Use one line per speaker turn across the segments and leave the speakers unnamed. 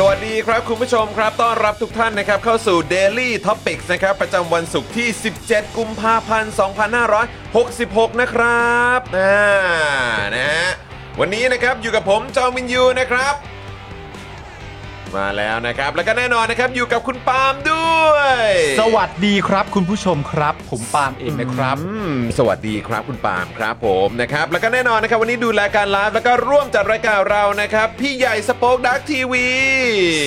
สวัสดีครับคุณผู้ชมครับต้อนรับทุกท่านนะครับเข้าสู่ Daily Topics นะครับประจำวันศุกร์ที่ 17 กุมภาพันธ์ 2566 นะครับอ่านะฮะวันนี้นะครับอยู่กับผมจอมวินยูนะครับ มาแล้วนะครับแล้วก็แน่นอนนะครับอยู่กับคุณปาล์มด้วย
สวัสดีครับคุณผู้ชมครับ ผมปาล์มเองนะครับ
อืมสวัสดีครับคุณปาล์มครับผมนะครับแล้วก็แน่นอนนะครับวันนี้ดูแลการไลฟ์แล้วก็ร่วมจัดรายการเรานะครับพี่ใหญ่สป็อคดักทีวี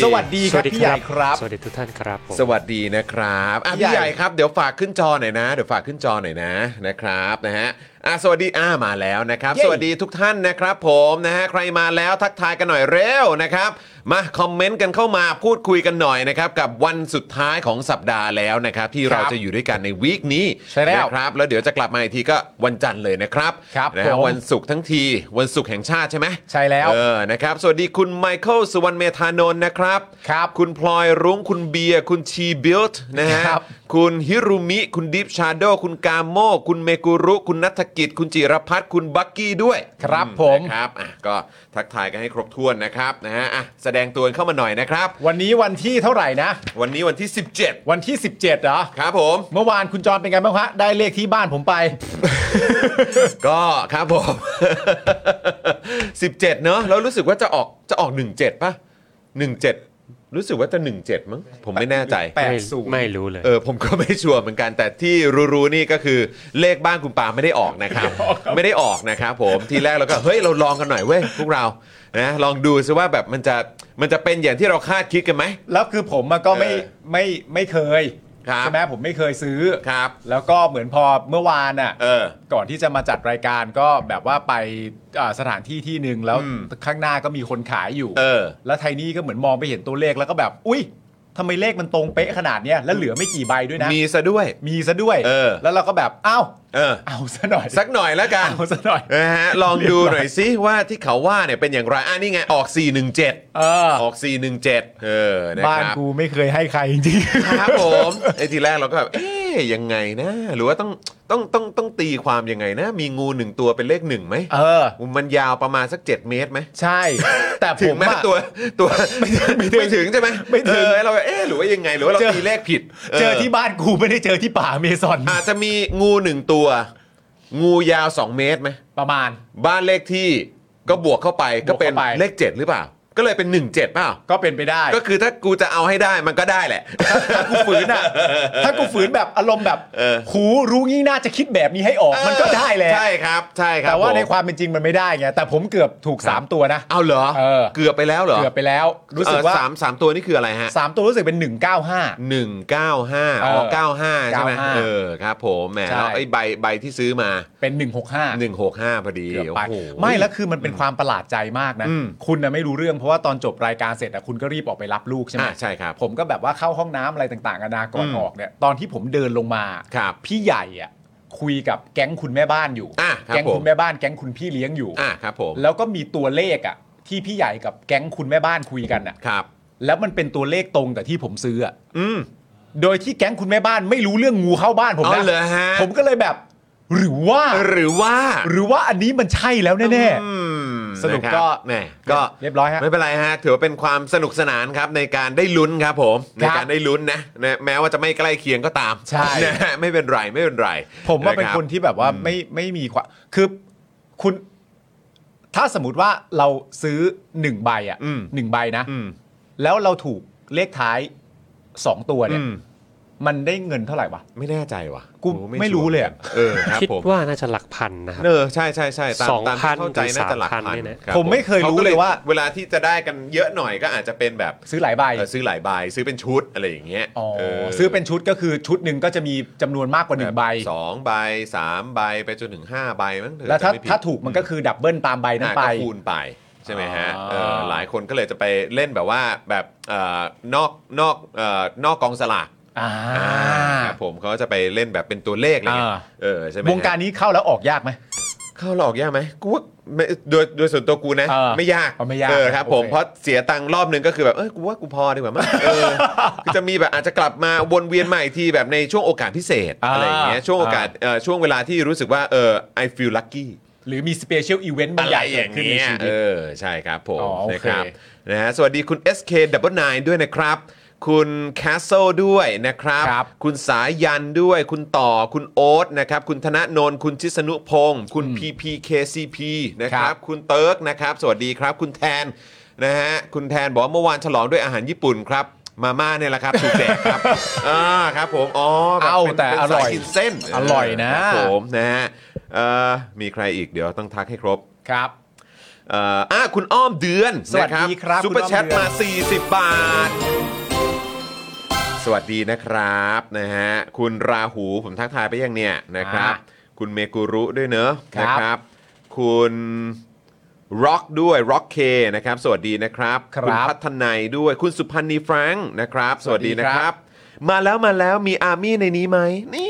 สวัสดีครับพี่ใหญ่ครับ
สวัสดีทุกท่านครับผม
สวัสดีนะครับอ่ะ
พี่
พี่
ใหญ่
ใหญ่ครับ เดี๋ยวฝากขึ้นจอหน่อยนะ เดี๋ยวฝากขึ้นจอหน่อยนะนะครับนะฮะอ่ะสวัสดีอ่ามาแล้วนะครับ สวัสดีทุกท่านนะครับ ผมนะฮะใครมาแล้วทักทายกันหน่อยเร็วนะครับ มาคอมเมนต์กันเข้ามาพูดคุยกันหน่อยนะครับ กับวันสุดท้ายของสัปดาห์แล้วนะครับ ที่เราจะอยู่ด้วยกันในวีคนี้
ใช่แล้ว
นะครับ แล้วเดี๋ยวจะกลับมาอีกทีก็วันจันทร์เลยนะครับ
ครับ
นะฮะ
ผม
วันศุกร์ทั้งทีวันศุกร์แห่งชาติใช่ไหม
ใช่แล้ว
เออ นะครับ สวัสดีคุณไมเคิลสุวรรณเมธานนท์นะครับ
ครับ
คุณพลอยรุ้ง คุณเบียร์ คุณชีบิลต์นะฮะ
ครับ
คุณฮิรุมิ คุณดิฟชาโด คุณกาโม คุณเมกุรุ คุณนัฐกิจ คุณจิรพัฒน์คุณบักกี้ด้วย
ครับ
อื
ผม
นะครับ อ่ะ ก็ทักทายกันให้ครบถ้วนนะครับ นะฮะ อ่ะ แสดงตัวเข้ามาหน่อยนะครับ
วันนี้วันที่เท่าไหร่นะ
วันนี้วันที่ 17
วันที่ 17เหรอ
ครับผม
เมื่อวานคุณจอห์นเป็นไงบ้างฮะ ได้เลขที่บ้านผมไป
ก็ครับผม 17 เนอะแล้วรู้สึกว่าจะออกจะออก 17ป่ะ 17 รู้สึกว่าจะ 17 มั้ง ผมไม่แน่ใจ
แป
ไม่
ดศูนย์
ไม่รู้เลย
เออผมก็ไม่ชัวร์เหมือนกันแต่ที่รู้ๆนี่ก็คือเลขบ้านคุณปาไม่ได้ออกนะครับ ไม่ได้ออกนะครับผมทีแรกเราก็เฮ้ยเราลองกันหน่อยเว้ยพวกเรานะลองดูซิว่าแบบมันจะมันจะเป็นอย่างที่เราคาดคิดกันไหม
แล้วคือผมอะก็ไม่
เออ
ไม่ไม่เคย
ครับ
ใช่ไหมผมไม่เคยซื้อ
ครับ
แล้วก็เหมือนพอเมื่อวานอ่ะ
เออ
ก่อนที่จะมาจัดรายการก็แบบว่าไปอ่าสถานที่ที่หนึ่งแล้ว
อืม
ข้างหน้าก็มีคนขายอยู่
เออ
แล้วไทนี่ก็เหมือนมองไปเห็นตัวเลขแล้วก็แบบ อุ้ยทำไมเลขมันตรงเป๊ะขนาดเนี้ยแล้วเหลือไม่กี่ใบด้วยนะ
มีซะด้วย
มีซะด้วย
เออ
แล้วเราก็แบบอ้าว
เออ
เอาซะหน่อย
สักหน่อยแล้วกัน
เอาซะหน่อย
นะฮะลองดูหน่อยซิว่าที่เขาว่าเนี่ยเป็นอย่างไรอ่ะนี่ไงออก 417
เออ
ออก 417 เออนะ
บ้า
คน รับ
กูไม่เคยให้ใครจริง
ครับผมไอ้ทีแรกเราก็แบบเอ๊ยยังไงนะ หรือว่าต้องต้องต้องต้องตีความยังไงนะ มีงูหนึ่งตัวเป็นเลขหนึ่งไหม
ๆเออ
มันยาวประมาณสัก 7 เมตรไหม
ใช่ แต่ผ
ถึง
ม
ไหม
อะ
ตัวตัว
ไม่ถึงไม่ถึง
ไม่ถึงใช่ไหม
ไม่ถึง
เออเราก็เอ๊ะหรือว่ายังไงหรือว่าเรา
เจอ
ตีเลขผิด
เจอที่บ้านกูไม่ได้เจอที่ป่าอเมซอน
อาจจะมีงูหนึ่งตัว งูยาว 2 เมตรไหม
ประมาณ
บ้านเลขที่ก็บวกเข้าไปก็เป็น
บวกเข้าไป
เลข 7 หรือเปล่า ก็เลยเป็น 17เปล่า
ก็เป็นไปได้
ก็คือถ้ากูจะเอาให้ได้มันก็ได้แหละ
ถ้ากูฝืนอ่ะ ถ้ากูฝืนแบบอารมณ์แบบ
เออ
หูรู้งี้น่าจะคิดแบบนี้ให้ออก มันก็ได้แหละ
ใช่ครับใช่ครับ
แต่ว่า
ผม
ในความเป็นจริงมันไม่ได้ไง แต่ผมเกือบถูก 3 ตัวนะ
เอาเหรอ
เออ
เกือบไปแล้วเหรอ
เกือบไปแล้วรู้สึก
เอ่อ
ว่า
สามสามตัวนี่คืออะไรฮะ
3 ตัวรู้สึกเป็น 195
หนึ่งเก้าห้าอ๋อเก้าห้าใช่ไหม
95
เออครับผมแหม
ใช่
แล้วไอ้ใบใบที่ซื้อมา
เป็น 165
หนึ่งหกห้าพอดี
เกือบ
โอ้
ไป
โห
ไม่แล้วคือมันเป็นความประหลาดใจมากนะ
อืม
คุณนะไม่รู้เรื่องเพราะว่าตอนจบรายการเสร็จอะคุณก็รีบออกไปรับลูกใช่ไหม
อ่ะใช่ครับ
ผมก็แบบว่าเข้าห้องน้ำอะไรต่างๆนานาก่อน
อืม
ออกเนี่ยตอนที่ผมเดินลงมา
ครับ
พี่ใหญ่อะคุยกับแก๊งคุณแม่บ้านอยู่
อ่ะครับ
แก๊ง
ผม
คุณแม่บ้านแก๊งคุณพี่เลี้ยงอยู่
อ่ะครับผม
แล้วก็มีตัวเลขอะ ที่พี่ใหญ่กับแก๊งคุณแม่บ้านคุยกันอะ
ครับ
แล้วมันเป็นตัวเลขตรงกับที่ผมซื้ออะ
อืม
โดยที่แก๊งคุณแม่บ้านไม่รู้เรื่องงูเข้าบ้านผม
เอา
นะ
เหรอฮะ
ผมก็เลยแบบ หรือว่า
หรือว่า
หรือว่าอันนี้มันใช่แล้วแน่
อืม
สรุป
ะคบ
ก็
แหมก็
เรียบร้อยฮะ
ไม่เป็นไรฮะ ถือว่าเป็นความสนุกสนานครับในการได้ลุ้นครับผมใน
ครับ
การได้ลุ้นนะนะแม้ว่าจะไม่ใกล้เคียงก็ตาม
ใช่
นะฮะไม่เป็นไรไม่เป็นไร
ๆ ผมว่าเป็นะ
รับ
คนที่แบบว่าไม่ไม่มีความคือคุณ ถ้าสมมติว่าเราซื้อหนึ่งใบอ่ะ
อืม
หนึ่งใบนะ
อืม
แล้วเราถูกเลขท้ายสองตัวเนี่ย
อืม
มันได้เงินเท่าไหร่วะ
ไม่แน่ใจว่ะ
กู
โอ้
ไม่รู้เลยอะ
เออครับ
คิด
ผม
ว่าน่าจะหลักพันนะครับ
เออใช่ใช่ใช่ตาม
สอง
ตาม
พั
ที่
น
เข้าใจ
หรือ
น่าจะหลัก
สาม
พั
พั
น
นเนี่ยนะ
รับ
ผมไม่เคยรู้
ขาก็
เลยว่า
เวลาที่จะได้กันเยอะหน่อยก็อาจจะเป็นแบบ
ซื้อหลายใบ
เออซื้อหลายใบซื้อเป็นชุดอะไรอย่างเงี้ย
อ๋อ
เ
ซื้อเป็นชุดก็คือชุดหนึ่งก็จะมีจำนวนมากกว่าหนึ่งใบ
สองใบสามใบไปจนถึงห้าใบมั้ง
แล้วถ้า
จะไม่ผิด
ถ้าถูกมันก็คือดับเบิลตามใบนั้น
อ่ะ
ไป
ก็คูณไปใช่ไหมฮะ
อ๋อ
เออหลายคนก็เลยจะไปเล่นแบบว่าแบบเอ่อนอกนอกเอ่อนอกกองสลาก
อ่า
ครับผมเขาจะไปเล่นแบบเป็นตัวเลขอะไรเงี้ย
อ่า
เออใช่ไหม
วงการ
ฮะ
นี้เข้าแล้วออกยากไหม
เข้าหลอกยากไหมกูว่าไม่โดยโดยส่วนตัวกูนะ
เออ
ไม่ยาก
อ๋อไม่ยาก
เออครับ ผม
โอเค
เพราะเสียตังค์รอบหนึงก็คือแบบเออกูว่ากูพอดีกว่ามั้งเอ อคือจะมีแบบอาจจะกลับมาวนเวียนใหม่ทีแบบในช่วงโอกาสพิเศษอะไรอย่างเงี้ยช่วงโอกาสเอ่อช่วงเวลาที่รู้สึกว่าเออ I feel lucky
หรือมีสเปเชียลอีเวนต์บา
อะ
งอ
ไร
ย่าง
อย่าง
เกิดขึ้นใน
เงี้ย
ชีวิ
เอ
ต
อใช่ครับผม
อ๋อโอเค
นะครับนะฮะสวัสดีคุณ SK Double Nine ด้วยนะครับ คุณ Castle ด้วยนะครับ
ครับ
ณสายันด้วย คุณต่อคุณโอ๊ตนะครับคุณธนนนท์คุณชิสนุพงศ์คุณ PPKCP นะค
ครั
รับ
บ
คุณเติร์กนะครับ สวัสดีครับคุณแทนนะฮะคุณแทนบอกว่าเมื่อวานฉลองด้วยอาหารญี่ปุ่นครับ มาม่าเนี่ยแหละครับถูกแจกครับ อ่าครับผมอ๋อบบ
เอา
ป็น
แต่
ป็น
อร่อย
สากินเส้น
อร่อยนะ
ครับผมนะฮะเอ่อมีใครอีกเดี๋ยวต้องทักให้ครบ
ครับ
เอ่ออ่ะคุณอ้อมเดือน
สวัสดีครับ
ซุปเปอร์
คุณอ้อม
แชท
เดือน
มา 40 บาท สวัสดีนะครับนะฮะคุณราหูผมทักทายไปยังเนี่ยนะครับ คุณเมกุรุด้วยเนอะนะครับ คุณร็อกด้วยร็อกเคนะครับ สวัสดีนะครับ
ครับ
ณพัฒนัยด้วยคุณสุพันธ์นีแฟรงค์นะครับ สวัสดี
สวัสดี
นะ
ค
ค
รั
รับ
บ
มาแล้วมาแล้วมีอาร์มี่ในนี้ไหมนี่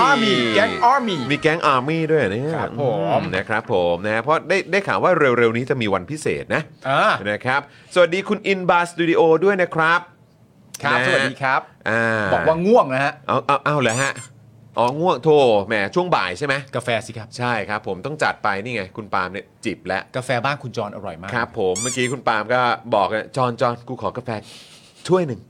อาร์มี่แก๊งอาร์มี่
มีแก๊งอาร์มี่ด้วยเหอเนี่ย
ครับผม
อืนะครับผมนะเพราะได้ได้ข่าวว่าเร็วๆนี้จะมีวันพิเศษนะ
อ่า
นะครับ สวัสดีคุณอินบาร์สตูดิโอด้วยนะครับ
ครับ
นะฮะ
สวัสดีครับ
อ่า
บอกว่าง่วงนะฮะ
เอาเอาเอาเหรอฮะอ๋อง่วงโทแหมช่วงบ่ายใช่ไหม
กาแฟสิครับ
ใช่ครับ ผมต้องจัดไปนี่ไง คุณปาล์มเนี่ยจิบแล้ว
กาแฟบ้านคุณจรอร่อยมาก
ครับ ผมเมื่อกี้คุณปาล์มก็บอกนะจอนจอนกูขอกาแฟถ้วยหนึ่ง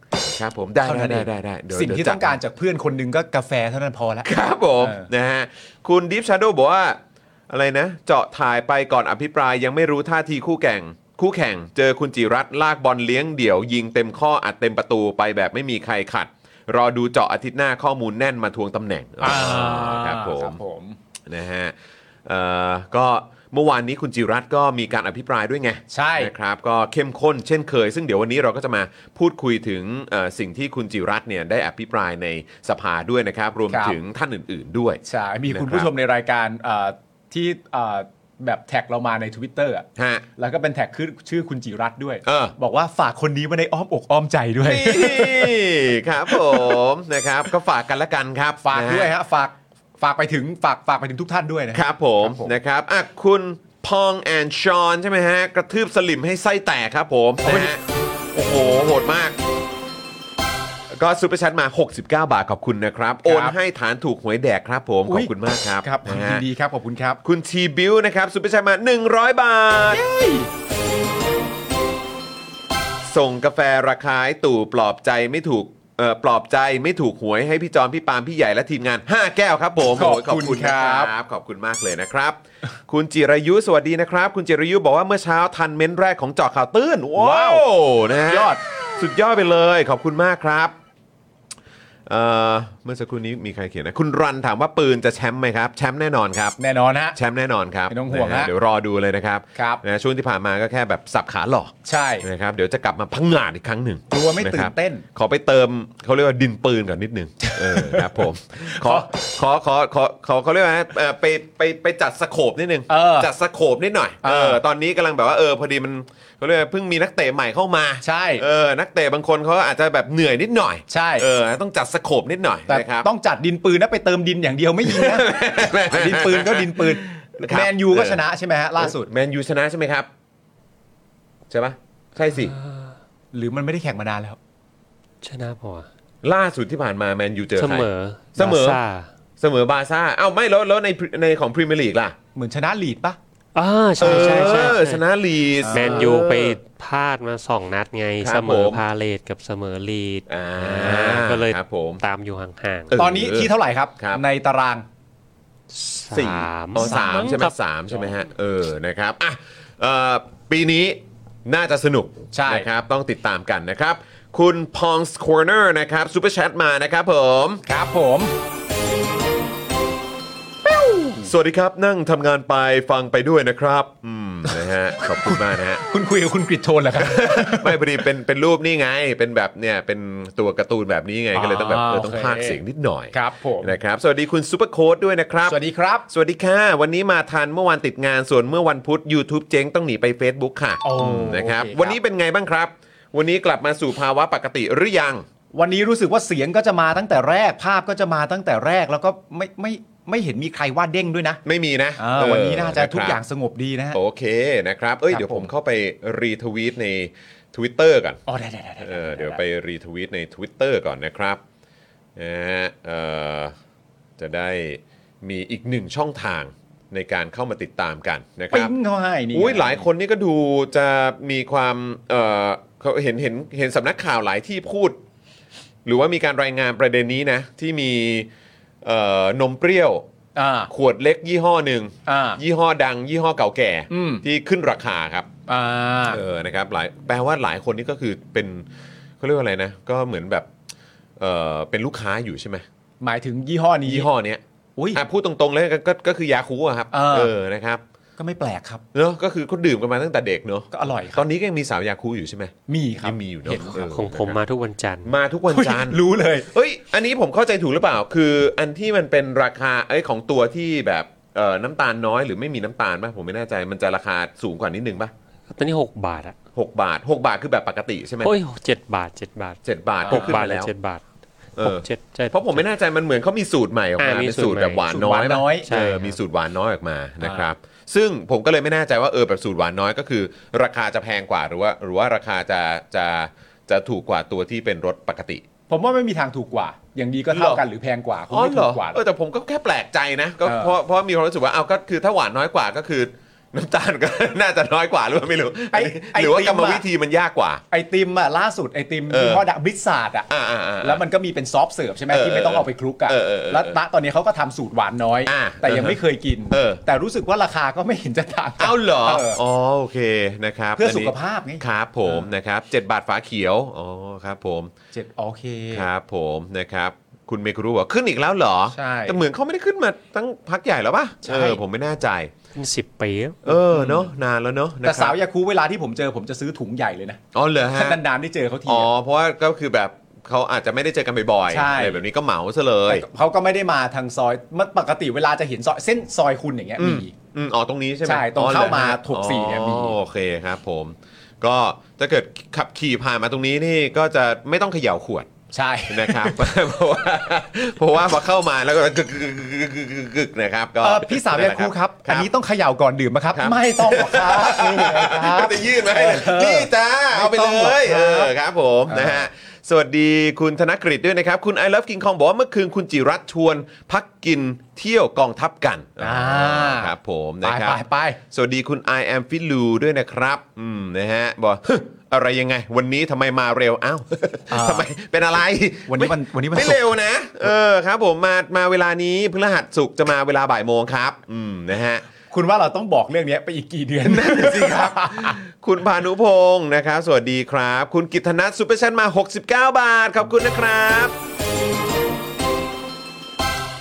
ครับ ผมได้
เท่า
ได้
นั้นเอ
ได้
ง
ได้ได้เดี๋ยว
สิ่ง
เดี๋ยว
ที่
จั
ต้
ด
องการ
ให้
จากเพื่อนคนหนึ่งก็กาแฟเท่านั้นพอแล้ว
ครับผม
เออ
นะฮะคุณดิฟชาโดบอกว่า อะไรนะ เจาะถ่ายไปก่อนอภิปรายยังไม่รู้ท่าทีคู่แข่ง คู่แข่ง เจอคุณจิรัตน์ลากบอลเลี้ยงเดี่ยว ยิงเต็มข้ออัดเต็มประตูไปแบบไม่มีใครขัด รอดูเจาะอาทิตย์หน้าข้อมูลแน่นมาทวงตำแหน่งครับผม
ม
นะฮะเอ่อก็เมื่อวานนี้คุณจิรัตน์ก็มีการอภิปรายด้วยไง
ใช่
นะครับก็เข้มข้นเช่นเคย ซึ่งเดี๋ยววันนี้เราก็จะมาพูดคุยถึงเอ่อสิ่งที่คุณจิรัตน์เนี่ยได้อภิปรายในสภาด้วยนะครับ รวม
ครับ
ถึงท่านอื่นๆด้วย
ใช่ มีคุณ
นะครับ
ผู้ชมในรายการเอ่อที่เอ่อแบบแท็กเรามาใน Twitter อะ
ฮะ
แล้วก็เป็นแท็กคือชื่อคุณจิรัตน์ด้วย
เออ
บอกว่าฝากคนนี้ไว้ในอ้อมอกอ้อมใจด้วย
นี่ครับผม นะครับ ก็ฝากกันละกันครับ
ฝาก
น
ด้วยฮะฝากฝากไปถึงฝากฝากไปถึงทุกท่านด้วยนะ
ครับผม
ครับผม
นะครับอ่ะคุณพองแอนชอนใช่ไหมฮะ กระทืบสลิมให้ไส้แตกครับผมนะฮะโอ้โหโหดมาก ก็ซูเปอร์แชทมา 69 บาทขอบคุณนะครับ โอนให้ฐานถูกหวยแดกครับผม ขอบคุณมากครับ
ครับ
นะ
ยิ
ฮะ
นดีครับขอบคุณครับ
คุณทีบิวนะครับซูเปอร์แชทมา 100 บาท ส่งกาแฟราคาให้ตู่ปลอบใจไม่ถูกเอ่อปลอบใจไม่ถูกหวยให้พี่จอมพี่ปาล์มพี่ใหญ่และทีมงาน 5 แก้วครับ ผม
ขอบ
โย
คุณครับ
นะขอบคุณมากเลยนะครับ คุณจิรายุสวัสดีนะครับ คุณจิรายุบอกว่าเมื่อเช้าทันเม้นแรกของเจอข่าวตื้นว้าวนะฮะ
ยอด
สุดยอดไปเลย ขอบคุณมากครับเอ่อเมื่อสักครู่นี้มีใครเขียนนะคุณรันถามว่าปืนจะแชมป์ไหมครับแชมป์แน่นอนครับ
แน่นอนฮะ
แชมป์แน่นอนครับ
ไม่ต้องห่วง
นะฮะ
ฮะ
เดี๋ยวรอดูเลยนะครับ
ครับ
นะช่วงที่ผ่านมาก็แค่แบบสับขาหลอก
ใช่
นะครับเดี๋ยวจะกลับมาพังงาดอีกครั้งหนึ่ง
กลัวไม่ตื่นเต้นะครับ
ขอไปเติมเขาเรียกว่าดินปืนก่อนนิดหนึงเออครับผมขอขอขอขอขอเขาเรียกว่าเอ่อไปไปไปจัดสโคบนิดนึง
เออ
จัดสโคบนิดหน่อย
เอ
เอ
อ
อตอนนี้กำลังแบบว่าเออพอดีมันเขาเรียกว่าเพิ่งมีนักเตะใหม่เข้ามา
ใช่
เออนักเตะบางคนเขาอาจจะแบบเหนื่อยนิดหน่อย
ใช่
เออต้องจัดสโคบนิดหน่อย
แต่
นะครับ
ต้องจัดดินปืนนะไปเติมดินอย่างเดียวไม่ยิงนะ ดินปื นก็ดินปืน
ครับ
แมนยูก็ชนะใช่ไหมฮะล่าสุด
แมนยูชนะใช่ไหมครับ ใช่ไหมใช่สิ
หรือมันไม่ได้แข่งมานานแล้ว
ชนะเปล่าวะ
ล่าสุดที่ผ่านมาแมนยูเจอ
เส
ใคร
มอ
เสมอ
บาร์ซ่า
เสมอบาร์ซ่าเอ้าไม่แล้วแล้วในในของพรีเมียร์ลีกล่ะ
เหมือนชนะลีดปะ
อ่าใช่ใช่ใช่
เออ
ใช่
ชนะลีดส์
แมนยูไปพลาดมาสองนัดไง
ครับ
เสมอ
ผม
พาเลตกับเสมอลีด
อ่า
ก็เลย
ครับผม
ตามอยู่ห่าง
เออ
ตอนนี้ที่เท่าไหร่ครับ
ครับ
ในตาราง
ๆ
สี่
สาม
อ๋อสามใช่ไหม
ครับ
สามใช่ไหมฮะเออนะครับอ่ะเอ่อปีนี้น่าจะสนุก
ใช่
นะครับต้องติดตามกันนะครับ คุณพองส์คอร์เนอร์นะครับซูเปอร์แชทมานะครับผม
ครับผม
สวัสดีครับนั่งทำงานไปฟังไปด้วยนะครับอืมนะฮะขอบคุณมากนะฮะ
คุณคุยกับคุณกริดโทนเหรอครับ
ไม่พอดีเป็นเป็นรูปนี่ไง เป็นแบบเนี่ยเป็นตัวการ์ตูนแบบนี้ไงก็เลยต้องแบบเออต้อง
โอเค
พากย์เสียงนิดหน่อย
ครับผม
นะครับสวัสดีคุณซูเปอร์โค้ดด้วยนะครับ
สวัสดีครับ
สวัสดีค่ะ วันนี้มาทันเมื่อวานติดงานส่วนเมื่อวันพุธ YouTube เจ๊งต้องหนีไป Facebook ค่ะ
โอ้
อืมนะครับ
โอเคครับ
วันนี้เป็นไงบ้างครับ วันนี้กลับมาสู่ภาวะปกติหรือยัง
วันนี้รู้สึกว่าเสียงก็จะมาตั้งแต่แรก ภาพก็จะมาตั้งแต่แรกแล้วก็ไม่ไม่ไม่เห็นมีใครว่าเด้งด้วยนะ
ไม่มีนะ
อ่า
เออ
วันนี้น่าจะทุก
ครับ
อย่างสงบดีนะฮะ
โอเคนะครับ เอ้ย
ครับ
เดี๋ยวผม
ผม
เข้าไปรีทวีตใน Twitter กัน
อ๋อได้ได้ได้ได้
เออเดี๋ยวไปรีทวีตใน Twitter ก่อนนะครับนะฮะเอ่อจะได้มีอีกหนึ่งช่องทางในการเข้ามาติดตามกันนะค
ปิ๊
รับ
งเขาให้นี่
อุ้ยหลายคนนี่ก็ดูจะมีความเออเขาเห็นเห็นเห็นสำนักข่าวหลายที่พูด หรือว่ามีการรายงานประเด็นนี้นะ ที่มีเอ่อนมเปรี้ยว
อ่า
ขวดเล็กยี่ห้อหนึ่ง
อ่า
ยี่ห้อดัง ยี่ห้อเก่าแก่
อืม
ที่ขึ้นราคาครับ
อ่า
เออนะครับหลายแปลว่าหลายคนนี่ก็คือเป็นเขาเรียกว่าอะไรนะ ก็เหมือนแบบเออเป็นลูกค้าอยู่ใช่ไหม
หมายถึงยี่ห้อนี้
ยี่ห้อเนี้ย
อุ้ย
อ่ะพูดตรงๆเลยก็ก็ก็คือยาคูอะครับ
เออ
เออนะครับ
ก็ไม่แปลกครับ
เนอะก็คือเขาดื่มกันมาตั้งแต่เด็กเนอะ
ก็อร่อยค
ต
รั
อบ นนี้ก็ยังมีสาวยาคูอยู่ใช่ไหม
มีครับ
ยังมีอยู่เน
เห็น
อะ
ครับ
ของผมมาทุกวันจันทร์
มาทุกวัน
อุ๊ย
จันทร์
รู้เลย
เอ้ย อันนี้ผมเข้าใจถูกหรือเปล่า คืออันที่มันเป็นราคาไอ้ยของตัวที่แบบเอ่อน้ำตาลน้อยหรือไม่มีน้ำตาลป่ะผมไม่แน่ใจมันจะราคาสูงกว่านิดนึงป่ะ
ตอนนี้ 6 บาทอะ
หกบาทหกบาทคือแบบปกติใช่ไหม
โอ้ยเจ็ดบาทเจ็ดบาท
เจ็ดบาท
ห
ก็
ก
ขึ้น
บาท
มา
หรือ
แล้ว
เจ็ดบาท
เออ
หกเจ็ดเจ็ด
เพราะผมไม่แน่ใจมันเหมือนเขามีสูตรใหม่ออกมา
อ่ามี
เป็นสูตรแบบหวานน้อย
สูตร
ป่ะ
หวานน้อย
ใช่
เออมีสูตรหวานน้อยออกมานะครับ ซึ่งผมก็เลยไม่แน่ใจว่าเออแบบสูตรหวานน้อยก็คือ ราคาจะแพงกว่าหรือว่า หรือว่าราคาจะจะจะถูกกว่าตัวที่เป็นรถปกติ
ผมว่าไม่มีทางถูกกว่า อย่างดีก็เท่ากันหรือแพงกว่าคง
อ๋อ
ไม่
เหร
ถู
อก
กว่า
เออแต่ผมก็แค่แปลกใจนะก็
เออ
เพราะเพราะมีความรู้สึกว่าเอาก็คือถ้าหวานน้อยกว่าก็คือน้ำตาลก็ น่าจะน้อยกว่าหรือเปล่าไม่รู้หรือว่ากรรมวิธีมันยากกว่า
ไอติมอ่ะล่าสุดไอติม
เออ
ยี่ห้อดับบิสซาร์ดอ่ะ
อ่าอ่าอ่า
แล้วมันก็มีเป็นซอฟต์เสิร์ฟใช่ไหม
เออ
ที่ไม่ต้องเอาไปคลุกอะ
เออเออเออ
แล้วณตอนนี้เขาก็ทำสูตรหวานน้อย
อ่ะ
แต่ยังไม่เคยกิน
เออ
แต่รู้สึกว่าราคาก็ไม่เห็นจะต่างกัน
เอาเหรอ
เอออ๋
อ๋อโอเคนะครับ
เพื่อน
นี้
สุขภาพไง
ครับผม
เออ
นะครับเจ็ดบาทฝาเขียวอ๋อครับผม
เจ็ดโอเค
ครับผมนะครับคุณเมกรู้ว่าขึ้นอีกแล้วเหรอ
ใช่
แต่เหมือนเขาไม่ได้ขึ้นมาตั้งพักใหญ่แล้วป่ะ
ใช่
เออผมไม่แน่ใจ
เป็นสิบปีแล้ว
เออเนาะนานแล้วเนาะนะค
แต่
รับ
สาวยาคูเวลาที่ผมเจอผมจะซื้อถุงใหญ่เลยนะ
อ๋อเหรอฮะ
นานๆได้เจอเขาที
อ๋อ
อะ
เพราะว่าก็คือแบบเขาอาจจะไม่ได้เจอกันบ่อยๆ
ใช่
อะไรแบบนี้ก็เหมาซะเลย
แต่เขาก็ไม่ได้มาทางซอยมันปกติเวลาจะเห็นซอยเส้นซอยคุณอย่างเงี้ย
อืม
มี
อืมอ๋อตรงนี้ใช่ไหม
ใช่ตรงเข้ามา
อ๋อหอฮะ
ถกสี่เนี่ยมี
อ๋อโอเคครับผม ก็ถ้าเกิดขับขี่ผ่านมาตรงนี้นี่ก็จะไม่ต้องเขย่าขวด
ใช่
นะครับ เพราะว่าเพราะว่าพอเข้ามาแล้วก็กึกกึกกึกกึกกึกกึกนะครับก็
เออพี่สาวยาคูครับ อันนี้ต้องเขย่าก่อนดื่มนะครับ
ครับ
ไม่ต้องหรอกครับนี่เลยครั
ก็
บ
จะยื่นมาให้เลย
เออ
นี่จ้าเอาไป
ไม่ต้
เล
องหร
ยเอ
อกครับ
อครับผม
เออ
นะฮะสวัสดีคุณธนกฤษด้วยนะครับ คุณไอ o ล e ฟกินคองบอกว่าเมื่อคืนคุณจิรัตน์ชวน พักกินเที่ยวกองทัพกัน
อ่า
ครับผม
ไป
นะครับ
ไปไป
สวัสดีคุณ I am f i l u ด้วยนะครับ อืมนะฮะบอกฮึอะไรยังไง วันนี้ทำไมมาเร็ว อ้าว
อ่า
ทำไมเป็นอะไร
วันนี้วัน
ไม่
วันนี้วัน
ไม่
ศุกร์
เร็วนะ เออครับผมมามาเวลานี้พฤหัสสุกร์จะมาเวลาบ่ายโมงครับ อืมนะฮะ
คุณว่าเราต้องบอกเรื่องเนี้ยไปอีกกี่เดือนนั่นสิครับ
คุณพานุพงศ์นะครับ สวัสดีครับ คุณกิตนัทซูเปอร์ชันมา 69 บาท ขอบคุณนะครับ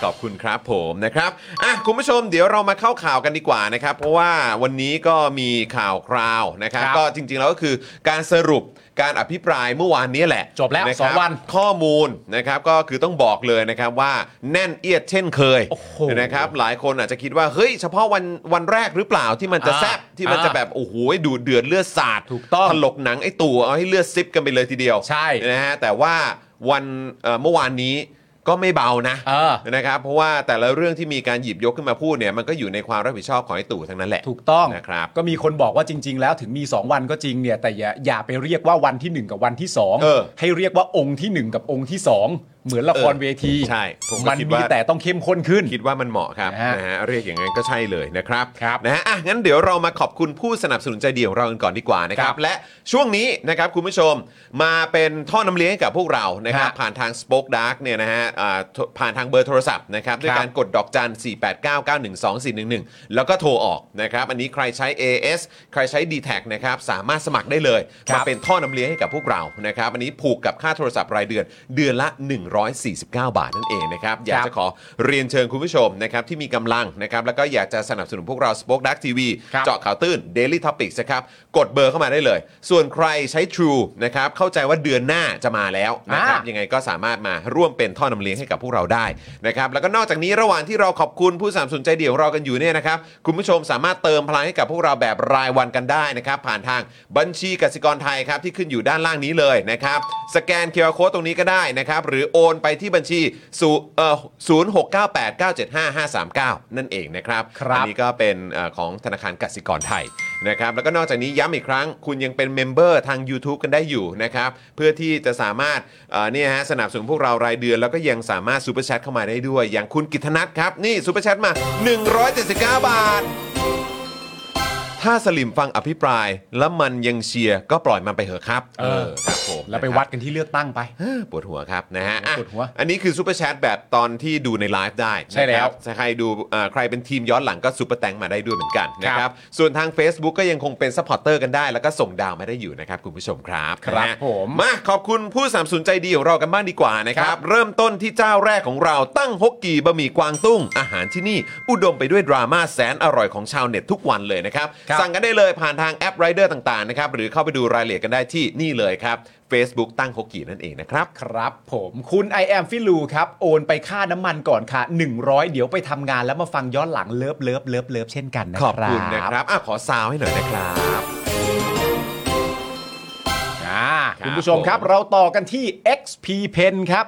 ขอบคุณครับผมนะครับอ่ะคุณผู้ชมเดี๋ยวเรามาเข้าข่าวกันดีกว่านะครับ เพราะว่าวันนี้ก็มีข่าวคราวนะครับ
ครับ
ก็จริงๆแล้วก็คือการสรุปการอภิปรายเมื่อวานนี้แหละ
จบแล้ว
นะค
ส
รั
องวัน
ข้อมูลนะครับก็คือต้องบอกเลยนะครับว่าแน่นเอียดเช่นเคย
โอ้โห
นะครับ หลายคนอาจจะคิดว่าเฮ้ยเฉพาะวันวันแรกหรือเปล่าที่มันจะ
อ่า
แซบที่มันจะ
อ่า
แบบโอ้โหดูเดือดเลือดสาด
ถูกต้อง
ถลกหนังไอ้ตู่เอาให้เลือดซิบกันไปเลยทีเดียว
ใช่
นะฮะแต่ว่าวันเอ่อเมื่อวานนี้ ก็ไม่เบานะ
เออ
นะครับเพราะว่าแต่ละเรื่องที่มีการหยิบยกขึ้นมาพูดเนี่ยมันก็อยู่ในความรับผิดชอบของไอ้ตู่ทั้งนั้นแหละ
ถูกต้อง
นะครับ
ก็มีคนบอกว่าจริง ๆ แล้วถึงมี 2 วันก็จริงเนี่ยแต่อย่าอย่าไปเรียกว่าวันทีหนึ่งกับวันที่สอง
เออ
ให้เรียกว่าองค์ที่หนึ่งกับองค์ที่สองเหมือนละครเวที
ใช่ผมก็
มัน
คิด
มี
ว่า
แต่ต้องเข้มข้นขึ้น
คิดว่ามันเหมาะครับ
ฮะ
นะฮะเรียกอย่างนั้นก็ใช่เลยนะครับ
ครับ
นะฮะอ่ะงั้นเดี๋ยวเรามาขอบคุณผู้สนับสนุนใจดีของเรากันก่อนดีกว่านะค
ค
รั
รับ บ
และช่วงนี้นะครับคุณผู้ชมมาเป็นท่อน้ำเลี้ยงให้กับพวกเรานะครับ
ฮะ
ผ่านทาง Spoke Dark เนี่ยนะฮะอ่าโทรผ่านทางเบอร์โทรศัพท์นะครับด้วย
ครับ
การกดดอกจัน 4 8 9 9 1 2 4 1 1 แล้วก็โทรออกนะครับอันนี้ใครใช้ AS ใครใช้ d t แทนะครับสามารถสมัครได้เลย
ครั
มา
บ
เป็นท่อน้ำเลี้ยงให้กับพวกเรานะครับอันนี้ผูกกับค่าโทรศัพท์รายเดือนเดือนละ 149 บาทนั่นเองนะครับอยาก
ครั
จะ
บ
ขอเรียนเชิญคุณผู้ชมนะครับที่มีกำลังนะครับแล้วก็อยากจะสนับสนุนพวกเรา Spoke Dark TV
ครับ
เจาะข่าวตื้น Daily Topics นะครับกดเบอร์เข้ามาได้เลย ส่วนใครใช้ True นะครับเข้าใจว่าเดือนหน้าจะมาแล้วนะครับ
อ่า
ยั
ยั
งไงก็สามารถมาร่วมเป็นท่อนำเลี้ยงให้กับพวกเราได้นะครับแล้วก็นอกจากนี้ระหว่างที่เราขอบคุณผู้สนับสนุนใจเดียวเรากันอยู่เนี่ยนะครับคุณผู้ชมสามารถเติมพลังให้กับพวกเราแบบรายวันกันได้นะครับผ่านทางบัญชีกสิกรไทยครับที่ขึ้นอยู่ด้านล่างนี้เลยนะครับสแกน QR Code ตรงนี้ก็ได้นะครับหรือโอนไปที่บัญชีสูเอ่อ0698975539 นั่นเองนะครับ
ครับ
อันนี้ ก็เป็นเอ่อของธนาคารกสิกรไทยนะครับ แล้วก็นอกจากนี้ย้ำอีกครั้ง คุณยังเป็นเมมเบอร์ทาง YouTube กันได้อยู่นะครับ เพื่อที่จะสามารถเอ่อเนี่ยฮะสนับสนุนพวกเรารายเดือน แล้วก็ยังสามารถซูเปอร์แชทเข้ามาได้ด้วย อย่างคุณกิตนัทครับ นี่ซูเปอร์แชทมา 179 บาท ถ้าสลิมฟังอภิปราย แล้วมันยังเชียร์ก็ปล่อยมันไปเถอะครับ
เออ
ครับผม
แล้วไป
นะครับ
วัดกันที่เลือกตั้งไป
เอ้อปวดหัวครับนะฮะอ่ะ
ปวดหัว
อันนี้คือซูเปอร์แชทแบบตอนที่ดูในไลฟ์ได้
ใช่แล้
นะค
ว
รับใครดูเอ่อใครเป็นทีมย้อนหลังก็ซูเปอร์แตงมาได้ด้วยเหมือนกันนะครับ ส่วนทาง Facebook ก็ยังคงเป็นซัพพอร์ตเตอร์กันได้ แล้วก็ส่งดาวมาได้อยู่นะครับ คุณผู้ชมครับ
ครับ
นะฮะ
ผม
มาขอบคุณผู้สามสนุนใจดีของเรากันบ้างดีกว่านะค
ค
รั
รับ บ
เริ่มต้นที่เจ้าแรกของเราตั้งฮกกีบะหมี่กวางตุ้ง อาหารที่นี่ อุดมไปด้วยดราม่าแสนอร่อยของชาวเน็ตทุกวันเลยนะครับ
ครับ
สั่งกันได้เลยผ่านทางแอปไรเดอร์ต่างๆนะครับหรือเข้าไปดูรายละเอียดกันได้ที่นี่เลยครับ Facebook ตั้งฮกกีนั่นเองนะครับ
ครับผมคุณ I am ฟิลูครับ โอนไปค่าน้ำมันก่อนค่ะ 100 เดี๋ยวไปทำงานแล้วมาฟังย้อนหลังเลิฟเลิฟเลิฟเลิฟเช่นกันนะ
ข
ครับ
อบคุณนะครับอ่ะขอซาวให้หน่อยนะครับ
อ่า
ครับ
คุณผู้ชมครับ
ผม
เราต่อกันที่ XP Pen ครับ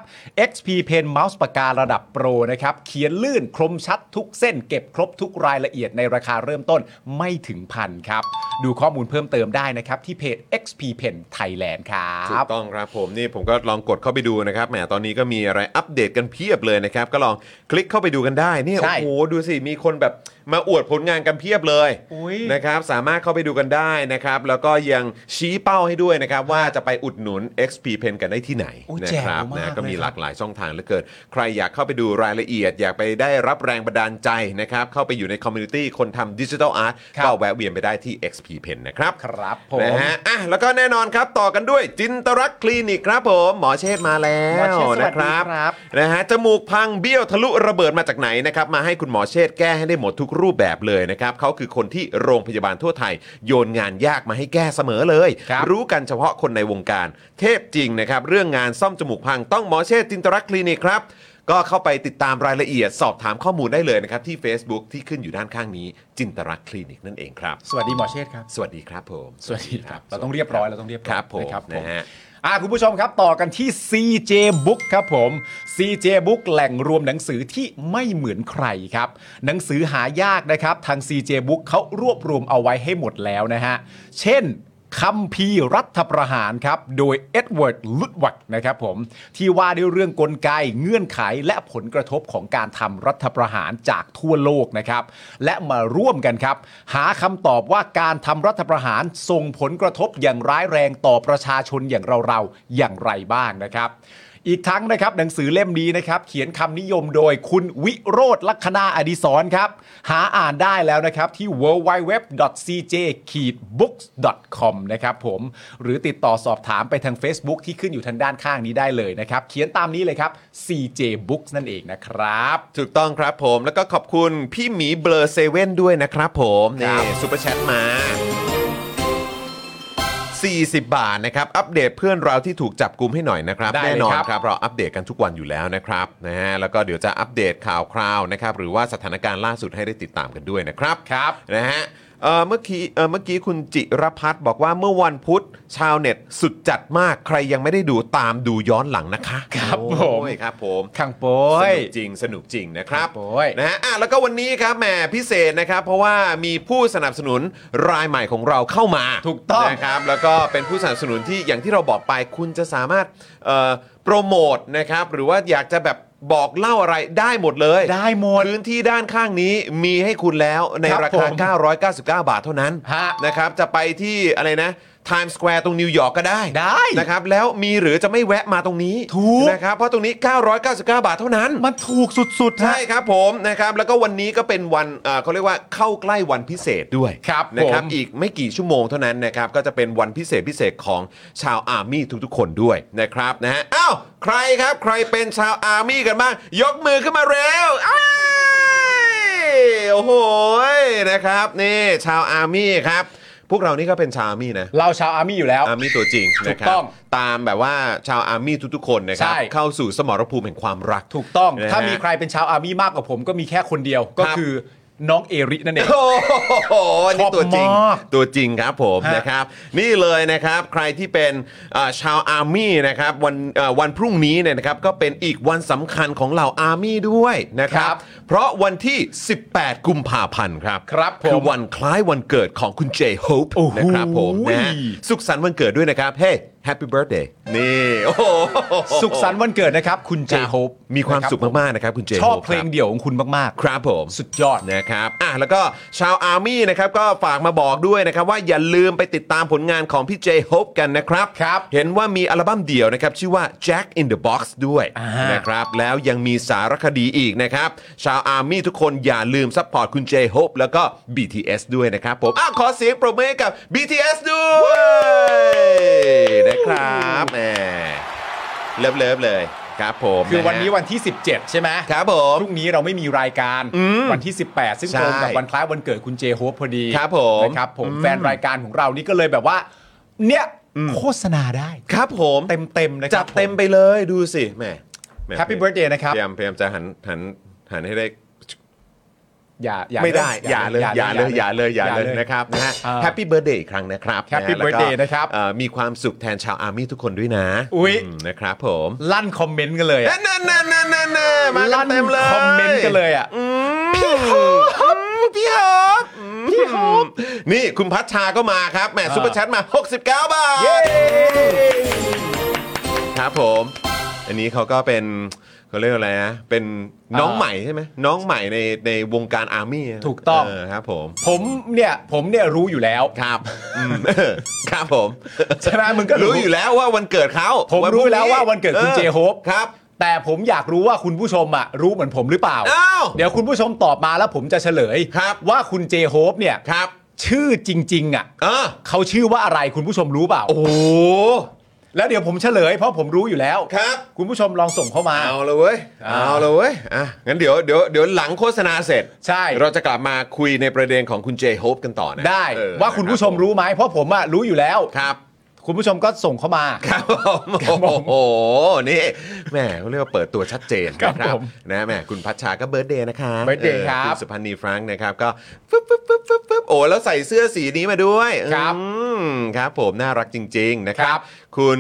XP Pen เมาส์ปากการะดับโปรนะครับเขียนลื่นคมชัดทุกเส้น เก็บครบทุกรายละเอียดในราคาเริ่มต้นไม่ถึงพันครับ ดูข้อมูลเพิ่มเติมได้นะครับ ที่เพจ XP Pen Thailand ครั
ถู
บ
กต้องครับผมนี่ผมก็ลองกดเข้าไปดูนะครับแหมตอนนี้ก็มีอะไรอัปเดตกันเพียบเลยนะครับ ก็ลองคลิกเข้าไปดูกันได้เนี่ย
ใช่
โอ้โหดูสิมีคนแบบมาอวดผลงานกันเพียบเลย
อุ๊ย
นะครับสามารถเข้าไปดูกันได้นะครับ แล้วก็ยังชี้เป้าให้ด้วยนะครับ ว่าจะไปอุดหนุน XP Pen กันได้ที่ไหน
โอ้ย
นะ
แจ๋ว
ครั
มาก
นะ
เลย
ก็มี
ครับ
หลากหลายช่องทางเหลือเกินใครอยากเข้าไปดูรายละเอียด อยากไปได้รับแรงบันดาลใจนะครับเข้าไปอยู่ในคอมมูนิตี้คนทำดิจิทัลอาร์ต
ครับ
ก็แวะเวียนไปได้ที่ XP Pen นะครับ
ครับผม
นะฮะ อ่ะ แล้วก็แน่นอนครับ ต่อกันด้วยจินตรักษณ์คลินิกครับผม หมอเชษฐ์มาแล้
หมอ
ว
เชษฐ์สวัสดี
นะค
ค
ร
รั
ับบ นะฮะ จมูกพังเบี้ยวทะลุระเบิดมาจากไหนนะครับ มาให้คุณหมอเชษฐ์แก้ให้ได้หมดทุกรูปแบบเลยนะครับ เขาคือคนที่โรงพยาบาลทั่วไทย โยนงานยากมาให้แก้เสมอเลย
ครับ
รู้กันเฉพาะคนในวงการ เทพจริงนะครับ เรื่องงานซ่อมจมูกพังต้องหมอเชษฐ์จินตรักษณ์คลินิกครับ ก็เข้าไปติดตามรายละเอียด สอบถามข้อมูลได้เลยนะครับที่ Facebook ที่ขึ้นอยู่ด้านข้างนี้ จินตรักษณ์คลินิกนั่นเองครับ
สวัสดีหมอเชษฐ์ครับ
สวัสดีครับผม
สวัสดีครับ เราต้องเรียบร้อย เราต้องเรียบร้อ
ค
ย
รับผม
นะครับผม
นะฮะ
อ่าคุณผู้ชมครับต่อกันที่ CJ Book ครับผม CJ Book แหล่งรวมหนังสือที่ไม่เหมือนใครครับ หนังสือหายากนะครับ ทาง CJ Book เขารวบรวมเอาไว้ให้หมดแล้วนะฮะ เช่นคัมภีร์รัฐประหารครับ โดยเอ็ดเวิร์ดลุดวักนะครับผม ที่ว่าด้วยเรื่องกลไกเงื่อนไขและผลกระทบของการทำรัฐประหารจากทั่วโลกนะครับ และมาร่วมกันครับ หาคำตอบว่าการทำรัฐประหารส่งผลกระทบอย่างร้ายแรงต่อประชาชนอย่างเราๆ อย่างไรบ้างนะครับ อีกทั้งนะครับหนังสือเล่มนี้นะครับ เขียนคำนิยมโดยคุณวิโรธลัคนาอดิศรครับ หาอ่านได้แล้วนะครับ ที่ www.cj-books.com นะครับผม หรือติดต่อสอบถามไปทาง Facebook ที่ขึ้นอยู่ทางด้านข้างนี้ได้เลยนะครับ เขียนตามนี้เลยครับ CJ Books นั่นเองนะครับ
ถูกต้องครับผมแล้วก็ขอบคุณพี่หมีเบลอเซเว่นด้วยนะครับผม
ค
นี่
รับ
ซูเปอร์แชทมา 40 บาทนะครับ อัปเดตเพื่อนเราที่ถูกจับกลุมให้หน่อยนะครับ
ได้เลย
แน่นอน
ครับ
ครับเราอัปเดตกันทุกวันอยู่แล้วนะครับนะฮะแล้วก็เดี๋ยวจะอัปเดตข่าวคราวนะครับ หรือว่าสถานการณ์ล่าสุดให้ได้ติดตามกันด้วยนะครับ
ครับ
นะฮะ เอ่อเมื่อกี้เอ่อเมื่อกี้คุณจิรพัฒน์บอกว่าเมื่อวันพุธชาวเน็ตสุดจัดมากใครยังไม่ได้ดูตามดูย้อนหลังนะคะ
ครับผม
โอ้ยครับผม
ขังโป
ส
ย
นุกจริงสนุกจริงนะครับ
โอ้ย
นะฮะอ่ะแล้วก็วันนี้ครับแหมพิเศษนะครับ เพราะว่ามีผู้สนับสนุนรายใหม่ของเราเข้ามา
ถูกต้อง
นะครับ แล้วก็เป็นผู้สนับสนุนที่อย่างที่เราบอกไปคุณจะสามารถเอ่อโปรโมทนะครับ หรือว่าอยากจะแบบบอกเล่าอะไรได้หมดเลย
ได้หมด
พื้นที่ด้านข้างนี้มีให้คุณแล้วใน
ครับ
รา
ผ
คาม เก้า999 บาทเท่านั้น
ฮะ
นะครับจะไปที่อะไรนะไทม์สแควร์ตรงนิวยอร์กก็ได้
ได้
นะครับแล้วมีหรือจะไม่แวะมาตรงนี้
ถูก
นะครับเพราะตรงนี้ 999 บาทเท่านั้น
มันถูกสุดๆฮะ
ใช่ครับผมนะครับแล้วก็วันนี้ก็เป็นวันเอ่อเขาเรียกว่าเข้าใกล้วันพิเศษด้วย
ครับ
นะครับ
ผม
อีกไม่กี่ชั่วโมงเท่านั้นนะครับก็จะเป็นวันพิเศษพิเศษของชาวอาร์มี่ทุกๆ คนด้วยนะครับนะฮะอ้าวใครครับใครเป็นชาวอาร์มี่กันบ้างยกมือขึ้นมาเร็วอ้ายโอ้โหนะครับนี่ชาวอาร์มี่ครับพวกเรานี่ก็เป็นชาวอาร์มี่นะ
เราชาวอาร์มี่อยู่แล้ว
อาร์มี่ตัวจริง
ถู
นะ
ก
ครับ
ต้อง
ตามแบบว่าชาวอาร์มี่ทุกๆ คนนะครั
ใช่
เข้าสู่สมรภูมิแห่งความรัก
ถูกต้อง
นะฮะ
ถ้ามีใครเป็นชาวอาร์มี่มากกว่าผมก็มีแค่คนเดียว ก็คือน้องเอรินั่นเอง
โอ้โหอันนี่
ชอบ
ตัวจริง
มาก
ตัวจริงครับผม
ฮะ
นะครับ นี่เลยนะครับใครที่เป็นเอ่อชาวอาร์มี่นะครับวันเอ่อวันพรุ่งนี้เนี่ยนะครับก็เป็นอีกวันสำคัญของเหล่าอาร์มี่ด้วยนะครั
ครับ บ
เพราะวันที่ 18 กุมภาพันธ์ครับ
ครับผม
คือวันคล้ายวันเกิดของคุณเจโฮป
โอ้โห
นะครับผมนะฮะสุขสันต์วันเกิดด้วยนะครับเฮ้ Happy Birthday นี่โอ้โห
สุขสันต์วันเกิดนะครับ คุณเจโฮป
มีความสุข
นะรับ
มาก ๆ นะครับ คุณเจ
ชอบ
โฮป
เพลงเดี่ยวของคุณมาก
ครับผม
ๆ สุดยอด
นะครับอ่ะแล้วก็ชาวอาร์มี่นะครับก็ฝากมาบอกด้วยนะครับ ว่าอย่าลืมไปติดตามผลงานของพี่เจโฮปกันนะครับ
ครับ
เห็นว่ามีอัลบั้มเดี่ยวนะครับ ชื่อว่า Jack in the Box ด้วย
อ่า
นะครับ แล้วยังมีสารคดีอีกนะครับ ชาวอาร์มี่ทุกคนอย่าลืมซัพพอร์ตคุณเจโฮปแล้วก็ BTS ด้วยนะครับผมอ้าวขอเสียงปรบมือให้กับ BTS ด้วยนะครับแหมเลิฟเลิฟๆเลยครับผม
คือวัน
ะฮะ
นี้วันที่ 17 ใช่ไหม
ครับผม
พรุ่งนี้เราไม่มีรายการ วันที่ 18 ซึ่ง
ใช่
ตรงกับวันคล้ายวันเกิดคุณเจโฮปพอดี
ครับผม
นะครับผม
อืม
แฟนรายการของเรานี่ก็เลยแบบว่า เนี่ยโฆษณาได้
ครับผม
เต็ม ๆ นะค
จั
รั
ด
บ
เต็มไปเลยดูสิแหมแหม
แฮปปี้เบิร์ดเดย์นะครับ
พยายามพยายามจะหันหันหันให้ได้
อย่าอย่า
ไม่ได้ อย่าเลยอย่าเลยอย่าเลยอย่าเลย
อา
นะครับนะฮะ
เออ
แฮปปี้เบิร์ดเดย์อีกครั้งนะครับ
Happy
นะฮะแล้วก็
Birthday นะครับ
เอ่อมีความสุขแทนชาวอาร์มี่ทุกคนด้วยนะ
อุ๊ย
มนะครับผม
ลั่นคอมเมนต์กันเลยอะ
นั่นนั่นนั่นนั่นนั่นมากัน
ลั่น
เต็มเลย
คอมเมนต์กันเลยอ่ะ
อืมพี่ฮอบพี่ฮอบพี่ฮอบนี่คุณพัชชาก็มาครับแหม
เออ
ซุปเปอร์แชทมา 69 บาท ครับผม อันนี้เขาก็เป็นเขาเรียกว่าอะไรนะ เป็นน้อง
อ่า
ใหม่ใช่ไหมน้องใหม่ในในวงการอาร์มี่
ถูกต้อง
เออครับผม
ผมเนี่ยผมเนี่ยรู้อยู่แล้ว
ครับอืม ครับผม
ใช่ไหมมึงก็รู้
รู้อยู่แล้วว่าวันเกิดเขา
ผม
นพ
รู้
ง
แล้วว่าวันเกิดคุณ
ออ
เจโฮป
ครับ
แต่ผมอยากรู้ว่าคุณผู้ชมอ่ะรู้เหมือนผมหรือเปล่า
อ้าว
เดี๋ยวคุณผู้ชมตอบมาแล้วผมจะเฉลย
ครับ
ว่าคุณเจโฮปเนี่ย
ครับ
ชื่อจริง ๆ อ่ะ
เออ
เขาชื่อว่าอะไรคุณผู้ชมรู้เปล่า
โอ้โห
แล้วเดี๋ยวผมเฉลย เพราะผมรู้อยู่แล้ว
ครับ
คุณผู้ชมลองส่งเข้ามา
เอาเลยเว้ย
อ่า
เอาเลยเว้ยอ่ะงั้นเดี๋ยวเดี๋ยวเดี๋ยวหลังโฆษณาเสร็จ
ใช่
เราจะกลับมาคุยในประเด็นของคุณเจโฮปกันต่อนะ
ได้
เออ
ว่าคุณผู้ชมรู้ไหมเพราะผมอ่ะรู้อยู่แล้ว
ครับ
คุณผู้ชมก็ส่งเข้ามา
ครับผมโอ้โห นี่แหมเขาเรียกว่าเปิดตัวชัดเจน
ครับ
นะครับ
ผม
นะแหมคุณพัชชาก็เบิร์ดเดย์นะคะ
birthday
ออ
ครับ
คุณสุพันธ์นีฟรังก์นะครับ ก็ฟึบฟึบฟึบฟึบฟึบโอ้แล้วใส่เสื้อสีนี้มาด้วย
ครับ
อืมครับผมน่ารักจริง ๆ นะค
ค
รั
รับ บ
คุณ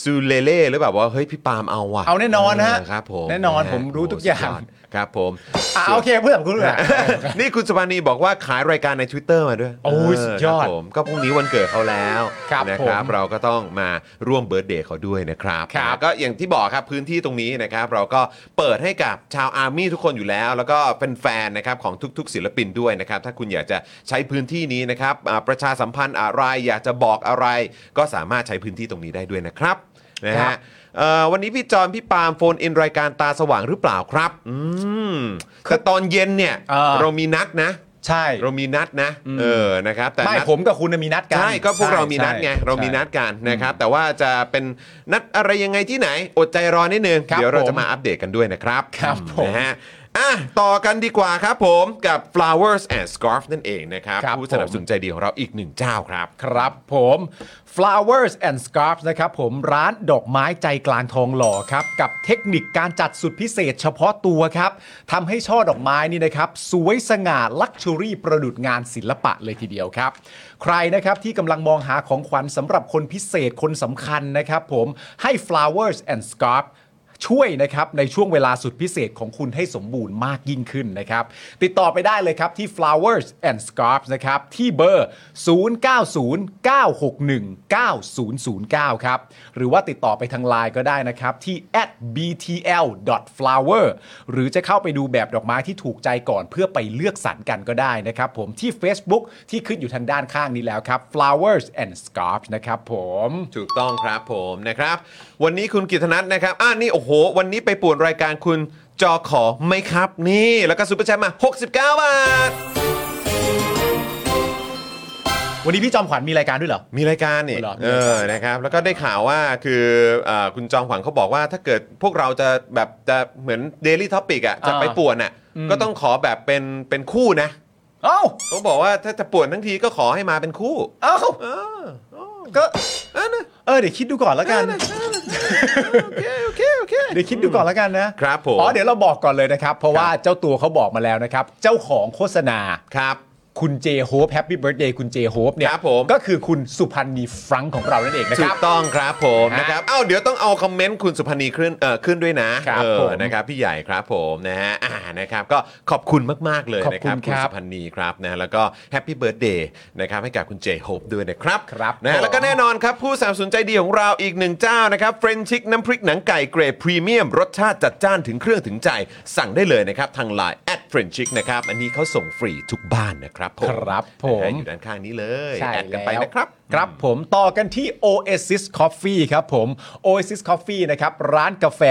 ซูเลเล่หรือแบบว่า เฮ้ย พี่ปาล์มเอาว่ะ
เอาแน่นอนฮะ
เครับผม
แน่นอน
ฮ
ผมรู้
โโห
ทุกอย่าง
สุดดครับผม
อ่ะโอเคเพื่อนคุณรู้นะ
นี่คุณสุภานีบอกว่าขายรายการใน Twitter มาด้วย
โอ้ย
เ
สุดยอด
ครับผมก็พรุ่งนี้วันเกิดเขาแล้ว
ครับ
นะครับ
ผม
เราก็ต้องมาร่วมเบิร์ดเดย์เขาด้วยนะครับ
ครับ
นะก็อย่างที่บอกครับพื้นที่ตรงนี้นะครับ เราก็เปิดให้กับชาวอาร์มี่ทุกคนอยู่แล้ว แล้วก็เป็นแฟนนะครับของทุก ๆ ศิลปินด้วยนะครับ ถ้าคุณอยากจะใช้พื้นที่นี้นะครับอ่าประชาสัมพันธ์อะไรอยากจะบอกอะไร ก็สามารถใช้พื้นที่ตรงนี้ได้ด้วยนะครับนะ
ครั
ฮะ
บ
เอ่อวันนี้พี่จอนพี่ปาล์มโฟนอินรายการตาสว่างหรือเปล่าครับอืมแต่ตอนเย็นเนี่ย
เออ
เรามีนัดนะ
ใช่
เรามีนัดนะ เออนะครับแต่
ไม่
นัด
ผมกับคุณน่ะมีนัดกัน
ใช่ก็พวกเรามีนัดไง
ใช่
เรามีนัดกันนะครับ แต่ว่าจะเป็นนัดอะไรยังไงที่ไหน อดใจรอนิดนึง
ครับ
เดี๋ยวเรา
ผม
จะมาอัปเดตกันด้วยนะครับ
ครับผม
นะฮะ อ่ะต่อกันดีกว่าครับผมกับ flowers and scarf นั่นเองนะครับ
ครับ
ผู้สนับสนุนใจดีของเราอีกหนึ่งเจ้าครับ
ครับผม flowers and scarfs นะครับผมร้านดอกไม้ใจกลางทองหล่อครับ กับเทคนิคการจัดสุดพิเศษเฉพาะตัวครับทำให้ช่อดอกไม้นี่นะครับ สวยสง่าลักช r y รี่ประดุจงานศิลปะเลยทีเดียวครับ ใครนะครับที่กำลังมองหาของขวัญสำหรับคนพิเศษคนสำคัญนะครับผมให้ flowers and scarfs ช่วยนะครับในช่วงเวลาสุดพิเศษของคุณให้สมบูรณ์มากยิ่งขึ้นนะครับ ติดต่อไปได้เลยครับที่ flowers and scarfs นะครับ ที่เบอร์ 0909619009 ครับ หรือว่าติดต่อไปทางไลน์ก็ได้นะครับ ที่ at btl.flower หรือจะเข้าไปดูแบบดอกไม้ที่ถูกใจก่อนเพื่อไปเลือกสรรกันก็ได้นะครับผมที่ Facebook ที่ขึ้นอยู่ทางด้านข้างนี้แล้วครับ flowers and scarfs นะครับผม
ถูกต้องครับผมนะครับ วันนี้คุณกิตนัทนะครับอ่านี่โอ้โห วันนี้ไปป่วนรายการคุณจอขอไหมครับ นี่แล้วก็ซูเปอร์แชมป์มา 69 บาท
วันนี้พี่จอมขวัญมีรายการด้วยเหรอ
มีรายการนี่
เหรอ
เอ
มีรายการ
อนะครับแล้วก็ได้ข่าวว่าคือเออคุณจอมขวัญเขาบอกว่าถ้าเกิดพวกเราจะแบบจะเหมือน Daily Topic อ่ะจะไปป่วนอ่ะก็ต้องขอแบบเป็นเป็นคู่นะ
เอ้า
เขาบอกว่าถ้าจะป่วนทั้งทีก็ขอให้มาเป็นคู่
เอ้า
เออ
ก็
เออนะ
เออเดี๋ยวคิดดูก่อนแล้วกัน
โอเคโอเคโอเค
เดี๋ยวคิดดูก่อนแล้วกันนะครับ
ผม
อ๋อเดี๋ยวเราบอกก่อนเลยนะครับ เพราะว่าเจ้าตัวเขาบอกมาแล้วนะครับ เจ้าของโฆษณา
ครับ
คุณเจโฮปแฮปปี้เบิร์ดเดย์คุณเจโฮปเนี่ย
ครับผม
ก็คือคุณสุพันธ์มีฟรังก์ของเรานั่นเองนะค
ถู
รับ
กต้องครับผม
ฮะ
นะครับ เอ้าเดี๋ยวต้องเอาคอมเมนต์คุณสุพนีขึ้นเอ่อขึ้นด้วยนะครับเออ
ผม
นะครับพี่ใหญ่ครับผมนะฮะอ่านะครับก็ขอบคุณมาก ๆ เลยนะครับ
ขอบคุ
คุณ
ณครับ
สุพนีครับนะแล้วก็แฮปปี้เบิร์ดเดย์นะครับให้กับคุณเจโฮปด้วยนะครับ
ครับ
นะฮะ
ผม
แล้วก็แน่นอนครับ ผู้สนับสนุนใจดีของเราอีกหนึ่งเจ้านะครับเฟรนชิกน้ำพริกหนังไก่เกรดพรีเมียมรสชาติจัดจ้านถึงเครื่องถึงใจ สั่งได้เลยนะครับทางไลน์แอดเฟรนชิกนะครับอันนี้เขาส่งฟรีทุกบ้านนะครับผม
ครับผม
นะฮะอยู่ด้านข้างนี้เลย
ใช่
แอดกันไป
แล้ว
นะครับ
ครับผมต่อกันที่ Oasis Coffee ครับผม Oasis Coffee นะครับ ร้านกาแฟ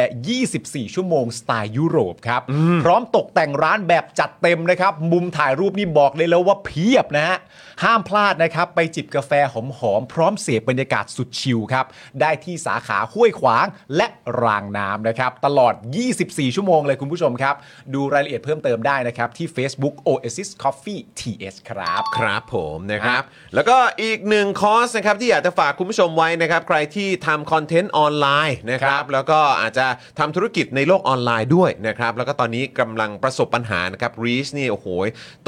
24 ชั่วโมงสไตล์ยุโรปครับ พร้อมตกแต่งร้านแบบจัดเต็มนะครับ มุมถ่ายรูปนี่บอกเลยแล้วว่าเพียบนะฮะ ห้ามพลาดนะครับ ไปจิบกาแฟหอมๆ พร้อมเสพบรรยากาศสุดชิลครับ ได้ที่สาขาห้วยขวางและรางน้ำนะครับ ตลอด 24 ชั่วโมงเลยคุณผู้ชมครับ ดูรายละเอียดเพิ่มเติมได้นะครับที่ Facebook Oasis Coffee TS ครับ
ครับผมนะครับ แล้วก็อีกหนึ่งคอร์สนะครับที่อยากจะฝากคุณผู้ชมไว้นะครับ ใครที่ทำคอนเทนต์ออนไลน์นะครับ แล้วก็อาจจะทำธุรกิจในโลกออนไลน์ด้วยนะครับ แล้วก็ตอนนี้กำลังประสบปัญหานะครับรีชนี่โอ้โห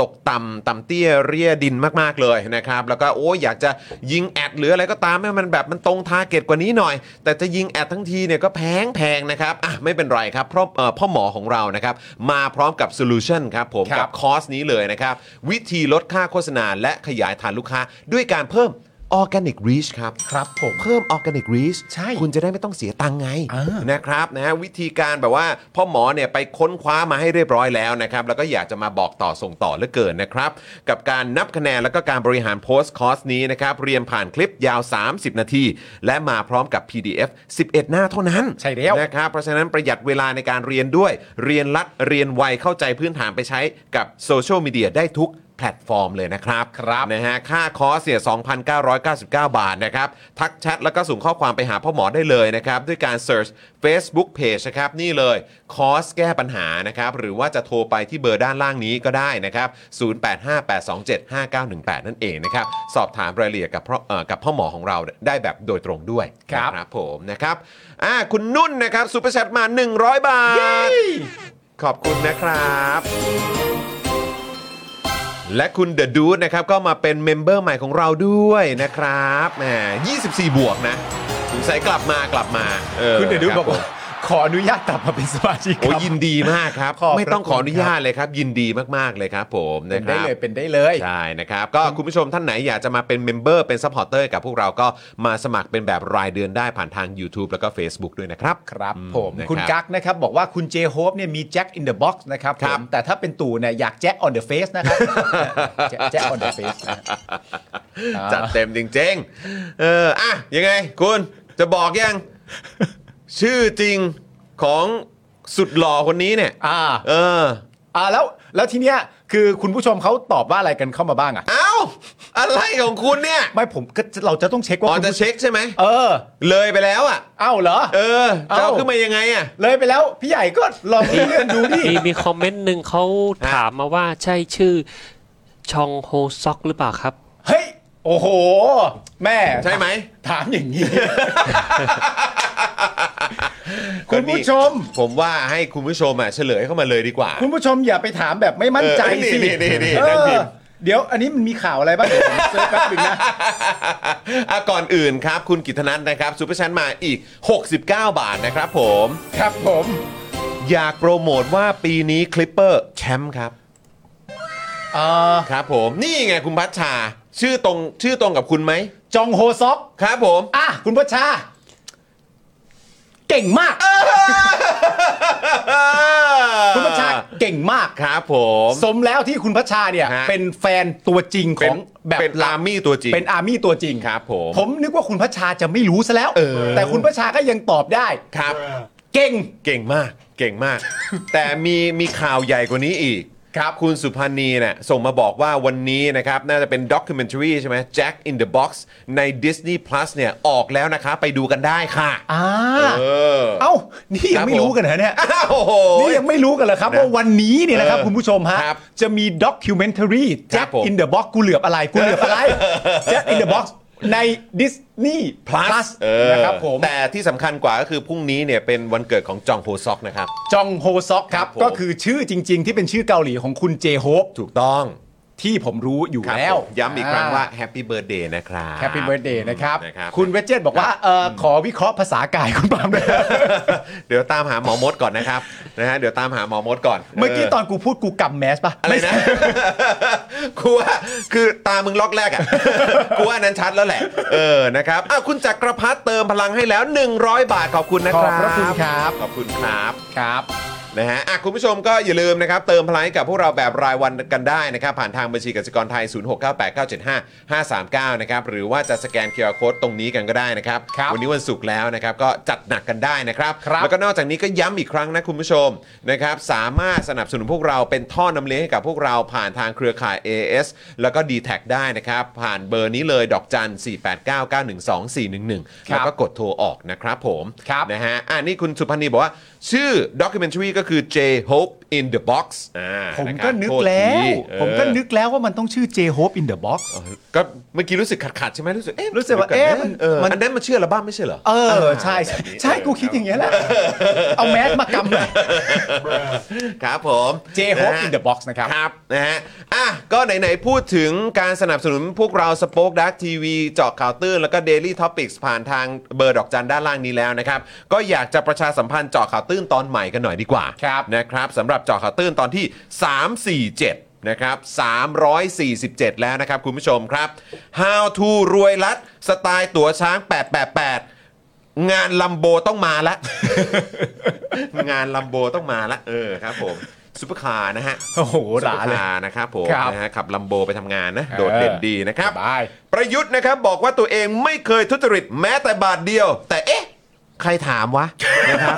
ตกต่ำต่ำเตี้ยเรียดินมาก ๆ เลยนะครับ แล้วก็โอ้ยอยากจะยิงแอดหรืออะไรก็ตามให้มันแบบมันตรงทาร์เก็ตกว่านี้หน่อย แต่จะยิงแอดทั้งทีเนี่ยก็แพงแพงๆนะครับอ่ะไม่เป็นไรครับเพราะเอ่อพ่อหมอของเรานะครับมาพร้อมกับโซลูชันครับผม
ครั
กับ
บ
คอร์สนี้เลยนะครับ วิธีลดค่าโฆษณาและขยายฐานลูกค้า ด้วยการเพิ่มออร์แกนิกรีชครับ
ครับผม
เพิ่มออร์แกนิกรีช
ใช่
คุณจะได้ไม่ต้องเสียตังค์ไง
อ่า
นะครับนะฮะวิธีการแบบว่าพ่อหมอเนี่ยไปค้นคว้ามาให้เรียบร้อยแล้วนะครับ แล้วก็อยากจะมาบอกต่อส่งต่อเหลือเกินนะครับ กับการนับคะแนนแล้วก็การบริหารโพสต์คอร์สนี้นะครับ เรียนผ่านคลิปยาว 30 นาที และมาพร้อมกับ PDF 11 หน้าเท่านั้น
ใช่แล้ว
นะครับเพราะฉะนั้นประหยัดเวลาในการเรียนด้วย เรียนรัดเรียนไวเข้าใจพื้นฐานไปใช้กับโซเชียลมีเดียได้ทุกแพลตฟอร์มเลยนะครับ
ครับ
นะฮะค่าคอร์สเนี่ย2,999 บาทนะครับ ทักแชทแล้วก็ส่งข้อความไปหาพ่อหมอได้เลยนะครับ ด้วยการ search Facebook Page นะครับ นี่เลย คอร์สแก้ปัญหานะครับ หรือว่าจะโทรไปที่เบอร์ด้านล่างนี้ก็ได้นะครับ 0858275918 นั่นเองนะครับ สอบถามรายละเอียดกับพ่อเอ่อกับพ่อหมอของเราได้แบบโดยตรงด้วย
ครับ
นะครับผมนะครับอ่าคุณนุ่นนะครับซูเปอร์แชทมา 100 บาท ขอบคุณนะครับ และคุณเดอะดูดนะครับ ก็มาเป็นเมมเบอร์ใหม่ของเราด้วยนะครับแหม24 บวกนะสงสัยกลับมากลับมา
คุณเดยวดู
รับ
บอกว่า ขออนุญาตกลับมาเป็นสมาชิกค
โอ้ย
รับ
ยินดีมากครับ
ขอบพระ
ไม่ต้องขออนุ
คุณครับ
ญาตเลยครับ ยินดีมาก ๆ เลยครับผม
เป็
นะ
น
ค
ได้
รับ
เลยเป็นได้เลย
ใช่นะครับ ก็คุณผู้ชมท่านไหนอยากจะมาเป็นเมมเบอร์เป็นซัพพอร์เตอร์กับพวกเราก็มาสมัครเป็นแบบรายเดือนได้ผ่านทาง YouTube แล้วก็ Facebook ด้วยนะครับ
ครับผม
นะครับ
คุณกั๊กนะครับ บอกว่าคุณเจโฮปเนี่ยมีแจ็คอินเดอะบ็อกซ์นะครับ
ค
ผ
รับ
มแต่ถ้าเป็นตู่เนี่ยอยากแจ็คออนเดอะเฟสนะครับ แจ็คออนเดอะเฟส
จัดเต็มจริงๆ เอออ่ะยังไง คุณจะบอก ยัง ชื่อจริงของสุดหล่อคนนี้เนี่ย
อ่า
เออ
อ่าแล้วแล้วทีเนี้ยคือคุณผู้ชมเขาตอบว่าอะไรกันเข้ามาบ้างอ่ะ
เอ้า อะไรของคุณเนี่ย
ไม่ผมก็เราจะต้องเช็คว่า
อ๋อ
คุณ
จะเช็คใช่ไหม
เออ
เลยไปแล้วอ่ะ
เอ้าเหรอ
เออจะเอา
เอ้า
ขึ้นมายังไงอ่ะ
เลยไปแล้วพี่ใหญ่ก็ลองเลื่อนดู ดิ
มีมีคอมเมนต์หนึ่งเขาถามมาว่าใช่ชื่อชองโฮซอกหรือเปล่าครับ
เฮ้ยโอ้โห แม่
ใช่ไหม
ถามอย่าง นี้ คุณผู้ชม
ผมว่าให้คุณผู้ชมอ่ะเฉลยเข้ามาเลยดีกว่า
คุณผู้ชมอย่าไปถามแบบไม่มั่นใจ
เออนี่
สิ
นี่นี่นี่
เออ
นั่งพิมพ์
เดี๋ยวอันนี้มันมีข่าวอะไรบ้างเดี๋ยวผมเซิร์ชแป๊บหนึงนะ
อ่ะก่อนอื่นครับ คุณกิตนัทนะครับซูเปอร์ชันมาอีก 69 บาทนะครับผม
ครับผม
อยากโปรโมทว่าปีนี้คลิปเปอร์แชมป์ครับ
เอ่อ
ครับผมนี่ไงคุณพัชชา ชื่อตรงชื่อตรงกับคุณไหม
จองโฮซอก
ครับผม
อ่ะคุณพัชชา เก่งมาก คุณพัชชาเก่งมาก
ครับผม
สมแล้วที่คุณพัชชาเนี่ย
ฮะ
เป็นแฟนตัวจริงข
เป็
อน งแบบ
เป็นอาร์มี่ตัวจริง
เป็นอาร์มี่ตัวจริง
ครับผม
ผมนึกว่าคุณพัชชาจะไม่รู้ซะแล้ว แต่คุณพัชชาก็ยังตอบได้
ครับ
เก่ง
เก่งมากเก่ง มาก แต่มีมีข่าวใหญ่กว่านี้อีกครับคุณสุพันธ์นีเนี่ยส่งมาบอกว่าวันนี้นะครับ น่าจะเป็นด็อกิ m e n t a r y ใช่ไหม Jack in the Box ใน Disney Plus เนี่ยออกแล้วนะคะ ไปดูกันได้ค่ะ
อ่า
เออ
เอ้า นี่ยังไม่
ครับผม
รู้กันนะเนี่ย
อ้าวโอ้โห
นี่ยังไม่รู้กันเหรอครับ
นะ
ว่าวันนี้เนี่ยนะครับ
เออ
คุณผู้ชมฮะ
ครับ
จะมีด็อกิวเมนทารี
ครั
แจ็
บ
ค
ผม
อินเดอะบ็อกกูเหลือบอะไรกูเหลือบอะไร แจ็คอินเดอะบ็อกในดิสนีย์
plus เออ
นะครับผม
แต่ที่สำคัญกว่าก็คือพรุ่งนี้เนี่ยเป็นวันเกิดของจองโฮซอกนะครับ
จองโฮซอกครั
ครั
บ
บผม
ก็คือชื่อจริง ๆ ที่เป็นชื่อเกาหลีของคุณเจโฮป
ถูกต้อง
ที่ผมรู้อยู่
ครับ
แล้ว
ผมย้ำอีกครั้งว่า Happy Birthday นะครับ
แฮปปี้เบิร์ดเดย์นะครับ
นะครับ
คุณเวจเจตบอกว่าเออขอวิเคราะห์ภาษากายคุณปาล์มด้วย
เดี๋ยวตามหาหมอมดก่อนนะครับนะฮะเดี๋ยวตามหาหมอมดก่อน
เมื่อกี้ตอนกูพูดกูกำแมสป่ะ
อะไรนะ กูว่าคือตามึงล็อกแรก อ่ะ กูว่าอันนั้นชัดแล้วแหละ เออ นะครับอ้าวคุณจักรพัฒน์เติมพลังให้แล้ว 100 บาทขอบคุณนะ
ขอ
ค
บ
รับ
พระคุณครับ
ขอบคุณครับ
ครับ
นะฮะอ่ะคุณผู้ชมก็อย่าลืมนะครับ เติมพลังให้กับพวกเราแบบรายวันกันได้นะครับ ผ่านทางบัญชีกสิกรไทย 0698975539 นะครับ หรือว่าจะสแกน QR Code ตรงนี้กันก็ได้นะครับ
ครับ
วันนี้วันศุกร์แล้วนะครับ ก็จัดหนักกันได้นะครับ
ครับ
แล้วก็นอกจากนี้ก็ย้ำอีกครั้งนะคุณผู้ชมนะครับ สามารถสนับสนุนพวกเราเป็นท่อนำเลี้ยงให้กับพวกเราผ่านทางเครือข่าย AS แล้วก็ d t แทได้นะครับ ผ่านเบอร์นี้เลยดอกจัน 489912411
ครับ
แล้วก็กดโทรออกนะครับผม
ครับ
นะ นะฮะอ่านี่คุณสุพันธ์นีบอกว่า ชื่อด็อกิเมนทรีก็คือ J Hope in the Box อ่า
ผม
ะครับ
ก็นึก
โทษที
แล้ว
เออ
ผมก็นึกแล้วว่ามันต้องชื่อ J Hope in the Box
ก็เมื่อกี้รู้สึกขัดๆใช่ไหมรู้สึก เอ๊ะ
รู้สึกว่า
ดี๋ยน
เอ๊ะมัน
เออ
มัน
อันนั้นมันชื่ออัลบั้มไม่ใช่เหรอ
เออ ใช่ใช่ใช่กูคิดอย่างเงี้ยแหละ เอาแมสมากำหน่อย
ครับผม
J Hope
นะ
in the Box นะครับ
ครับนะฮะอ่ะก็ไหน ๆ พูดถึงการสนับสนุนพวกเราสป็อคดักทีวีเจาะข่าวตื้น แล้วก็ Daily Topics ผ่านทางเบอร์ดอกจันด้านล่างนี้แล้วนะครับ ก็อยากจะประชาสัมพันธ์เจาะข่าวตื้นตอนใหม่กันหน่อยดีกว่า
ครับ
นะครับสำหรับเจาะข่าวตื้นตอนที่ 347 นะครับ 347 แล้วนะครับ คุณผู้ชมครับ How to รวยลัดสไตล์ตั๋วช้าง 888 งานลัมโบต้องมาละ งานลัมโบต้องมาละเออครับผมซุปเปอร์คาร์นะฮะ
โอ้โหหราเล
ซุปป
ย
อคร์นะครับผม
ครับ
นะฮะขับลัมโบไปทำงานนะ
เออ
โดดเด่นดีนะครับ
สบาย
ประยุทธ์นะครับบอกว่าตัวเองไม่เคยทุจริตแม้แต่บาทเดียว แต่เอ๊ะ ใครถามวะ นะครับ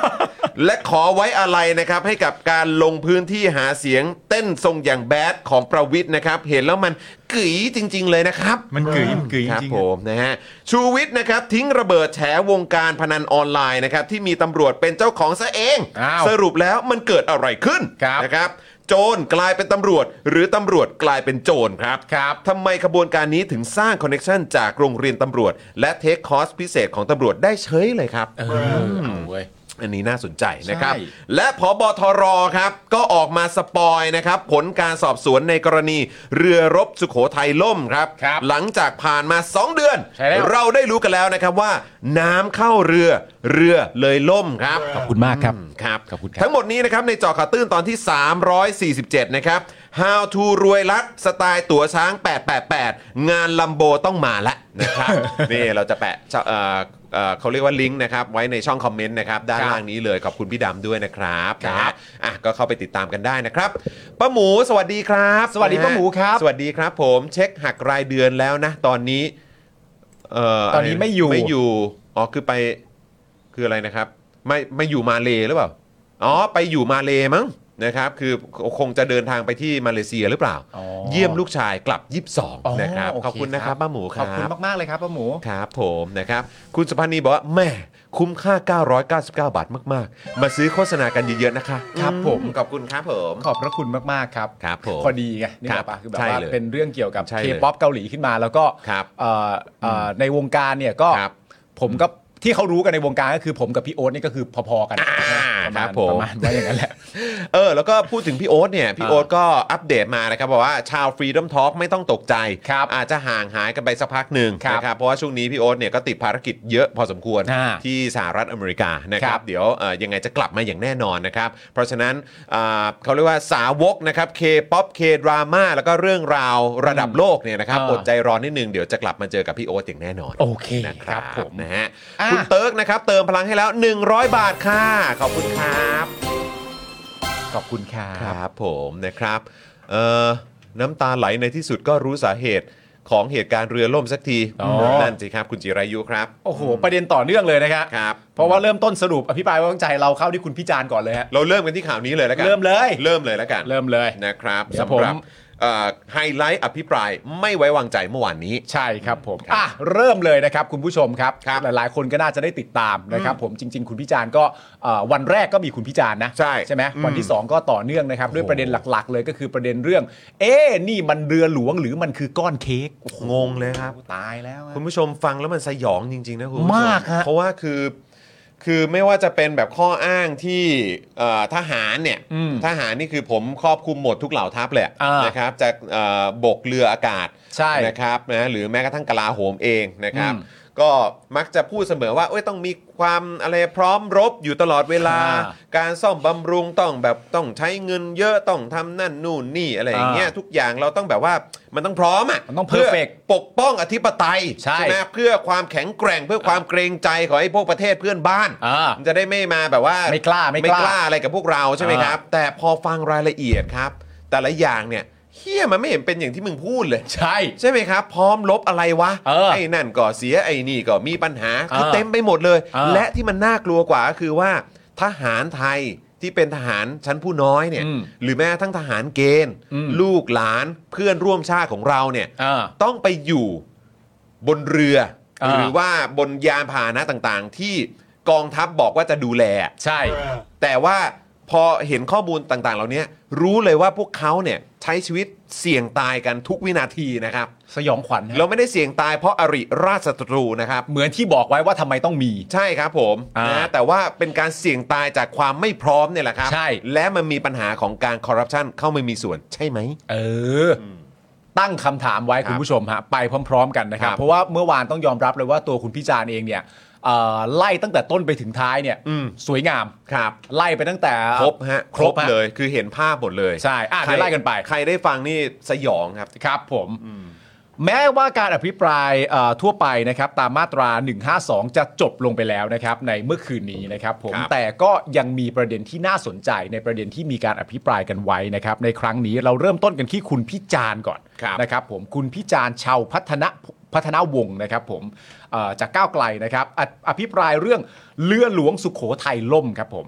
และขอไว้อะไรนะครับ ให้กับการลงพื้นที่หาเสียงเต้นทรงอย่างแบดของประวิทย์นะครับ เห็นแล้วมันกึ๋ยจริง ๆ เลยนะครับ
มันกึ๋ยมันกึ๋ย
ครับ
จริง
ผ
ๆ
มนะฮะชูวิทย์นะครับ ทิ้งระเบิดแฉวงการพนันออนไลน์นะครับ ที่มีตำรวจเป็นเจ้าของซะเอง
อ้าว
สรุปแล้วมันเกิดอะไรขึ้น
ครับ
นะครับ โจรกลายเป็นตำรวจ หรือตำรวจกลายเป็นโจรครับ
ครับ
ทำไมขบวนการนี้ถึงสร้างคอนเน t ชันจากโรงเรียนตำรวจ และเทคคอร์สพิเศษของตำรวจได้เฉยเลยครับ
เอาเว้ย
อันนี้น่าสนใจนะครับ
ใช่
และพอบอทรครับ ก็ออกมาสปอยนะครับ ผลการสอบสวนในกรณีเรือรบสุขโขทัยล่มครับ
ครับ
หลังจากผ่านมา 2 เดือน
ใช่แล้ว
เราได้รู้กันแล้วนะครับว่า น้ำเข้าเรือเรือเลยล่มครับ
ขอบคุณมากครับ
ครับ
ขอบคุณครับ
ทั้งหมดนี้นะครับในเจอข่าวตื้นตอนที่ 347 นะครับ How to รวยลัดสไตล์ตั๋วช้าง 888 งานลัมโบต้องมาละ นะครับ นี่เราจะแปะเอ่อเอ่อเขาเรียกว่าลิงก์นะครับ ไว้ในช่องคอมเมนต์นะครับ ด้านล่างนี้เลยขอบคุณพี่ดำด้วยนะครับ
ครับ
นะฮะอ่ะก็เข้าไปติดตามกันได้นะครับป้าหมูสวัสดีครับ
สวัสดี
นฮ
ป้าหมูครับ
สวัสดีครับผมเช็คหักรายเดือนแล้วนะ ตอนนี้เอ่อ
ตอนนี้ไม่อยู่
ไม่อยู่อ๋อคือไป คืออะไรนะครับ ไม่ไม่อยู่มาเลหรือเปล่า อ๋อ ไปอยู่มาเลมั้ง นะครับคือคงจะเดินทางไปที่มาเลเซียหรือเปล่า
อ๋อ
เยี่ยมลูกชายกลับ 22 นะครับ
โเ
ขอบคุณนะครับป้าหมูค
ข
รั
อบคุณ
บ
มาก ๆ เลยครับป้าหมู
ครับผมนะครับ คุณสุพันธ์นีบอกว่าแม่คุ้มค่า 999 บาทมาก ๆ มาซื้อโฆษณากันเยอะๆนะคะ
ครับผม
ขอบคุณครับผม
ขอบพระคุณมาก ๆ ครับ
ครับผม
พอดีไงนี่
ค
แบ
รับบ
ปะคือแบบ
ใช่
ว่า
เลย
เป็นเรื่องเกี่ยวกับ
ใช่
เค
เลย
ป๊อปเกาหลีขึ้นมาแล้วก็
ครับ
เอ่อเอ่อในวงการเนี่ยก็
ครับ
ผมก็ที่เขารู้กันในวงการก็คือผมกับพี่โอ๊ตนี่ก็คือพอๆกันนะป
ครั
ระมา
บ
ณ
ผม
ประมาณว่าอย่างนั้นแหละ
เออแล้วก็พูดถึงพี่โอ๊ตเนี่ย พี่โอ๊ตก็อัปเดตมานะครับบอกว่าชาว Freedom Talk ไม่ต้องตกใจ
ครับ
อาจจะห่างหายกันไปสักพักหนึ่ง
ครับ
นะครับเพราะว่าช่วงนี้พี่โอ๊ตเนี่ยก็ติดภารกิจเยอะพอสมควร
อ่า
ที่สหรัฐอเมริกานะค
ค
รั
รับ บ
เดี๋ยวเอ่อยังไงจะกลับมาอย่างแน่นอนนะครับ เพราะฉะนั้นอ่าเขาเรียกว่าสาวกนะครับเคป๊อปเคดราม่าแล้วก็เรื่องราวระดับโลกเนี่ยนะครับ
อ่า
อดใจรอนิดนึงเดี๋ยวจะกลับมาเจอกับพี่โอ๊ตอย่างแน่นอน
โอเค
นะครับ
ผม
นะฮะ
อ่ะ
คุณเติร์กนะครับ เติมพลังให้แล้ว 100 บาทค่ะ ขอบคุณครับ
ขอบคุณครั
ค
บ
รับผมนะครับเอ่อน้ำตาไหลในที่สุดก็รู้สาเหตุของเหตุการณ์เรือล่มสักที
อ๋อ
นั่นสิครับ คุณจิรายุครับ
โอ้โห ประเด็นต่อเนื่องเลยนะครับ
ครับ
เพราะว่าเริ่มต้นสรุปอภิปรายไว้วางใจเราเข้าที่คุณพิจารณ์ก่อนเลยฮะ
เราเริ่มกันที่ข่าวนี้เลยแล้วกัน
เริ่มเลย
เริ่มเลยแล้วกัน
เริ่มเลย
นะครับ
เดี๋ยวผ
สำ
ม
หรับเอ่อไฮไลท์อภิปรายไม่ไว้วางใจเมื่อวานนี้
ใช่ครับผม
ครับ
อ่ะเริ่มเลยนะครับคุณผู้ชมครับ
ครับ
หลายๆ คนก็น่าจะได้ติดตามนะครับผมจริง ๆ คุณพิจารณ์ก็เอ่อวันแรกก็มีคุณพิจารณ์นะ
ใช่
ใช่ไหมวันที่ 2 ก็ต่อเนื่องนะครับ ด้วยประเด็นหลักๆ เลยก็คือประเด็นเรื่อง เอ๊ะนี่มันเรือหลวงหรือมันคือก้อนเค้กโอ้โห
งงเลยครับ
ตายแล้วอะ
คุณผู้ชมฟังแล้วมันสยองจริง ๆ นะคุณผู้ช
มากฮะ
เพราะว่าคือ คือไม่ว่าจะเป็นแบบข้ออ้างที่เอ่อทหารเนี่ย
อืม
ทหารนี่คือผมครอบคลุมหมดทุกเหล่าทัพแหละ
อ่าน
นะครับจากเอ่อบกเรืออากาศ
ใช่
นะครับนะหรือแม้กระทั่งกลาโหมเองนะครับ
อืม
ก็มักจะพูดเสมอว่าเอ้ยต้องมีความอะไรพร้อมรบอยู่ตลอดเวลา
อ่า
การซ่อมบำรุงต้องแบบต้องใช้เงินเยอะต้องทำนั่นนู่นนี่อะไรอย่างเงี้ย
อ่า
ทุกอย่างเราต้องแบบว่ามันต้องพร้อมอ่ะ
มันต้อง
พื่
perfect
ปกป้องอธิปไตย
ใช่
ไหมเพื่อความแข็งแกร่งเพื่อความเกรงใจของไอ้พวกประเทศเพื่อนบ้าน
อ่า
มันจะได้ไม่มาแบบว่า
ไม่กล้าไม่กล้า
อะไรกับพวกเราใช่ไหมครับ แต่พอฟังรายละเอียดครับ แต่ละอย่างเนี่ยเฮียมันไม่เห็นเป็นอย่างที่มึงพูดเลย
ใช่
ใช่ไหมครับ พร้อมลบอะไรวะ
เออ
ไอ้นั่นก่อเสียไอ้นี่ก็มีปัญหา
เออ
คือเต็มไปหมดเลย
เออ
และที่มันน่ากลัวกว่าก็คือว่าทหารไทยที่เป็นทหารชั้นผู้น้อยเนี่ย
อืม
หรือแม้กระทั้งทหารเกณฑ์
อืม
ลูกหลานเพื่อนร่วมชาติของเราเนี่ย
อ่า
ต้องไปอยู่บนเรือ
อ่า
หรือว่าบนยานพาหนะต่างๆ ที่กองทัพบอกว่าจะดูแล
ใช่
แต่ว่าพอเห็นข้อมูลต่างๆ เหล่านี้รู้เลยว่าพวกเขาเนี่ยใช้ชีวิตเสี่ยงตายกันทุกวินาทีนะครับ
สยองขวัญฮะ
เราไม่ได้เสี่ยงตายเพราะอริราชศัตรูนะครับ
เหมือนที่บอกไว้ว่าทำไมต้องมี
ใช่ครับผม
อ่าน
นะแต่ว่าเป็นการเสี่ยงตายจากความไม่พร้อมเนี่ยแหละครับ
ใช่
และมันมีปัญหาของการคอร์รัปชันเข้ามามีส่วนใช่ไหม
เอออตั้งคำถามไว้
ครับ
คุณผู้ชมฮะไปพร้อม ๆ กันนะครั
ค
บ
รับ
เพราะว่าเมื่อวานต้องยอมรับเลยว่าตัวคุณพิจารณ์เองเนี่ยเอ่อไล่ตั้งแต่ต้นไปถึงท้ายเนี่ย
อืม
สวยงาม
ครับ
ไล่ไปตั้งแต่
ครบฮะ
ครบฮะ
เลยคือเห็นภาพหมดเลย
ใช่อ่ะเดี๋ยวไล่กันไป
ใครได้ฟังนี่สยองครับ
ครับผม แม้ว่าการอภิปรายเอ่อทั่วไปนะครับตามมาตรา 152 จะจบลงไปแล้วนะครับในเมื่อคืนนี้นะครับผม
ครับ
แต่ก็ยังมีประเด็นที่น่าสนใจในประเด็นที่มีการอภิปรายกันไว้นะครับในครั้งนี้เราเริ่มต้นกันที่คุณพิจารณ์ก่อน
ครับ
นะครับผมคุณพิจารณ์ชาวพัฒนะพัฒนาวงศ์นะครับผมเอ่อจากก้าวไกลนะครับออภิปรายเรื่องเรือหลวงสุขโขทัยล่มครับผม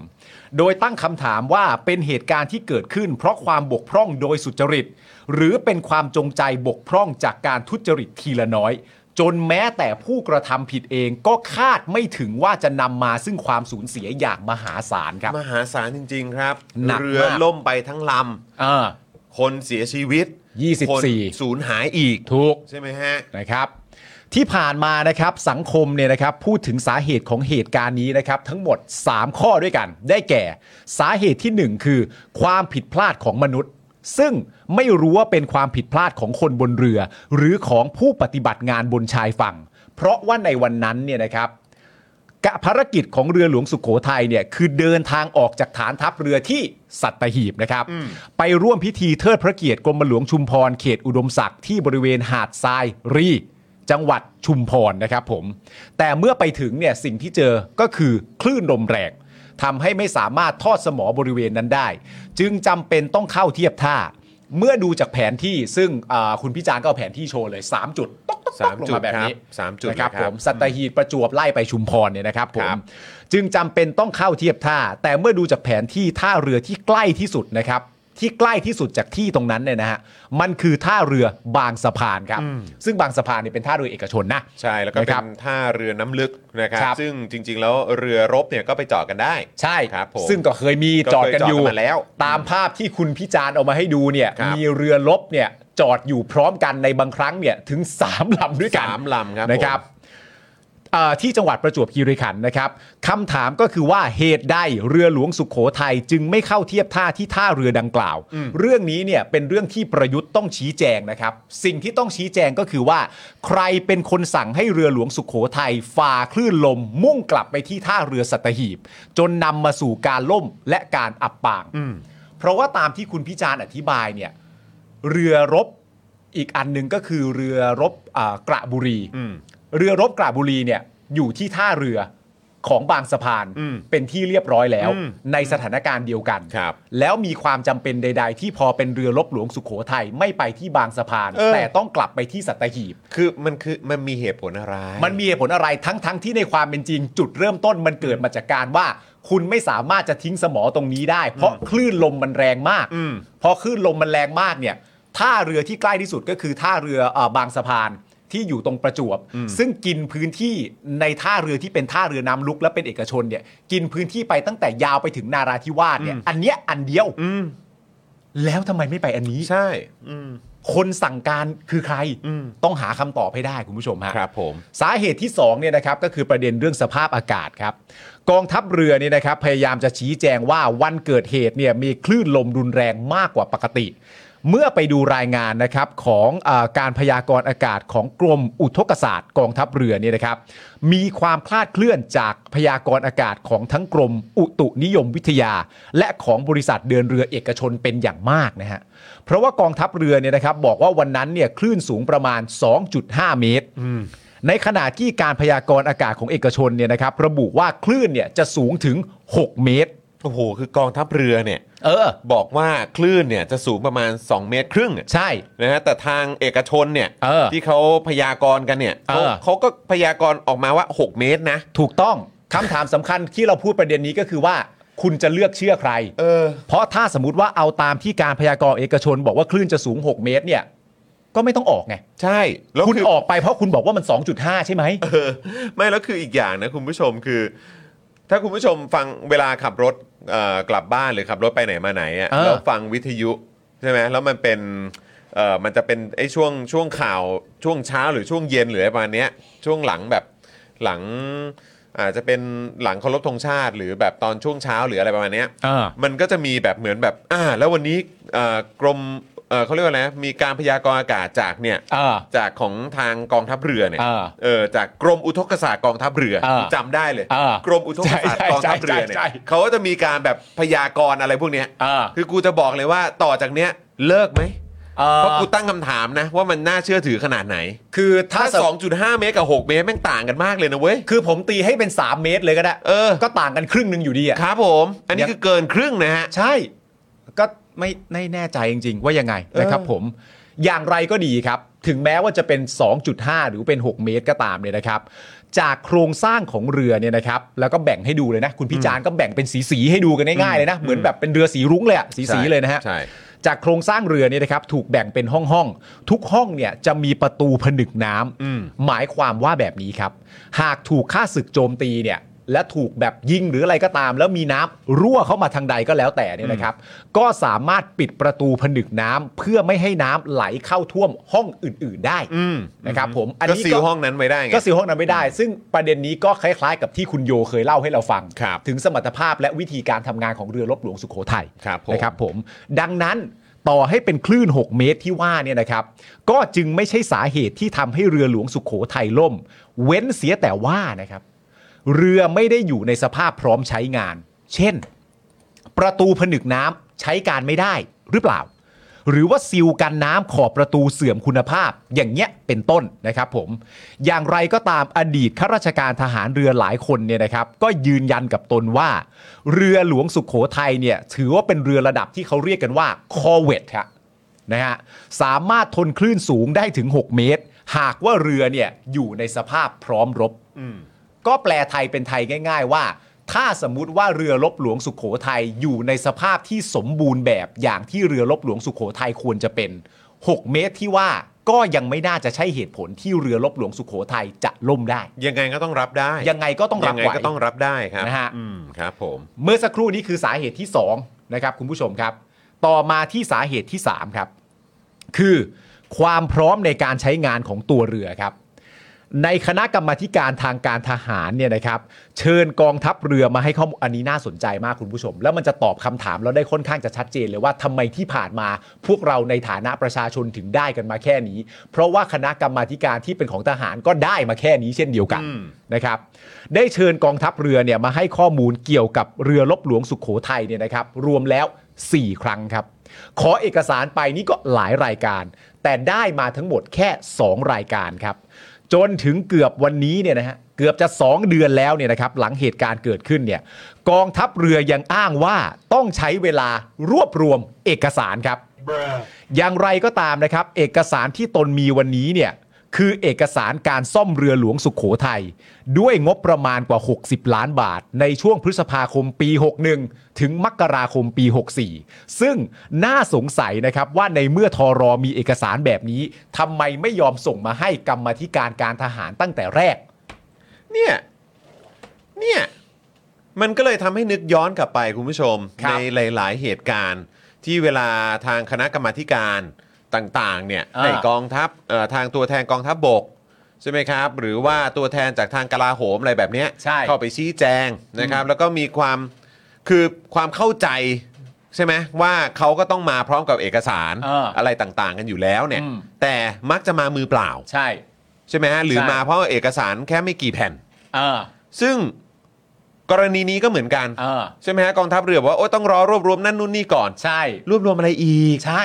โดยตั้งคำถามว่าเป็นเหตุการณ์ที่เกิดขึ้น เพราะความบกพร่องโดยสุจริต หรือเป็นความจงใจบกพร่องจากการทุจริตทีละน้อย จนแม้แต่ผู้กระทำผิดเองก็คาดไม่ถึงว่าจะนำมาซึ่งความสูญเสียอย่างมหาศาลครับ
มหาศาลจริง ๆ ครับ
หนักมาก
เรือล่มไปทั้งล
อ่า
ำ คนเสียชีวิต
24
คนสูญหายอีก
ถูก
ใช่ไหมฮะ
นะครับที่ผ่านมานะครับสังคมเนี่ยนะครับพูดถึงสาเหตุของเหตุการณ์นี้นะครับทั้งหมด 3 ข้อด้วยกันได้แก่ สาเหตุที่ 1 คือ ความผิดพลาดของมนุษย์ ซึ่งไม่รู้ว่าเป็นความผิดพลาดของคนบนเรือ หรือของผู้ปฏิบัติงานบนชายฝั่ง เพราะว่าในวันนั้นเนี่ยนะครับ กะภารกิจของเรือหลวงสุขโขทัยเนี่ยคือเดินทางออกจากฐานทัพเรือที่สัตหีบนะครับ ไปร่วมพิธีเทิดพระเกียรติกรมหลวงชุมพรเขตอุดมศักดิ์ที่บริเวณหาดทรายรี จังหวัดชุมพรนะครับผม แต่เมื่อไปถึงเนี่ยสิ่งที่เจอก็คือคลื่นลมแรงทำให้ไม่สามารถทอดสมอบริเวณนั้นได้ จึงจำเป็นต้องเข้าเทียบท่า เมื่อดูจากแผนที่ซึ่งอ่าคุณพี่จางก็เอาแผนที่โชว์เลย 3 จุดต๊อกต๊อกต๊อ
สา
ก
ม
ลง
จุด
มาแบบนี้
ครับสามจุด
นะครับ
เลยค
ผ
รับ
มสัตหีบประจวบไล่ไปชุมพรเนี่ยนะครับผ
ค
ม
รับ
จึงจำเป็นต้องเข้าเทียบท่า แต่เมื่อดูจากแผนที่ท่าเรือที่ใกล้ที่สุดนะครับ ที่ใกล้ที่สุดจากที่ตรงนั้นเนี่ยนะฮะมันคือท่าเรือบางสะพานครับ ซึ่งบางสะพานเนี่ยเป็นท่าเรือเอกชนนะ
ใช่แล้วก็เป็
นะครับ
นท่าเรือน้ำลึกนะครับ
ครับ
ซึ่งจริง ๆ แล้วเรือรบเนี่ยก็ไปจอดกันได้
ใช่
ครับผม
ซึ่งก็เคยมี
ก็เคย
จอดกันอยู่
จอดมาแล้ว
ตามภาพที่คุณพิจารณ์เอามาให้ดูเนี่ย
ครับ
มีเรือลบเนี่ยจอดอยู่พร้อมกันในบางครั้งเนี่ยถึง 3 ลำด้วยกัน
สามลำครับ
นะครับ
ผม
เอ่อที่จังหวัดประจวบคีรีขันธ์นะครับคำถามก็คือว่าเหตุใดเรือหลวงสุขโขทัยจึงไม่เข้าเทียบท่าที่ท่าเรือดังกล่าว เรื่องนี้เนี่ยเป็นเรื่องที่ประยุทธ์ต้องชี้แจงนะครับ สิ่งที่ต้องชี้แจงก็คือว่า ใครเป็นคนสั่งให้เรือหลวงสุขโขทัยฝ่าคลื่นลม มุ่งกลับไปที่ท่าเรือสัตหีบ จนนำมาสู่การล่มและการอับปาง เพราะว่าตามที่คุณพิจารณ์อธิบายเนี่ย เรือรบอีกอันหนึ่งก็คือเรือรบอ่ากระบุรี
อืม
เรือรบกระบุรีเนี่ยอยู่ที่ท่าเรือของบางสะพาน
อืม
เป็นที่เรียบร้อยแล้ว
อืม
ในสถานการณ์เดียวกัน
ครับ
แล้วมีความจำเป็นใด ๆ ที่พอเป็นเรือรบหลวงสุขโขทัยไม่ไปที่บางสะพาน
เออ
แต่ต้องกลับไปที่สัตหีบ
คือมันคือมันมีเหตุผลอะไร
มันมีเหตุผลอะไรทั้งๆทที่ในความเป็นจริง จุดเริ่มต้นมันเกิดมาจากการว่า คุณไม่สามารถจะทิ้งสมอตรงนี้ได้ เพราะคลื่นลมมันแรงมาก
อืม
พอคลื่นลมมันแรงมากเนี่ยท่าเรือที่ใกล้ที่สุดก็คือท่าเรือเออบางสะพานที่อยู่ตรงประจวบ ซึ่งกินพื้นที่ในท่าเรือที่เป็นท่าเรือน้ำลุกและเป็นเอกชนเนี่ย กินพื้นที่ไปตั้งแต่ยาวไปถึงนาราธิวาสเนี่ยอันเนี้ยอันเดียว
อืม
แล้วทำไมไม่ไปอันนี้
ใช่ อืม
คนสั่งการคือใคร
อืม
ต้องหาคำตอบให้ได้คุณผู้ชมฮะ
ครับผม
สาเหตุที่2เนี่ยนะครับก็คือประเด็นเรื่องสภาพอากาศครับ กองทัพเรือเนี่ยนะครับพยายามจะชี้แจงว่าวันเกิดเหตุเนี่ยมีคลื่นลมรุนแรงมากกว่าปกติ เมื่อไปดูรายงานนะครับของอาการพยากรณ์อากาศของกรมอุทกศาสตร์กองทัพเรือเนี่ยนะครับ มีความคลาดเคลื่อนจากพยากรณ์อากาศของทั้งกรมอุตุนิยมวิทยา และของบริษัทเดินเรือเอกชนเป็นอย่างมากนะฮะเพราะว่ากองทัพเรือเนี่ยนะครับบอกว่าวันนั้นเนี่ยคลื่นสูงประมาณ 2.5 เมตร ในขณะที่การพยากรณ์อากาศของเอกชนเนี่ยนะครับ ระบุว่าคลื่นเนี่ยจะสูงถึง 6 เมตร
โอ้โห คือกองทัพเรือเนี่ย
เออ
บอกว่าคลื่นเนี่ยจะสูงประมาณ 2 เมตรครึ่งอะ
ใช่
นะฮะแต่ทางเอกชนเนี่ย
เออ
ที่เขาพยากรณ์กันเนี่ยเขา
เออ
เขาก็พยากรณ์ออกมาว่า 6 เมตรนะ
ถูกต้องคำถามสำคัญที่เราพูดประเด็นนี้ก็คือว่าคุณจะเลือกเชื่อใคร
เออ
เพราะถ้าสมมติว่าเอาตามที่การพยากรณ์เอกชน บอกว่าคลื่นจะสูง 6 เมตรเนี่ย ก็ไม่ต้องออกไง
ใช่แล้ว
คุณ
คือ
ออกไปเพราะคุณบอกว่ามัน 2.5 ใช่ไหม
เออไม่แล้วคืออีกอย่างนะคุณผู้ชมคือ ถ้าคุณผู้ชมฟังเวลาขับรถเอ่อกลับบ้านหรือขับรถไปไหนมาไหนอ่ะ
เออ
แล้วฟังวิทยุใช่ไหมแล้วมันเป็นเอ่อมันจะเป็นไอ้ช่วงช่วงข่าวช่วงเช้าหรือช่วงเย็นหรืออะไรประมาณเนี้ยช่วงหลังแบบหลังอาจจะเป็นหลังเคารพธงชาติ หรือแบบตอนช่วงเช้าหรืออะไรประมาณเนี้ย
เออ
มันก็จะมีแบบเหมือนแบบอ่าแล้ววันนี้เอ่อกรมเอ่อเขาเรียกว่าอะไรนะมีการพยากรณ์อากาศจากเนี่ย
เออ
จากของทางกองทัพเรือเนี่ย
อ่า
เออจากกรมอุทกศาสตร์กองทัพเรือ
อ่า
จำได้เลย
อ่าก
รมอุทกศาสตร์
ใช่
กองทัพเรือเนี่ย
ใช่ใช่ใช่
เขาก็จะมีการแบบพยากรณ์อะไรพวกเนี้ย
เออ
คือกูจะบอกเลยว่าต่อจากเนี้ยเลิกไหม
เอ
เพ
อ
ราะกูตั้งคำถามนะว่ามันน่าเชื่อถือขนาดไหน
คือ
ถ้า
ถ้าสอง
2.5 เมตรกับ 6 เมตรแม่งต่างกันมากเลยนะเว้ย
คือผมตีให้เป็น 3 เมตรเลยก็ได้
เออ
ก็ต่างกันครึ่งหนึ่งอยู่ดีอะ
ครับผม อันนี้คือเกินครึ่งนะฮะ
ใช่ก็ไม่ไม่แน่ใจจริง ๆ ว่ายังไงนะครับผมอย่างไรก็ดีครับ ถึงแม้ว่าจะเป็น 2.5 หรือเป็น 6 เมตรก็ตามเนี่ยนะครับ จากโครงสร้างของเรือเนี่ยนะครับ แล้วก็แบ่งให้ดูเลยนะ คุณพี่จานก็แบ่งเป็นสีสีๆให้ดูกันง่ายๆเลยนะเหมือนแบบเป็นเรือสีรุ้งเลยอะสีสีๆเลยนะฮะ
ใช่
จากโครงสร้างเรือเนี่ยนะครับถูกแบ่งเป็นห้องห้องๆทุกห้องเนี่ยจะมีประตูผนึกน้ำ
อืม
หมายความว่าแบบนี้ครับ หากถูกฆ่าศึกโจมตีเนี่ยและถูกแบบยิงหรืออะไรก็ตาม แล้วมีน้ำรั่วเข้ามาทางใดก็แล้วแต่เนี่ยนะครับ ก็สามารถปิดประตูผนึกน้ำเพื่อไม่ให้น้ำไหลเข้าท่วมห้องอื่น ๆ ได้
อืม
นะครับผมอัน
ก็
นี้
ซีลห้องนั้นไว้ได้ไง
ก็ซีลห้องนั้นไม่ได้ ซึ่งประเด็นนี้ก็คล้ายๆ กับที่คุณโยเคยเล่าให้เราฟัง
ครับ
ถึงสมรรถภาพและวิธีการทำงานของเรือรบหลวงสุโขทัย
ครับผม
นะครับผม ดังนั้นต่อให้เป็นคลื่น 6 เมตรที่ว่าเนี่ยนะครับ ก็จึงไม่ใช่สาเหตุที่ทำให้เรือหลวงสุโขทัยล่ม เว้นเสียแต่ว่านะครับ เรือไม่ได้อยู่ในสภาพพร้อมใช้งาน เช่น ประตูผนึกน้ำใช้การไม่ได้หรือเปล่า หรือว่าซิลกันน้ำขอบประตูเสื่อมคุณภาพ อย่างเงี้ยเป็นต้นนะครับผม อย่างไรก็ตามอดีตข้าราชการทหารเรือหลายคนเนี่ยนะครับ ก็ยืนยันกับตนว่า เรือหลวงสุขโขทัยเนี่ยถือว่าเป็นเรือระดับที่เขาเรียกกันว่าคอเวตฮะ นะฮะสามารถทนคลื่นสูงได้ถึง 6 เมตร หากว่าเรือเนี่ยอยู่ในสภาพพร้อมรบ ก็แปลไทยเป็นไทยง่าย ๆ ว่า ถ้าสมมุติว่าเรือลบหลวงสุโขทัยอยู่ในสภาพที่สมบูรณ์แบบอย่างที่เรือลบหลวงสุโขทัยควรจะเป็น 6 เมตรที่ว่าก็ยังไม่น่าจะใช่เหตุผลที่เรือลบหลวงสุโขทัยจะล่มได้
ยังไงก็ต้องรับได้
ยังไงก็ต้องรับ
ยัไง
ไหว
ก็ต้องรับได้ครับ
นะฮะ
อืมครับผม
เมื่อสักครู่นี้คือสาเหตุที่ 2 นะครับ คุณผู้ชมครับ ต่อมาที่สาเหตุที่ 3 ครับ คือความพร้อมในการใช้งานของตัวเรือครับ ในคณะกรรมาธิการทางการทหารเนี่ยนะครับ เชิญกองทัพเรือมาให้ข้อมูลอันนี้น่าสนใจมากคุณผู้ชม แล้วมันจะตอบคำถามแล้วได้ค่อนข้างจะชัดเจนเลยว่าทำไมที่ผ่านมาพวกเราในฐานะประชาชนถึงได้กันมาแค่นี้ เพราะว่าคณะกรรมาธิการที่เป็นของทหารก็ได้มาแค่นี้เช่นเดียวกัน
อืม
นะครับ ได้เชิญกองทัพเรือเนี่ยมาให้ข้อมูลเกี่ยวกับเรือลบหลวงสุขโขทัยเนี่ยนะครับ รวมแล้ว 4 ครั้งครับ ขอเอกสารไปนี่ก็หลายรายการ แต่ได้มาทั้งหมดแค่ 2 รายการครับ จนถึงเกือบวันนี้เนี่ยนะฮะเกือบจะ 2 เดือนแล้วเนี่ยนะครับหลังเหตุการณ์เกิดขึ้นเนี่ยกองทัพเรือยังอ้างว่าต้องใช้เวลารวบรวมเอกสารครับ อย่างไรก็ตามนะครับ เอกสารที่ตนมีวันนี้เนี่ยคือเอกสารการซ่อมเรือหลวงสุขโขทัยด้วยงบประมาณกว่า 60 ล้านบาท ในช่วงพฤษภาคมปี 61 ถึงมกราคมปี 64 ซึ่งน่าสงสัยนะครับว่าในเมื่อทอรอมีเอกสารแบบนี้ทำไมไม่ยอมส่งมาให้กรรมาธิการการทหารตั้งแต่แรก
เนี่ย เนี่ย มันก็เลยทำให้นึกย้อนกลับไปคุณผู้ชม
ครั
ใน
บ
หลาย ๆ เหตุการณ์ ที่เวลาทางคณะกรรมาธิการต่าง ๆ เนี่ย
อ่า
ในกองทัพเอ่อทางตัวแทนกองทัพบก ใช่ไหมครับ หรือว่าตัวแทนจากทางกลาโหมอะไรแบบเนี้ย
ใช่
เข้าไปชี้แจงนะครับ แล้วก็มีความคือความเข้าใจใช่ไหมว่าเขาก็ต้องมาพร้อมกับเอกสาร
เอออ
อะไรต่าง ๆ กันอยู่แล้วเนี่ย
อืม
แต่มักจะมามือเปล่า
ใช่
ใช่ไหมฮะหรือมาเพราะเอกสารแค่ไม่กี่แผ่น
เออ
ซึ่งกรณีนี้ก็เหมือนกัน
เออ
ใช่ไหมฮะกองทัพเรือบอกว่าโอ้ยต้องรอรวบรวมนั่นนู่นนี่ก่อน
ใช่
รวบรวมอะไรอีก
ใช่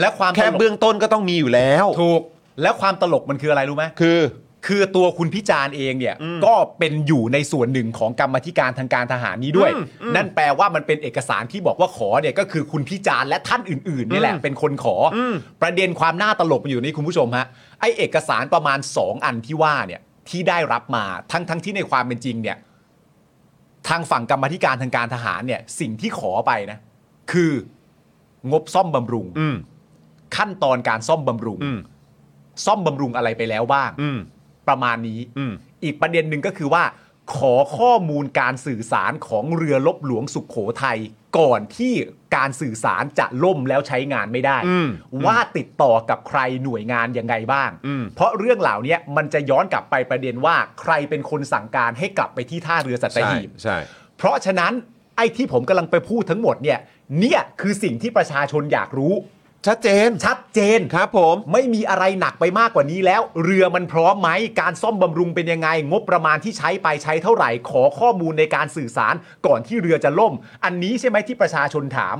และความ
แค่
ตลก
เบื้องต้นก็ต้องมีอยู่แล้ว
ถูกและความตลกมันคืออะไรรู้ไหม
คือ
คือตัวคุณพิจารณ์เองเนี่ยก็เป็นอยู่ในส่วนหนึ่งของกรรมาธิการทางการทหารนี้ด้วย
อืมอืม
นั่นแปลว่ามันเป็นเอกสารที่บอกว่าขอเนี่ยก็คือคุณพิจารณ์และท่านอื่นๆนี่แหละ
อืม
เป็นคนขออ
ม
ประเด็นความน่าตลกมันอยู่นี่คุณผู้ชมฮะไอเอกสารประมาณ 2 อันที่ว่าเนี่ยที่ได้รับมาทั้งทั้งๆที่ในความเป็นจริงเนี่ยทางฝั่งกรรมาธิการทางการทหารเนี่ยสิ่งที่ขอไปนะคืองบซ่อมบำรุง
อืม
ขั้นตอนการซ่อมบำรุง
อืม
ซ่อมบำรุงอะไรไปแล้วบ้าง
อืม
ประมาณนี้
อืม
อีกประเด็นหนึ่งก็คือว่า ขอข้อมูลการสื่อสารของเรือลบหลวงสุขโขทัยก่อนที่การสื่อสารจะล่มแล้วใช้งานไม่ได้
อืม
ว่าติดต่อกับใครหน่วยงานยังไงบ้าง
อืม
เพราะเรื่องเหล่านี้มันจะย้อนกลับไปประเด็นว่าใครเป็นคนสั่งการให้กลับไปที่ท่าเรือสัต
ใช่
หีบ
ใช่
เพราะฉะนั้นไอ้ที่ผมกำลังไปพูดทั้งหมดเนี่ย เนี่ยคือสิ่งที่ประชาชนอยากรู้
ชัดเจน
ชัดเจน
ครับผม
ไม่มีอะไรหนักไปมากกว่านี้แล้ว เรือมันพร้อมไหม การซ่อมบำรุงเป็นยังไง งบประมาณที่ใช้ไปใช้เท่าไหร่ ขอข้อมูลในการสื่อสารก่อนที่เรือจะล่ม อันนี้ใช่ไหมที่ประชาชนถาม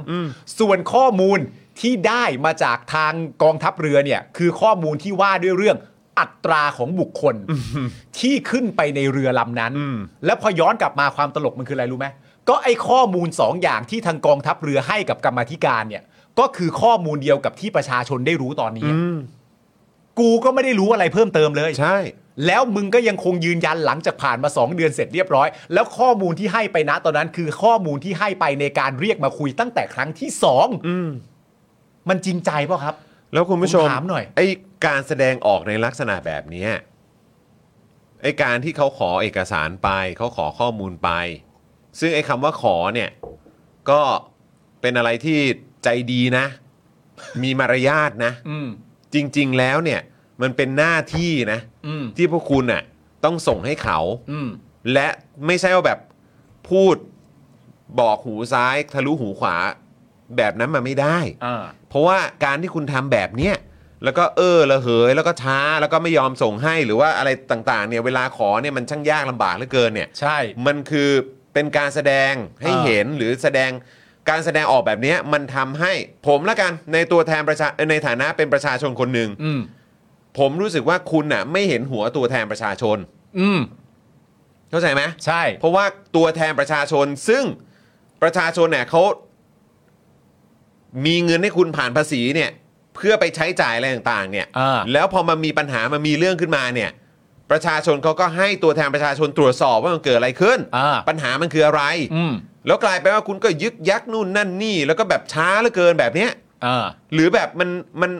ส่วนข้อมูลที่ได้มาจากทางกองทัพเรือเนี่ย คือข้อมูลที่ว่าด้วยเรื่องอัตราของบุคคลที่ขึ้นไปในเรือลำนั้น แล้วพอย้อนกลับมาความตลกมันคืออะไรรู้ไหมก็ไอข้อมูลสองอย่างที่ทางกองทัพเรือให้กับกรรมาธิการเนี่ย ก็คือข้อมูลเดียวกับที่ประชาชนได้รู้ตอนนี้
อืม
กูก็ไม่ได้รู้อะไรเพิ่มเติมเลย
ใช่
แล้วมึงก็ยังคงยืนยันหลังจากผ่านมา 2 เดือนเสร็จเรียบร้อย แล้วข้อมูลที่ให้ไปนะตอนนั้น คือข้อมูลที่ให้ไปในการเรียกมาคุยตั้งแต่ครั้งที่สอง
อืม
มันจริงใจเปล่ะครับ
แล้วคุณผู้ชม
ผมถามหน่อย
ไอการแสดงออกในลักษณะแบบเนี้ยไอการที่เขาขอเอกสารไป เขาขอข้อมูลไป ซึ่งไอคำว่าขอเนี่ย ก็เป็นอะไรที่ใจดีนะ มีมารยาทนะ
อืม
จริง ๆ แล้วเนี่ยมันเป็นหน้าที่นะ
อืม
ที่พวกคุณน่ะต้องส่งให้เขา
อืม
และไม่ใช่ว่าแบบพูดบอกหูซ้ายทะลุหูขวาแบบนั้นมาไม่ได้
อ่า
เพราะว่าการที่คุณทำแบบเนี้ยแล้วก็เออระเหยแล้วก็ช้าแล้วก็ไม่ยอมส่งให้หรือว่าอะไรต่างๆ เนี่ยเวลาขอเนี่ยมันช่างยากลำบากเหลือเกินเนี่ย
ใช่
มันคือเป็นการแสดงให้
อ่า
เห็นหรือแสดงการแสดงออกแบบเนี้ยมันทำให้ผมละกันในตัวแทนประชาเอ่อในฐานะเป็นประชาชนคนหนึ่ง
อืม
ผมรู้สึกว่าคุณน่ะไม่เห็นหัวตัวแทนประชาชน
อืม
เข้าใจไหม
ใช่
เพราะว่าตัวแทนประชาชนซึ่งประชาชนเนี่ยเขามีเงินให้คุณผ่านภาษีเนี่ย เพื่อไปใช้จ่ายอะไรต่างๆเนี่ย
อ่า
แล้วพอมันมีปัญหามันมีเรื่องขึ้นมาเนี่ยประชาชนเขาก็ให้ตัวแทนประชาชนตรวจสอบว่ามันเกิดอะไรขึ้น
อ่า
ปัญหามันคืออะไร
อืม
แล้วกลายไปนว่าคุณก็ยึกยักนู่นนั่นนี่ แล้วก็แบบช้าเหลือเกินแบบเนี้ย
อ่า
หรือแบบมันมัน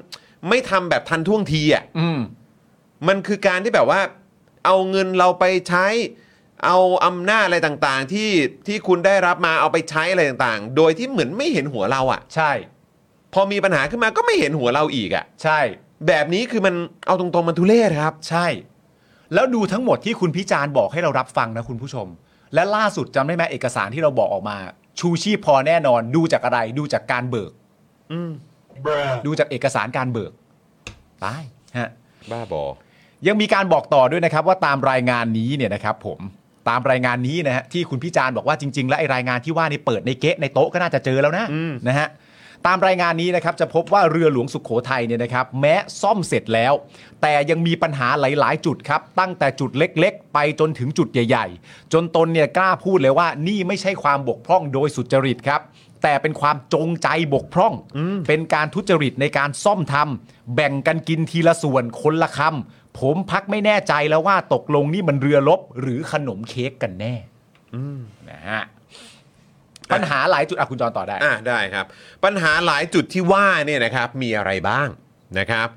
ไม่ทำแบบทันท่วงทีอ่ะ
อืม
มันคือการที่แบบว่าเอาเงินเราไปใช้ เอาอำนาจอะไรต่างๆ ที่ที่คุณได้รับมาเอาไปใช้อะไรต่างๆ โดยที่เหมือนไม่เห็นหัวเราอ่ะ
ใช่
พอมีปัญหาขึ้นมาก็ไม่เห็นหัวเราอีกอ่ะ
ใช่
แบบนี้คือมันเอาตรงๆมันทุเรศครับ
ใช่ แล้วดูทั้งหมดที่คุณพิจารณ์บอกให้เรารับฟังนะคุณผู้ชม และล่าสุดจำได้ไหมเอกสารที่เราบอกออกมา ชูชีพพอแน่นอนดูจากอะไรดูจากการเบิก
อืม
ดูจากเอกสารการเบิกตายฮะ
บ้าบอ
ยังมีการบอกต่อด้วยนะครับว่าตามรายงานนี้เนี่ยนะครับผมตามรายงานนี้นะฮะที่คุณพิจารณ์บอกว่าจริง ๆ แล้วไอรายงานที่ว่านี่เปิดในเก๊ะในโต๊ะก็น่าจะเจอแล้วนะ
อืม
นะฮะตามรายงานนี้นะครับจะพบว่าเรือหลวงสุขโขทัยเนี่ยนะครับ แม้ซ่อมเสร็จแล้ว แต่ยังมีปัญหาหลาย ๆ จุดครับ ตั้งแต่จุดเล็ก ๆ ไปจนถึงจุดใหญ่ ๆ จนตนเนี่ยกล้าพูดเลยว่านี่ไม่ใช่ความบกพร่องโดยสุจริตครับ แต่เป็นความจงใจบกพร่อง เป็นการทุจริตในการซ่อมทำแบ่งกันกินทีละส่วนคนละคำผมพักไม่แน่ใจแล้วว่าตกลงนี่มันเรือลบหรือขนมเค้กกันแน่นะฮะปัญหาหลายจุดอ่ะคุณจรต่อได้
อ่ะได้ครับ ปัญหาหลายจุดที่ว่าเนี่ยนะครับมีอะไรบ้างนะครับ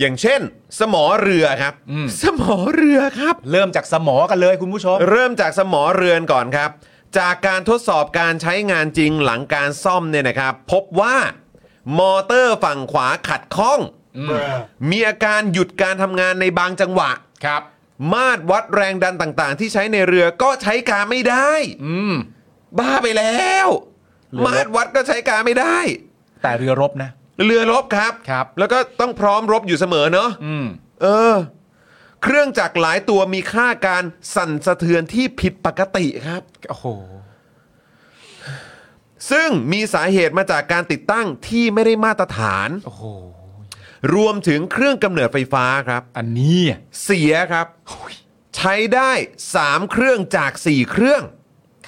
อย่างเช่น สมอเรือครับ
อืม
สมอเรือครับ
เริ่มจากสมอกันเลยคุณผู้ชม
เริ่มจากสมอเรือนก่อนครับ จากการทดสอบการใช้งานจริงหลังการซ่อมเนี่ยนะครับ พบว่ามอเตอร์ฝั่งขวาขัดข้อง มีอาการหยุดการทำงานในบางจังหวะ
ครับ
มาตรวัดแรงดันต่างๆ ที่ใช้ในเรือก็ใช้การไม่ได้
อืม
บ้าไปแล้ว
เรือรบ
มาตรวัดก็ใช้การไม่ได้
แต่เรือรบนะ
เรือรบครับ
ครับ
แล้วก็ต้องพร้อมรบอยู่เสมอเนาะ
อืม
เออ เครื่องจักรหลายตัวมีค่าการสั่นสะเทือนที่ผิดปกติครับ
โอ้โห
ซึ่งมีสาเหตุมาจากการติดตั้งที่ไม่ได้มาตรฐาน
โอ้โห
รวมถึงเครื่องกำเนิดไฟฟ้าครับ
อันนี้อ่ะ
เสียครับ ใช้ได้ 3 เครื่องจาก 4 เครื่อง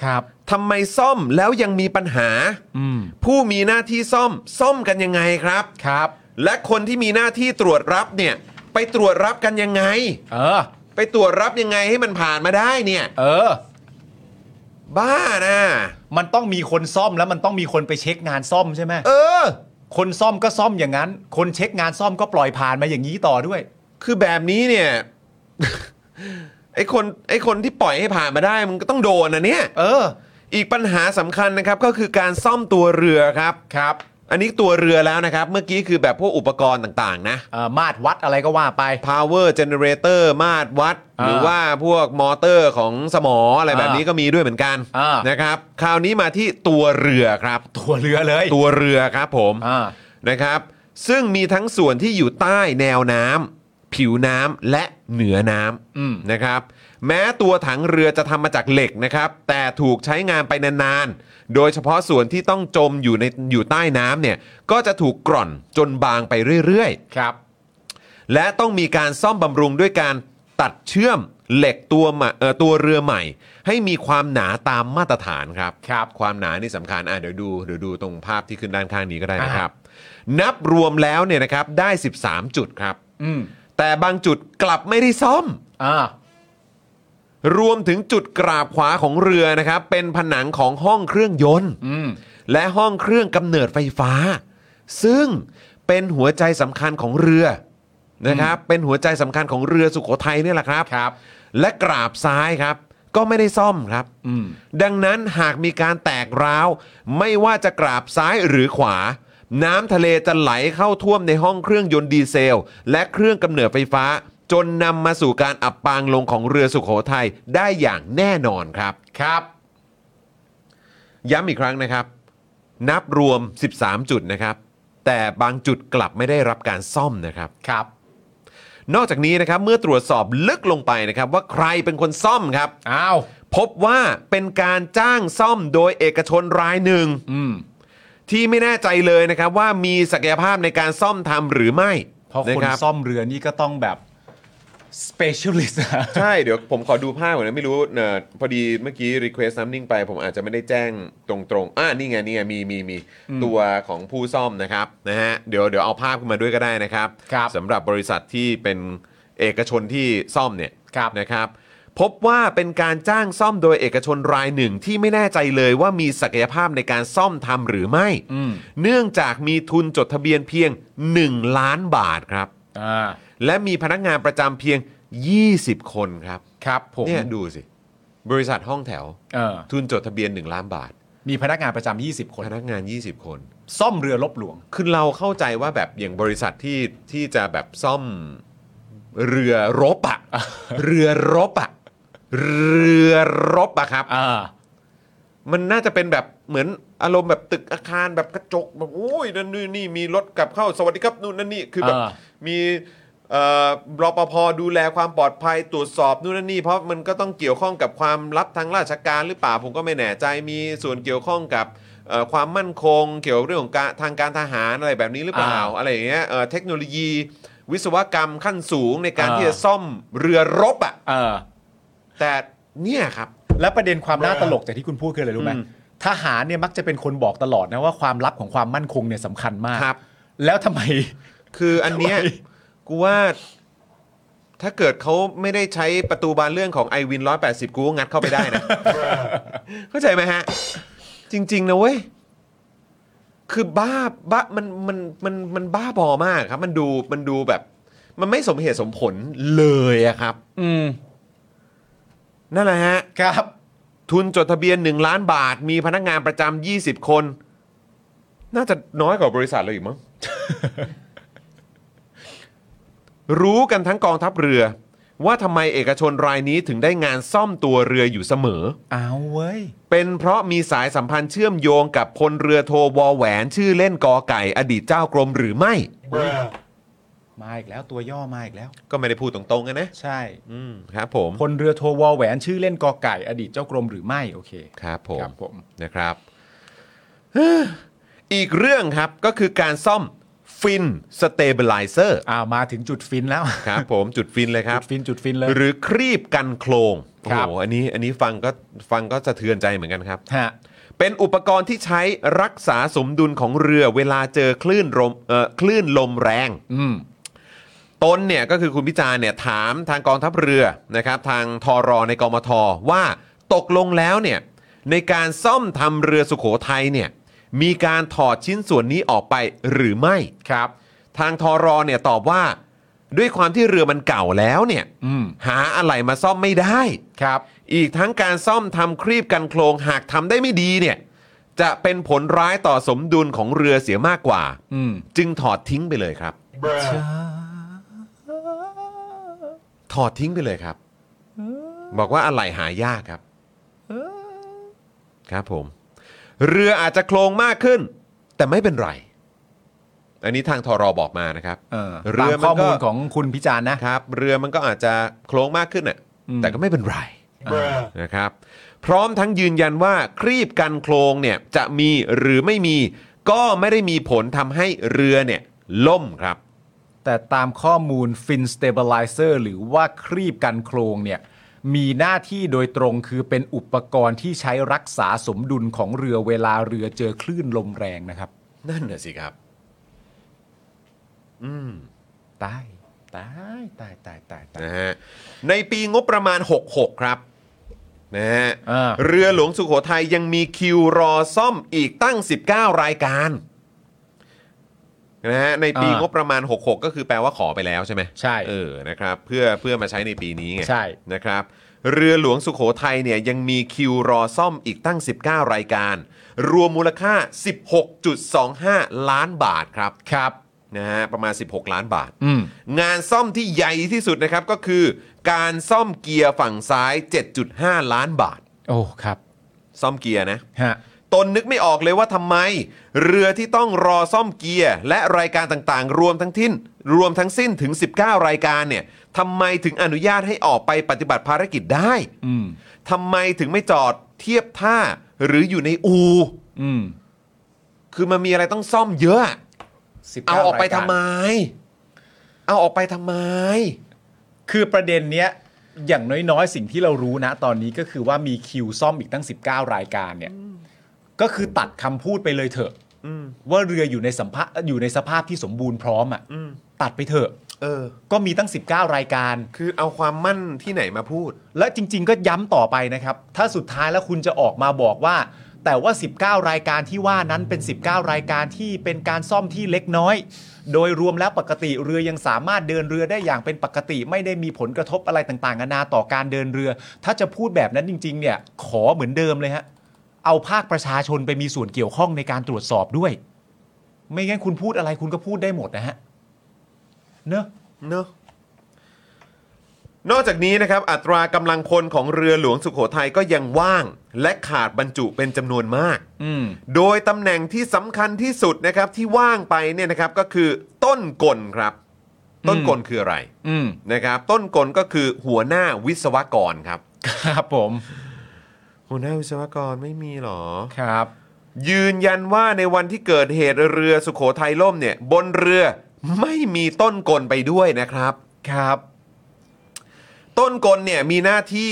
ครับ
ทำไมซ่อมแล้วยังมีปัญหา
อืม
ผู้มีหน้าที่ซ่อมซ่อมกันยังไงครับ
ครับ
และคนที่มีหน้าที่ตรวจรับเนี่ย ไปตรวจรับกันยังไง
เออ
ไปตรวจรับยังไงให้มันผ่านมาได้เนี่ย
เออ
บ้านะ
มันต้องมีคนซ่อมแล้วมันต้องมีคนไปเช็คงานซ่อมใช่ไหม
เออ
คนซ่อมก็ซ่อมอย่างนั้น คนเช็คงานซ่อมก็ปล่อยผ่านมาอย่างนี้ต่อด้วย
คือแบบนี้เนี่ย ไอคนไอคนที่ปล่อยให้ผ่านมาได้มันก็ต้องโดนนะเนี่ย
เออ
อีกปัญหาสำคัญนะครับก็คือการซ่อมตัวเรือครับ
ครับ
อันนี้ตัวเรือแล้วนะครับ เมื่อกี้คือแบบพวกอุปกรณ์ต่าง ๆ นะ
เอ่อมาตรวัดอะไรก็ว่าไป
power generator มาตรวัด
อ่า
หรือว่าพวกมอเตอร์ของสมออะไรแบบนี้ก็มีด้วยเหมือนกัน
อ่าน
นะครับ คราวนี้มาที่ตัวเรือครับ
ตัวเรือเลย
ตัวเรือครับผม
อ่า
นะครับ ซึ่งมีทั้งส่วนที่อยู่ใต้แนวน้ำผิวน้ำและเหนือน้
อืม
ำนะครับ แม้ตัวถังเรือจะทำมาจากเหล็กนะครับ แต่ถูกใช้งานไปนานๆ โดยเฉพาะส่วนที่ต้องจมอยู่ในอยู่ใต้น้ำเนี่ย ก็จะถูกกร่อนจนบางไปเรื่อย
ครับ
ๆ และต้องมีการซ่อมบำรุงด้วยการตัดเชื่อมเหล็กตัวใหม่เอ่อตัวเรือใหม่ ให้มีความหนาตามมาตรฐานครับ
ครับ
ความหนานี่สำคัญ อ่ะเดี๋ยวดู เดี๋ยวดูตรงภาพที่ขึ้นด้านข้างนี้ก็ได้นะครับ นับรวมแล้วเนี่ยนะครับได้ 13 จุดครับ
อืม
แต่บางจุดกลับไม่ได้ซ่อม
อ่า
รวมถึงจุดกราบขวาของเรือนะครับ เป็นผนังของห้องเครื่องยนต์
อืม
และห้องเครื่องกำเนิดไฟฟ้า ซึ่งเป็นหัวใจสำคัญของเรือนะครับ เป็นหัวใจสำคัญของเรือสุโขทัยเนี่ยแหละครับ
ครับ
และกราบซ้ายครับ ก็ไม่ได้ซ่อมครับ
อืม
ดังนั้นหากมีการแตกร้าว ไม่ว่าจะกราบซ้ายหรือขวา น้ำทะเลจะไหลเข้าท่วมในห้องเครื่องยนต์ดีเซล และเครื่องกำเนิดไฟฟ้า จนนำมาสู่การอับปางลงของเรือสุโขทัยได้อย่างแน่นอนครับ
ครับ
ย้ำอีกครั้งนะครับ นับรวม 13 จุดนะครับ แต่บางจุดกลับไม่ได้รับการซ่อมนะครับ
ครับ
นอกจากนี้นะครับเมื่อตรวจสอบลึกลงไปนะครับ ว่าใครเป็นคนซ่อมครับ
อ้าว
พบว่าเป็นการจ้างซ่อมโดยเอกชนรายหนึ่ง
อืม
ที่ไม่แน่ใจเลยนะครับว่ามีศักยภาพในการซ่อมทำหรือไม่
เพราะ
นะ
คน
รับ
ซ่อมเรือนี่ก็ต้องแบบ specialist นะ
ใช่ เดี๋ยวผมขอดูภาพก่อนนะ ไม่รู้เอ่อพอดีเมื่อกี้รีเควสน้ำนิ่งไป ผมอาจจะไม่ได้แจ้งตรงๆอ่านี่ไงนี่ไงมีมีมีตัวของผู้ซ่อมนะครับนะฮะเดี๋ยวเดี๋ยวเอาภาพขึ้นมาด้วยก็ได้นะครับ
ครับ
สำหรับบริษัทที่เป็นเอกชนที่ซ่อมเนี่ย
ครับ
นะครับพบว่าเป็นการจ้างซ่อมโดยเอกชนรายหนึ่งที่ไม่แน่ใจเลยว่ามีศักยภาพในการซ่อมทำหรือไม่
อืม
เนื่องจากมีทุนจดทะเบียนเพียง 1 ล้านบาทครับ
อ่า
และมีพนักงานประจำเพียง 20 คนครับ
ครับผม
เนี่ยดูสิ บริษัทห้องแถว
เออ
ทุนจดทะเบียน 1 ล้านบาท
มีพนักงานประจำ20 คน
พนักงาน 20 คน
ซ่อมเรือลบหลวง
คือเราเข้าใจว่าแบบอย่างบริษัทที่ที่จะแบบซ่อมเรือรบอะ เรือรบอะเรือรบอะครับ
อ่า
มันน่าจะเป็นแบบเหมือนอารมณ์แบบตึกอาคารแบบกระจกแบบโอ้ยนั่นนี่นี่มีรถกลับเข้าสวัสดีครับนู่นนั่นนี่คือแบบ
อ่า
มีเอ่อรปภดูแลความปลอดภัยตรวจสอบนู่นนั่นนี่เพราะมันก็ต้องเกี่ยวข้องกับความลับทางราชการหรือเปล่าผมก็ไม่แน่ใจมีส่วนเกี่ยวข้องกับเอ่อความมั่นคง เกี่ยวกับเรื่องของการทางการทหารอะไรแบบนี้หรือเปล่าอะไรอย่างเงี้ยเอ่อเทคโนโลยี วิศวกรรมขั้นสูงในการที่จะซ่อมเรือรบอ่ะ
เออ
แต่เนี่ยครับ
และประเด็นความน่าตลกจากที่คุณพูดคืออะไรรู้ไหมทหารเนี่ยมักจะเป็นคนบอกตลอดนะว่าความลับของความมั่นคงเนี่ยสำคัญมาก
ครับ
แล้วทำไม
คืออันเนี้ย
ทำไม
กูว่าถ้าเกิดเขาไม่ได้ใช้ประตูบานเลื่อนของไอวินร้อยแปดสิบกูก็งัดเข้าไปได้ นะ เข้าใจไหมฮะ จริง ๆ นะเว้ย คือบ้าบ้ามันมันมันมันบ้าบอมากครับ มันดูมันดูแบบ มันไม่สมเหตุสมผลเลยอะครับ
อืม
นั่นแหละฮะ
ครับ
ทุนจดทะเบียน 1 ล้านบาท มีพนักงานประจำ20 คน น่าจะน้อยกว่าบริษัทเราอีกมั้ง รู้กันทั้งกองทัพเรือ ว่าทำไมเอกชนรายนี้ถึงได้งานซ่อมตัวเรืออยู่เสมอ
เอาเว้ย
เป็นเพราะมีสายสัมพันธ์เชื่อมโยงกับพลเรือโทวอแหวน ชื่อเล่นกอไก่ อดีตเจ้ากรมหรือไม่
มาอีกแล้วตัวย่อมาอีกแล้ว
ก็ไม่ได้พูดตรงๆกันนะ
ใช่
อืมครับผม
พลเรือโทวอแหวนชื่อเล่นกอไก่ อดีตเจ้ากรมหรือไม่โอเค
ครับผม
ครับผม
นะครับเฮ้ออีกเรื่องครับก็คือการซ่อมฟินสเตเบลิเซอร์
อ่ามาถึงจุดฟินแล้ว
ครับผมจุดฟินเลยครั
จุ
บ
ดฟินจุดฟินเลย
หรือครีบกันโครงโอ้
ครั
โห
บ
อันนี้อันนี้ฟังก็ฟังก็สะเทือนใจเหมือนกันครับ
ฮะ
เป็นอุปกรณ์ที่ใช้รักษาสมดุลของเรือเวลาเจอคลื่นลมเอ่อคลื่นลมแรง
อืม
ตนเนี่ยก็คือคุณพิจารณ์เนี่ยถามทางกองทัพเรือนะครับทางทอรอในกมทว่าตกลงแล้วเนี่ยในการซ่อมทำเรือสุโขทัยเนี่ยมีการถอดชิ้นส่วนนี้ออกไปหรือไม่ครับ ทางทอรอเนี่ยตอบว่า ด้วยความที่เรือมันเก่าแล้วเนี่ย
อืม
หาอะไหล่มาซ่อมไม่ได้
ครับ
อีกทั้งการซ่อมทำครีบกันโครงหากทำได้ไม่ดีเนี่ยจะเป็นผลร้ายต่อสมดุลของเรือเสียมากกว่า
อืม
จึงถอดทิ้งไปเลยครับ ถอดทิ้งไปเลยครับ บอกว่าอะไหล่หายากครับ ครับผม เรืออาจจะโคลงมากขึ้น แต่ไม่เป็นไร อันนี้ทางทอรอบอกมานะครับ
เออ
เรื
ตา
อมั
มข้อน
ก็
มูลของคุณพิจารณ์นะ
ครับ เรือมันก็อาจจะโคลงมากขึ้นน่ะ
อืม
แต่ก็ไม่เป็นไรนะครับ พร้อมทั้งยืนยันว่าครีบกันโคลงเนี่ยจะมีหรือไม่มี ก็ไม่ได้มีผลทำให้เรือเนี่ยล่มครับ
แต่ตามข้อมูล Fin Stabilizer หรือว่าครีบกันโครงเนี่ย มีหน้าที่โดยตรงคือเป็นอุปกรณ์ที่ใช้รักษาสมดุลของเรือเวลาเรือเจอคลื่นลมแรงนะครับ
นั่นน่ะสิครับ
ตาย ตาย ตาย ตาย ตาย ตาย
นะฮะในปีงบประมาณ 66 ครับนะฮะ
อ่า
เรือหลวงสุโขทัยยังมีคิวรอซ่อมอีกตั้ง 19 รายการนะฮะในปีงบประมาณ 66 ก็คือแปลว่าขอไปแล้วใช่ไหม
ใช่
เออนะครับเพื่อเพื่อมาใช้ในปีนี้ไง
ใช่
นะครับเรือหลวงสุโขทัยเนี่ยยังมีคิวรอซ่อมอีกตั้ง 19 รายการ รวมมูลค่า 16.25 ล้านบาทครับ
ครับ
นะฮะประมาณ 16 ล้านบาท
อืม
งานซ่อมที่ใหญ่ที่สุดนะครับก็คือ การซ่อมเกียร์ฝั่งซ้าย 7.5 ล้านบาท
โอ้ ครับ
ซ่อมเกียร์นะ
ฮะ
ตนนึกไม่ออกเลยว่าทำไม เรือที่ต้องรอซ่อมเกียร์ และรายการต่างๆ รวมทั้งทิ้น รวมทั้งสิ้นถึง 19 รายการเนี่ยทำไมถึงอนุญาตให้ออกไปปฏิบัติภารกิจได้
อืม
ทำไมถึงไม่จอดเทียบท่าหรืออยู่ในอู
อืม
คือมันมีอะไรต้องซ่อมเยอะ เอาออกไป
รยร
ทำไม เอาออกไปทำไม
คือประเด็นเนี้ยอย่างน้อยๆ สิ่งที่เรารู้นะ ตอนนี้ก็คือว่ามีคิวซ่อมอีกตั้ง 19 รายการเนี่ย ก็คือตัดคำพูดไปเลยเถอะว่าเรืออยู่ในสัมภาอยู่ในสภาพที่สมบูรณ์พร้อมอ่ะตัดไปเถอะ
เออ
ก็มีตั้ง 19 รายการ
คือเอาความมั่นที่ไหนมาพูด
และจริง ๆ ก็ย้ำต่อไปนะครับ ถ้าสุดท้ายแล้วคุณจะออกมาบอกว่า แต่ว่า 19 รายการที่ว่านั้นเป็น 19 รายการที่เป็นการซ่อมที่เล็กน้อย โดยรวมแล้วปกติเรือยังสามารถเดินเรือได้อย่างเป็นปกติ ไม่ได้มีผลกระทบอะไรต่างๆนานาต่อการเดินเรือ ถ้าจะพูดแบบนั้นจริง ๆ เนี่ย ขอเหมือนเดิมเลยฮะเอาภาคประชาชนไปมีส่วนเกี่ยวข้องในการตรวจสอบด้วย ไม่งั้นคุณพูดอะไรคุณก็พูดได้หมดนะฮะเนอะ
เนอะนอกจากนี้นะครับ อัตรากำลังพลของเรือหลวงสุโขทัยก็ยังว่าง และขาดบรรจุเป็นจำนวนมาก
อืม
โดยตำแหน่งที่สำคัญที่สุดนะครับที่ว่างไปเนี่ยนะครับก็คือต้นกลครับ ต้นกลคืออะไร
อืม
นะครับ ต้นกลก็คือหัวหน้าวิศวกรครับ
ครับผม
หัวหน้าวิศวกรไม่มีหรอ
ครับ
ยืนยันว่าในวันที่เกิดเหตุเรือสุโขทัยล่มเนี่ย บนเรือไม่มีต้นกลไปด้วยนะครับ
ครับ
ต้นกลเนี่ยมีหน้าที่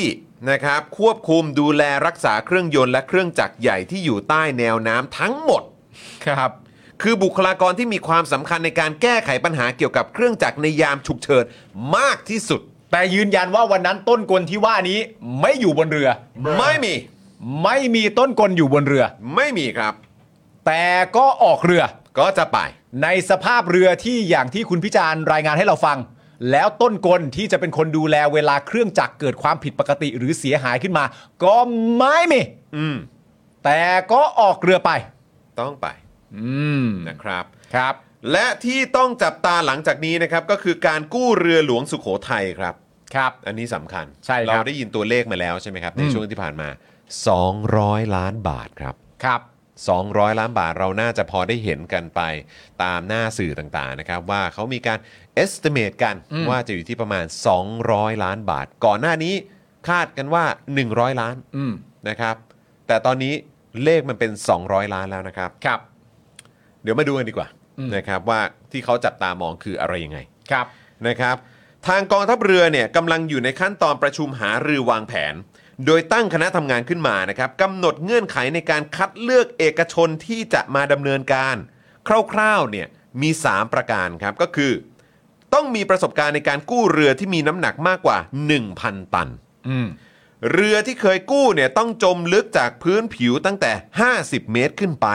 นะครับควบคุมดูแลรักษาเครื่องยนต์และเครื่องจักรใหญ่ที่อยู่ใต้แนวน้ำทั้งหมด
ครับ
คือบุคลากรที่มีความสำคัญในการแก้ไขปัญหาเกี่ยวกับเครื่องจักรในยามฉุกเฉินมากที่สุด
แต่ยืนยันว่าวันนั้นต้นกลที่ว่านี้ไม่อยู่บนเรือ
ไม่มี
ไม่มีต้นกลอยู่บนเรือ
ไม่มีครับ
แต่ก็ออกเรือ
ก็จะไป
ในสภาพเรือที่อย่างที่คุณพิจารณ์รายงานให้เราฟัง แล้วต้นกลที่จะเป็นคนดูแลเวลาเครื่องจักรเกิดความผิดปกติหรือเสียหายขึ้นมา ก็ไม่มี
อืม
แต่ก็ออกเรือไป
ต้องไป
อืม
นะครับ
ครับ
และที่ต้องจับตาหลังจากนี้นะครับ ก็คือการกู้เรือหลวงสุโขทัยครับ
ครับ
อันนี้สำคัญ
ใช่ครับ
เราได้ยินตัวเลขมาแล้วใช่ไหมครับ ในช่วงที่ผ่านมา 200 ล้านบาทครับ
ครับ
200 ล้านบาทเราน่าจะพอได้เห็นกันไปตามหน้าสื่อต่างๆนะครับ ว่าเขามีการ estimate กันว่าจะอยู่ที่ประมาณ 200 ล้านบาท ก่อนหน้านี้คาดกันว่า 100 ล้าน
อืม
นะครับ แต่ตอนนี้เลขมันเป็น 200 ล้านแล้วนะครับ
ครับ
เดี๋ยวมาดูกันดีกว่านะครับว่าที่เขาจับตามองคืออะไรยังไง
ครับ
นะครับทางกองทัพเรือเนี่ยกำลังอยู่ในขั้นตอนประชุมหารือวางแผน โดยตั้งคณะทำงานขึ้นมานะครับกำหนดเงื่อนไขในการคัดเลือกเอกชนที่จะมาดำเนินการ คร่าวๆเนี่ยมี 3 ประการครับก็คือ ต้องมีประสบการณ์ในการกู้เรือที่มีน้ำหนักมากกว่า 1,000 ตัน
อืม
เรือที่เคยกู้เนี่ยต้องจมลึกจากพื้นผิวตั้งแต่ 50 เมตรขึ้นไป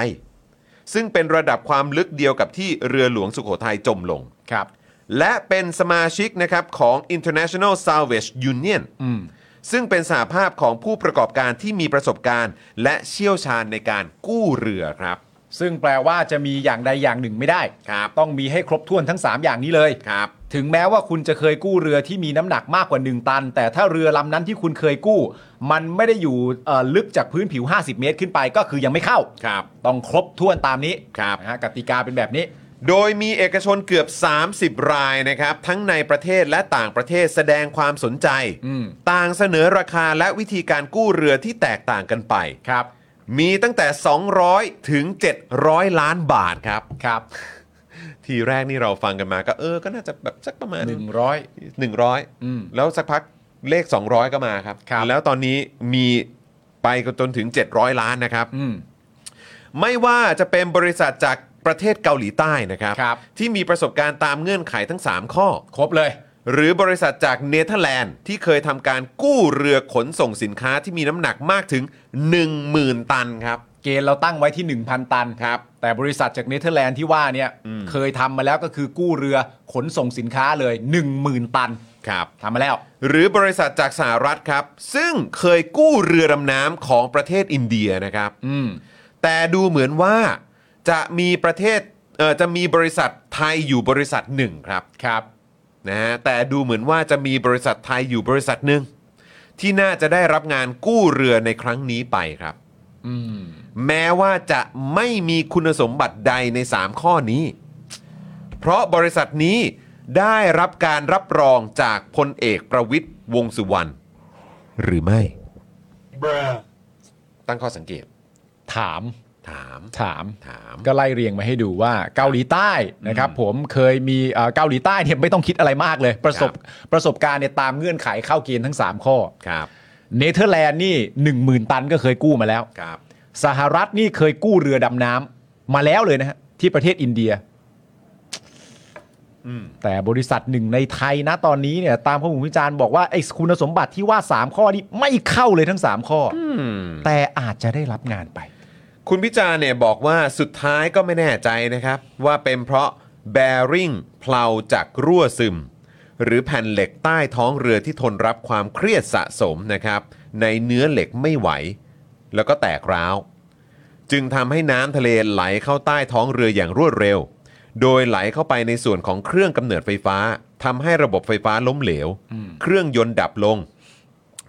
ซึ่งเป็นระดับความลึกเดียวกับที่เรือหลวงสุโขทัยจมลง
ครับ
และเป็นสมาชิกนะครับของ International Salvage Union
อืม
ซึ่งเป็นสหภาพของผู้ประกอบการที่มีประสบการณ์ และเชี่ยวชาญในการกู้เรือครับ
ซึ่งแปลว่าจะมีอย่างใดอย่างหนึ่งไม่ได้
ครับ
ต้องมีให้ครบถ้วนทั้ง 3 อย่างนี้เลย
ครับ
ถึงแม้ว่าคุณจะเคยกู้เรือที่มีน้ำหนักมากกว่า 1 ตัน แต่ถ้าเรือลำนั้นที่คุณเคยกู้ มันไม่ได้อยู่เอ่อลึกจากพื้นผิว 50 เมตรขึ้นไปก็คือยังไม่เข้า
ครับ
ต้องครบถ้วนตามนี้
ครับ
นะฮะกติกาเป็นแบบนี้
โดยมีเอกชนเกือบ 30 รายนะครับ ทั้งในประเทศและต่างประเทศแสดงความสนใจ
อืม
ต่างเสนอราคาและวิธีการกู้เรือที่แตกต่างกันไป
ครับ
มีตั้งแต่ 200 ถึง 700 ล้านบาทครับ
ครับ
ทีแรกนี่เราฟังกันมาก็เออก็น่าจะแบบสักประมาณ
100 อืม
100 แล้วสักพักเลข 200 ก็มาครับ
ครับ
แล้วตอนนี้มีไปจนถึง 700 ล้านนะครับ
อืม
ไม่ว่าจะเป็นบริษัทจากประเทศเกาหลีใต้นะครับ
ครับ
ที่มีประสบการณ์ตามเงื่อนไขทั้ง 3 ข้อ
ครบเลย
หรือบริษัทจากเนเธอร์แลนด์ที่เคยทำการกู้เรือขนส่งสินค้าที่มีน้ำหนักมากถึง 10,000 ตันครับ
เกณฑ์เราตั้งไว้ที่ 1,000 ตัน
ครับ
แต่บริษัทจากเนเธอร์แลนด์ที่ว่าเนี่ยเคยทำมาแล้วก็คือกู้เรือขนส่งสินค้าเลย 10,000 ตัน
ครับ
ทำมาแล้ว
หรือบริษัทจากสหรัฐครับ ซึ่งเคยกู้เรือดำน้ำของประเทศอินเดียนะครับ
อืม
แต่ดูเหมือนว่าจะมีประเทศเอ่อจะมีบริษัทไทยอยู่บริษัทหนึ่งครับ
ครับ
นะฮะแต่ดูเหมือนว่าจะมีบริษัทไทยอยู่บริษัทหนึ่งที่น่าจะได้รับงานกู้เรือในครั้งนี้ไปครับ
อืม
แม้ว่าจะไม่มีคุณสมบัติใดใน 3 ข้อนี้ เพราะบริษัทนี้ได้รับการรับรองจากพลเอกประวิทย์วงษ์สุวรรณหรือไม่ ตั้งข้อสังเกต
ถาม
ถาม
ถาม
ถาม
ก็ไล่เรียงมาให้ดูว่าเกาหลีใต้นะครับผมเคยมีเอ่อเกาหลีใต้เนี่ยไม่ต้องคิดอะไรมากเลย ประสบ
ครับ
ประสบการณ์เนี่ยตามเงื่อนไขเข้าเกณฑ์ทั้ง 3 ข้อ
ครับ
เนเธอร์แลนด์นี่ 10,000 ตันก็เคยกู้มาแล้ว
ครับ
สหรัฐนี่เคยกู้เรือดำน้ำมาแล้วเลยนะฮะที่ประเทศอินเดีย
อืม
แต่บริษัทหนึ่งในไทยนะตอนนี้เนี่ยตามข้อมูลวิจารณ์บอกว่าไอ้คุณสมบัติที่ว่า 3 ข้อนี้ไม่เข้าเลยทั้ง 3 ข้ออ
อืม
แต่อาจจะได้รับงานไป
คุณพิจารณ์เนี่ยบอกว่าสุดท้ายก็ไม่แน่ใจนะครับ ว่าเป็นเพราะแบริ่งเพลาจากรั่วซึม หรือแผ่นเหล็กใต้ท้องเรือที่ทนรับความเครียดสะสมนะครับ ในเนื้อเหล็กไม่ไหว แล้วก็แตกร้าว จึงทำให้น้ำทะเลไหลเข้าใต้ท้องเรืออย่างรวดเร็ว โดยไหลเข้าไปในส่วนของเครื่องกำเนิดไฟฟ้าทำให้ระบบไฟฟ้าล้มเหลว เครื่องยนต์ดับลง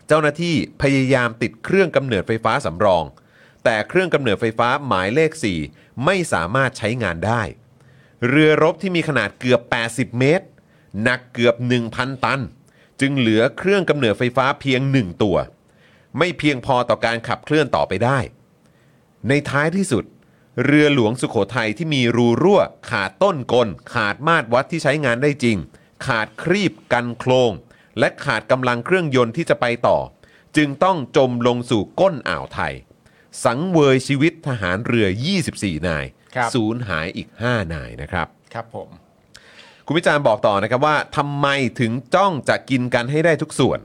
เจ้าหน้าที่พยายามติดเครื่องกำเนิดไฟฟ้าสำรอง แต่เครื่องกำเนิดไฟฟ้าหมายเลข 4 ไม่สามารถใช้งานได้ เรือรบที่มีขนาดเกือบ 80 เมตร หนักเกือบ 1,000 ตัน จึงเหลือเครื่องกำเนิดไฟฟ้าเพียง 1 ตัว ไม่เพียงพอต่อการขับเคลื่อนต่อไปได้ ในท้ายที่สุด เรือหลวงสุโขทัยที่มีรูรั่ว ขาดต้นกล ขาดมาตรวัดที่ใช้งานได้จริง ขาดครีบกันโครง และขาดกำลังเครื่องยนต์ที่จะไปต่อ จึงต้องจมลงสู่ก้นอ่าวไทย สังเวยชีวิตทหารเรือ 24 นาย
ครับ
สูญหายอีก 5 นายนะครับ
ครับผม
คุณวิจารณ์บอกต่อนะครับว่าทำไมถึงจ้องจะกินกันให้ได้ทุกส่วน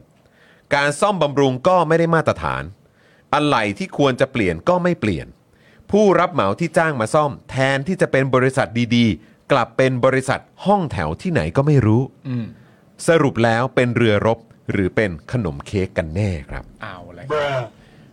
การซ่อมบำรุงก็ไม่ได้มาตรฐาน อะไหล่ที่ควรจะเปลี่ยนก็ไม่เปลี่ยน ผู้รับเหมาที่จ้างมาซ่อม แทนที่จะเป็นบริษัทดีๆ กลับเป็นบริษัทห้องแถวที่ไหนก็ไม่รู้ สรุปแล้วเป็นเรือรบหรือเป็นขนมเค้กกันแน่ครับ
เอาเลย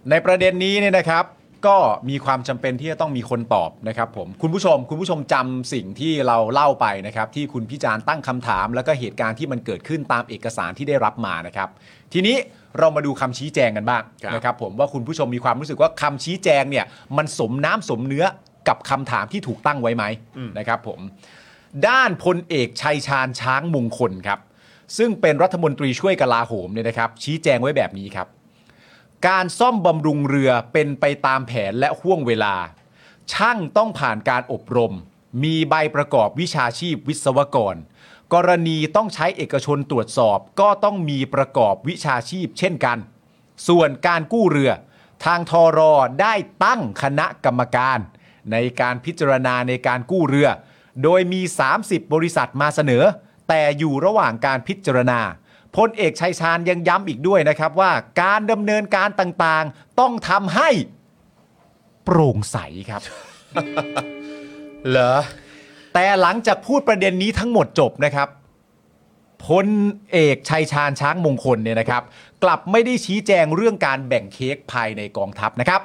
ในประเด็นนี้เนี่ยนะครับ ก็มีความจำเป็นที่จะต้องมีคนตอบนะครับผมคุณผู้ชม คุณผู้ชมจำสิ่งที่เราเล่าไปนะครับที่คุณพิจารณ์ตั้งคำถาม แล้วก็เหตุการณ์ที่มันเกิดขึ้นตามเอกสารที่ได้รับมานะครับ ทีนี้เรามาดูคำชี้แจงกันบ้าง
ครับ
นะครับผมว่าคุณผู้ชมมีความรู้สึกว่าคำชี้แจงเนี่ยมันสมน้ำสมเนื้อกับคำถามที่ถูกตั้งไว้ไหมนะครับผม ด้านพลเอกชัยชาญช้างมงคลครับ ซึ่งเป็นรัฐมนตรีช่วยกลาโหมเนี่ยนะครับ ชี้แจงไว้แบบนี้ครับ การซ่อมบำรุงเรือเป็นไปตามแผนและห่วงเวลา ช่างต้องผ่านการอบรม มีใบประกอบวิชาชีพวิศวกร กรณีต้องใช้เอกชนตรวจสอบ ก็ต้องมีประกอบวิชาชีพเช่นกัน ส่วนการกู้เรือ ทางทอรอได้ตั้งคณะกรรมการ ในการพิจารณาในการกู้เรือ โดยมี 30 บริษัทมาเสนอ แต่อยู่ระหว่างการพิจารณา พลเอกชัยชาญยังย้ำอีกด้วยนะครับว่าการดำเนินการต่างๆ ต้องทำให้โปร่งใสครับ เหรอ แต่หลังจากพูดประเด็นนี้ทั้งหมดจบนะครับ พลเอกชัยชาญช้างมงคลเนี่ยนะครับ กลับไม่ได้ชี้แจงเรื่องการแบ่งเค้กภายในกองทัพนะครับ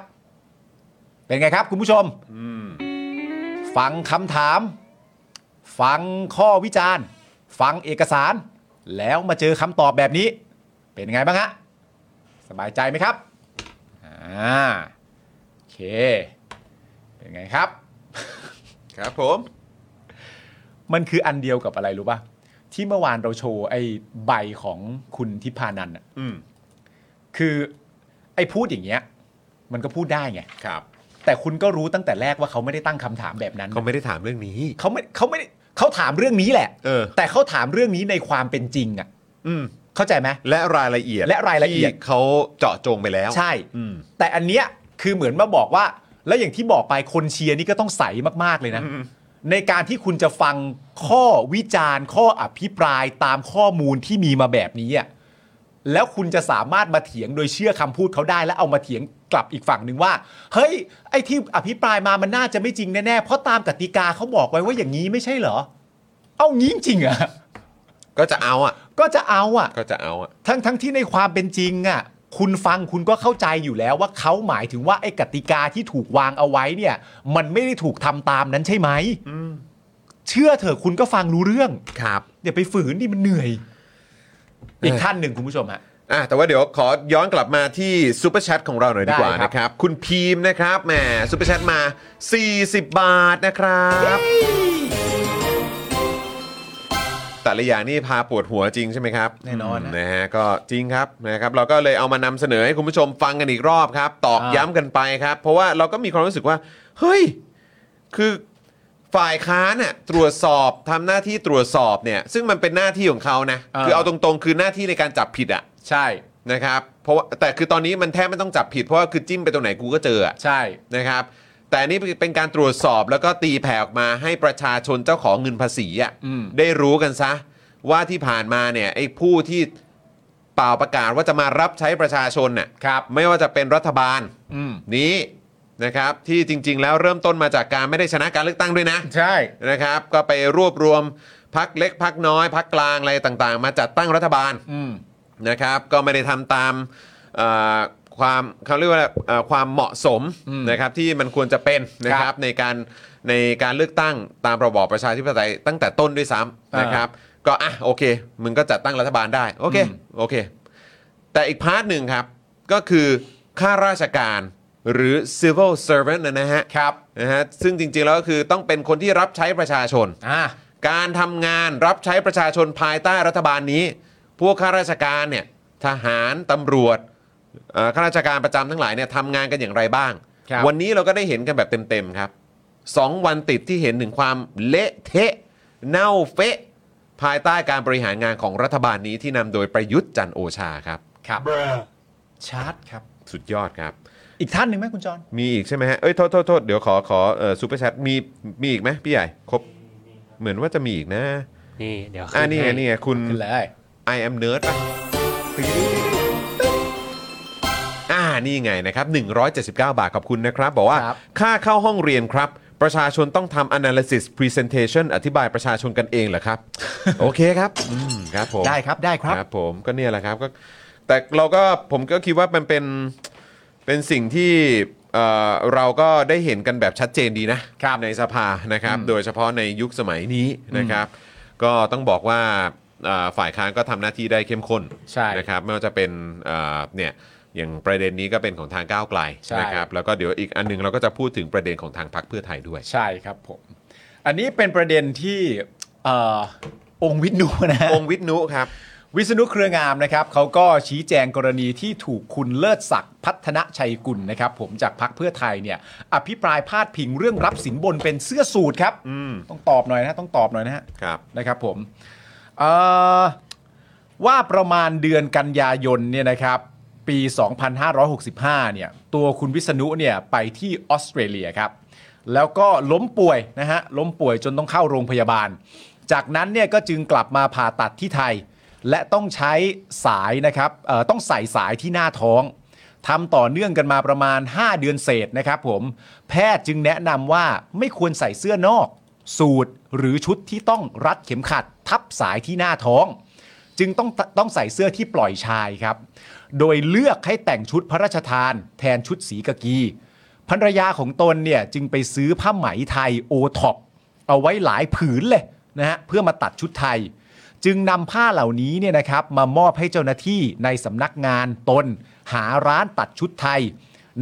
เป็นไงครับคุณผู้ชม ฟังคำถาม ฟังข้อวิจารณ์ ฟังเอกสาร แล้วมาเจอคำตอบแบบนี้ เป็นไงบ้างฮะ สบายใจไหมครับ อ่า โอเค เป็นไงครับ
ครับผม
มันคืออันเดียวกับอะไรรู้ป่ะ ที่เมื่อวานเราโชว์ไอ้ใบของคุณทิพานันท์อะ
อืม
คือไอ้พูดอย่างเงี้ย มันก็พูดได้ไง
ครับ
แต่คุณก็รู้ตั้งแต่แรกว่าเขาไม่ได้ตั้งคำถามแบบนั้น
เขาไม่ได้ถามเรื่องนี้
เขาไม่เขาไม่ได้เขาถามเรื่องนี้แหละ
เออ
แต่เขาถามเรื่องนี้ในความเป็นจริงอ่ะ
อืม
เข้าใจไหม
และรายละเอียด
และรายละเอียด
ที่เขาเจาะจงไปแล้ว
ใช่
อืม
แต่อันเนี้ยคือเหมือนมาบอกว่า แล้วอย่างที่บอกไปคนเชียร์นี่ก็ต้องใสมากๆเลยนะ ในการที่คุณจะฟังข้อวิจารณ์ ข้ออภิปรายตามข้อมูลที่มีมาแบบนี้อะแล้วคุณจะสามารถมาเถียงโดยเชื่อคำพูดเขาได้ และเอามาเถียงกลับอีกฝั่งหนึ่งว่า เฮ้ย ไอ้ที่อภิปรายมามันน่าจะไม่จริงแน่ๆเพราะตามกติกาเขาบอกไว้ว่าอย่างนี้ไม่ใช่เหรอ เอางี้จริงๆอะ
ก็จะเอาอ่ะ
ก็จะเอาอะ
ก็จะเอาอ่ะ
ทั้งทั้งที่ในความเป็นจริงอ่ะคุณฟังคุณก็เข้าใจอยู่แล้วว่าเขาหมายถึงว่าไอ้กติกาที่ถูกวางเอาไว้เนี่ย มันไม่ได้ถูกทำตามนั้นใช่ไหมเชื่อเถอะคุณก็ฟังรู้เรื่อง
ครับ
อย่าไปฝืนดิมันเหนื่อย อีกท่านหนึ่งคุณผู้ชมฮะ
อ่ะแต่ว่าเดี๋ยวขอย้อนกลับมาที่ซูเปอร์แชทของเราหน่อยดีกว่า
ได้ครับ
นะครับ คุณพีมนะครับแหมซูเปอร์แชทมา 40 บาทนะครับ แต่ แต่ละอย่างนี่พาปวดหัวจริงใช่ไหมครับ
แน่นอนนะ
นะฮะก็จริงครับนะครับเราก็เลยเอามานำเสนอให้คุณผู้ชมฟังกันอีกรอบครับ ตอก
อ่า
ย้ำกันไปครับ เพราะว่าเราก็มีความรู้สึกว่า เฮ้ย คือฝ่ายค้านน่ะตรวจสอบทำหน้าที่ตรวจสอบเนี่ย ซึ่งมันเป็นหน้าที่ของเขานะ
อ่า
คือเอาตรงๆ คือหน้าที่ในการจับผิดอ่ะ
ใช่
นะครับเพราะว่าแต่คือตอนนี้มันแทบไม่ต้องจับผิดเพราะว่าคือจิ้มไปตรงไหนกูก็เจออะ
ใช่
นะครับแต่อันนี่เป็นการตรวจสอบแล้วก็ตีแผ่ออกมาให้ประชาชนเจ้าของเงินภาษีอะได้รู้กันซะ ว่าที่ผ่านมาเนี่ยไอ้ผู้ที่เปล่าประกาศว่าจะมารับใช้ประชาชนน่ะ
ครับ
ไม่ว่าจะเป็นรัฐบาล
อืม
นี้นะครับที่จริง ๆ แล้วเริ่มต้นมาจากการไม่ได้ชนะการเลือกตั้งด้วยนะ
ใช่
นะครับก็ไปรวบรวมพักเล็กพักน้อยพักกลางอะไรต่างๆ มาจัดตั้งรัฐบาล
อืม
นะครับก็ไม่ได้ทำตามเอ่อความเขาเรียกว่าอะไรเอ่อความเหมาะสม
อืม
นะครับที่มันควรจะเป็นนะค
ค
รั
รั
บบ ในการในการเลือกตั้งตามระบอบประชาธิปไตยตั้งแต่ต้นด้วยซ้ำ
อ่าน
นะครับก็อ่ะโอเค มึงก็จัดตั้งรัฐบาลได้โอเค
อืม
โอเค แต่อีกพาร์ทหนึ่งครับ ก็คือข้าราชการหรือ civil servant นะฮะ
ครับ
นะฮะซึ่งจริงๆแล้วก็คือต้องเป็นคนที่รับใช้ประชาชน
อ่า
การทำงานรับใช้ประชาชนภายใต้รัฐบาลนี้ พวกข้าราชการเนี่ยทหารตำรวจเอ่อข้าราชการประจำทั้งหลายเนี่ยทำงานกันอย่างไรบ้าง
ครับ
วันนี้เราก็ได้เห็นกันแบบเต็มๆครับสองวันติดที่เห็นถึงความเละเทะ เน่าเฟะ ภายใต้การบริหารงานของรัฐบาลนี้ที่นำโดยประยุทธ์จันทร์โอชาครับ
ครับ ชาร์จครับ
สุดยอดครับ
อีกท่านหนึ่งไหมคุณจอน
มีอีกใช่ไหมฮะ เอ้ย โทษโทษโทษเดี๋ยวขอขอซูเปอร์แชทมีมีอีกไหมพี่ใหญ่ครบเหมือนว่าจะมีอีกนะ
นี่เดี๋ยวขึ้
อ่านี่ไง
ให้
นี่ไงคุณ
ขึ้นเลย
I am nerd ป่ะอ่า นี่ไงนะครับ 179 บาทขอบคุณนะครับ บอกว่า
ครับ
ค่าเข้าห้องเรียนครับ ประชาชนต้องทำ analysis presentation อธิบายประชาชนกันเองเหรอ ครับ โอเคครับอืมครับผม
ได้ครับได้ครับ
ครับผมก็เนี่ยแหละครับก็แต่เราก็ผมก็คิดว่ามันเป็นเป็นสิ่งที่เอ่อเราก็ได้เห็นกันแบบชัดเจนดีนะครับ ในสภานะครับ
อืม
โดยเฉพาะในยุคสมัยนี้นะครับ ก็ต้องบอกว่าเอ่อฝ่ายค้านก็ทำหน้าที่ได้เข้มข้น
ใช่
นะครับไม่ว่าจะเป็นเอ่อเนี่ยอย่างประเด็นนี้ก็เป็นของทางก้าวไกล
ใช่
นะครับแล้วก็เดี๋ยวอีกอันหนึงเราก็จะพูดถึงประเด็นของทางพรรคเพื่อไทยด้วย
ใช่ครับผม อันนี้เป็นประเด็นที่เอ่อองค์วิทนุนะฮะ
องค์วิทนุครับ
วิษณุเครืองามนะครับเขาก็ชี้แจงกรณีที่ถูกคุณเลิศศักดิ์พัฒนชัยกุลนะครับผมจากพักเพื่อไทยเนี่ย อภิปรายพาดพิงเรื่องรับสินบนเป็นเสื้อสูตรครับ
อืม
ต้องตอบหน่อยนะฮะต้องตอบหน่อยนะฮะ
ครับ
นะครับผมเอ่อว่าประมาณเดือนกันยายนเนี่ยนะครับ ปี 2565 เนี่ย ตัวคุณวิษณุเนี่ยไปที่ออสเตรเลียครับ แล้วก็ล้มป่วยนะฮะ ล้มป่วยจนต้องเข้าโรงพยาบาล จากนั้นเนี่ยก็จึงกลับมาผ่าตัดที่ไทย และต้องใช้สายนะครับเอ่อต้องใส่สายที่หน้าท้อง ทำต่อเนื่องกันมาประมาณ 5 เดือนเศษนะครับผม แพทย์จึงแนะนำว่าไม่ควรใส่เสื้อนอก สูทหรือชุดที่ต้องรัดเข็มขัด ทับสายที่หน้าท้อง จึงต้องต้องใส่เสื้อที่ปล่อยชายครับ โดยเลือกให้แต่งชุดพระราชทาน แทนชุดสีกากีภรรยาของตนเนี่ยจึงไปซื้อผ้าไหมไทยโอท็อปเอาไว้หลายผืนเลยนะฮะเพื่อมาตัดชุดไทย จึงนำผ้าเหล่านี้เนี่ยนะครับมามอบให้เจ้าหน้าที่ในสำนักงานตน หาร้านตัดชุดไทย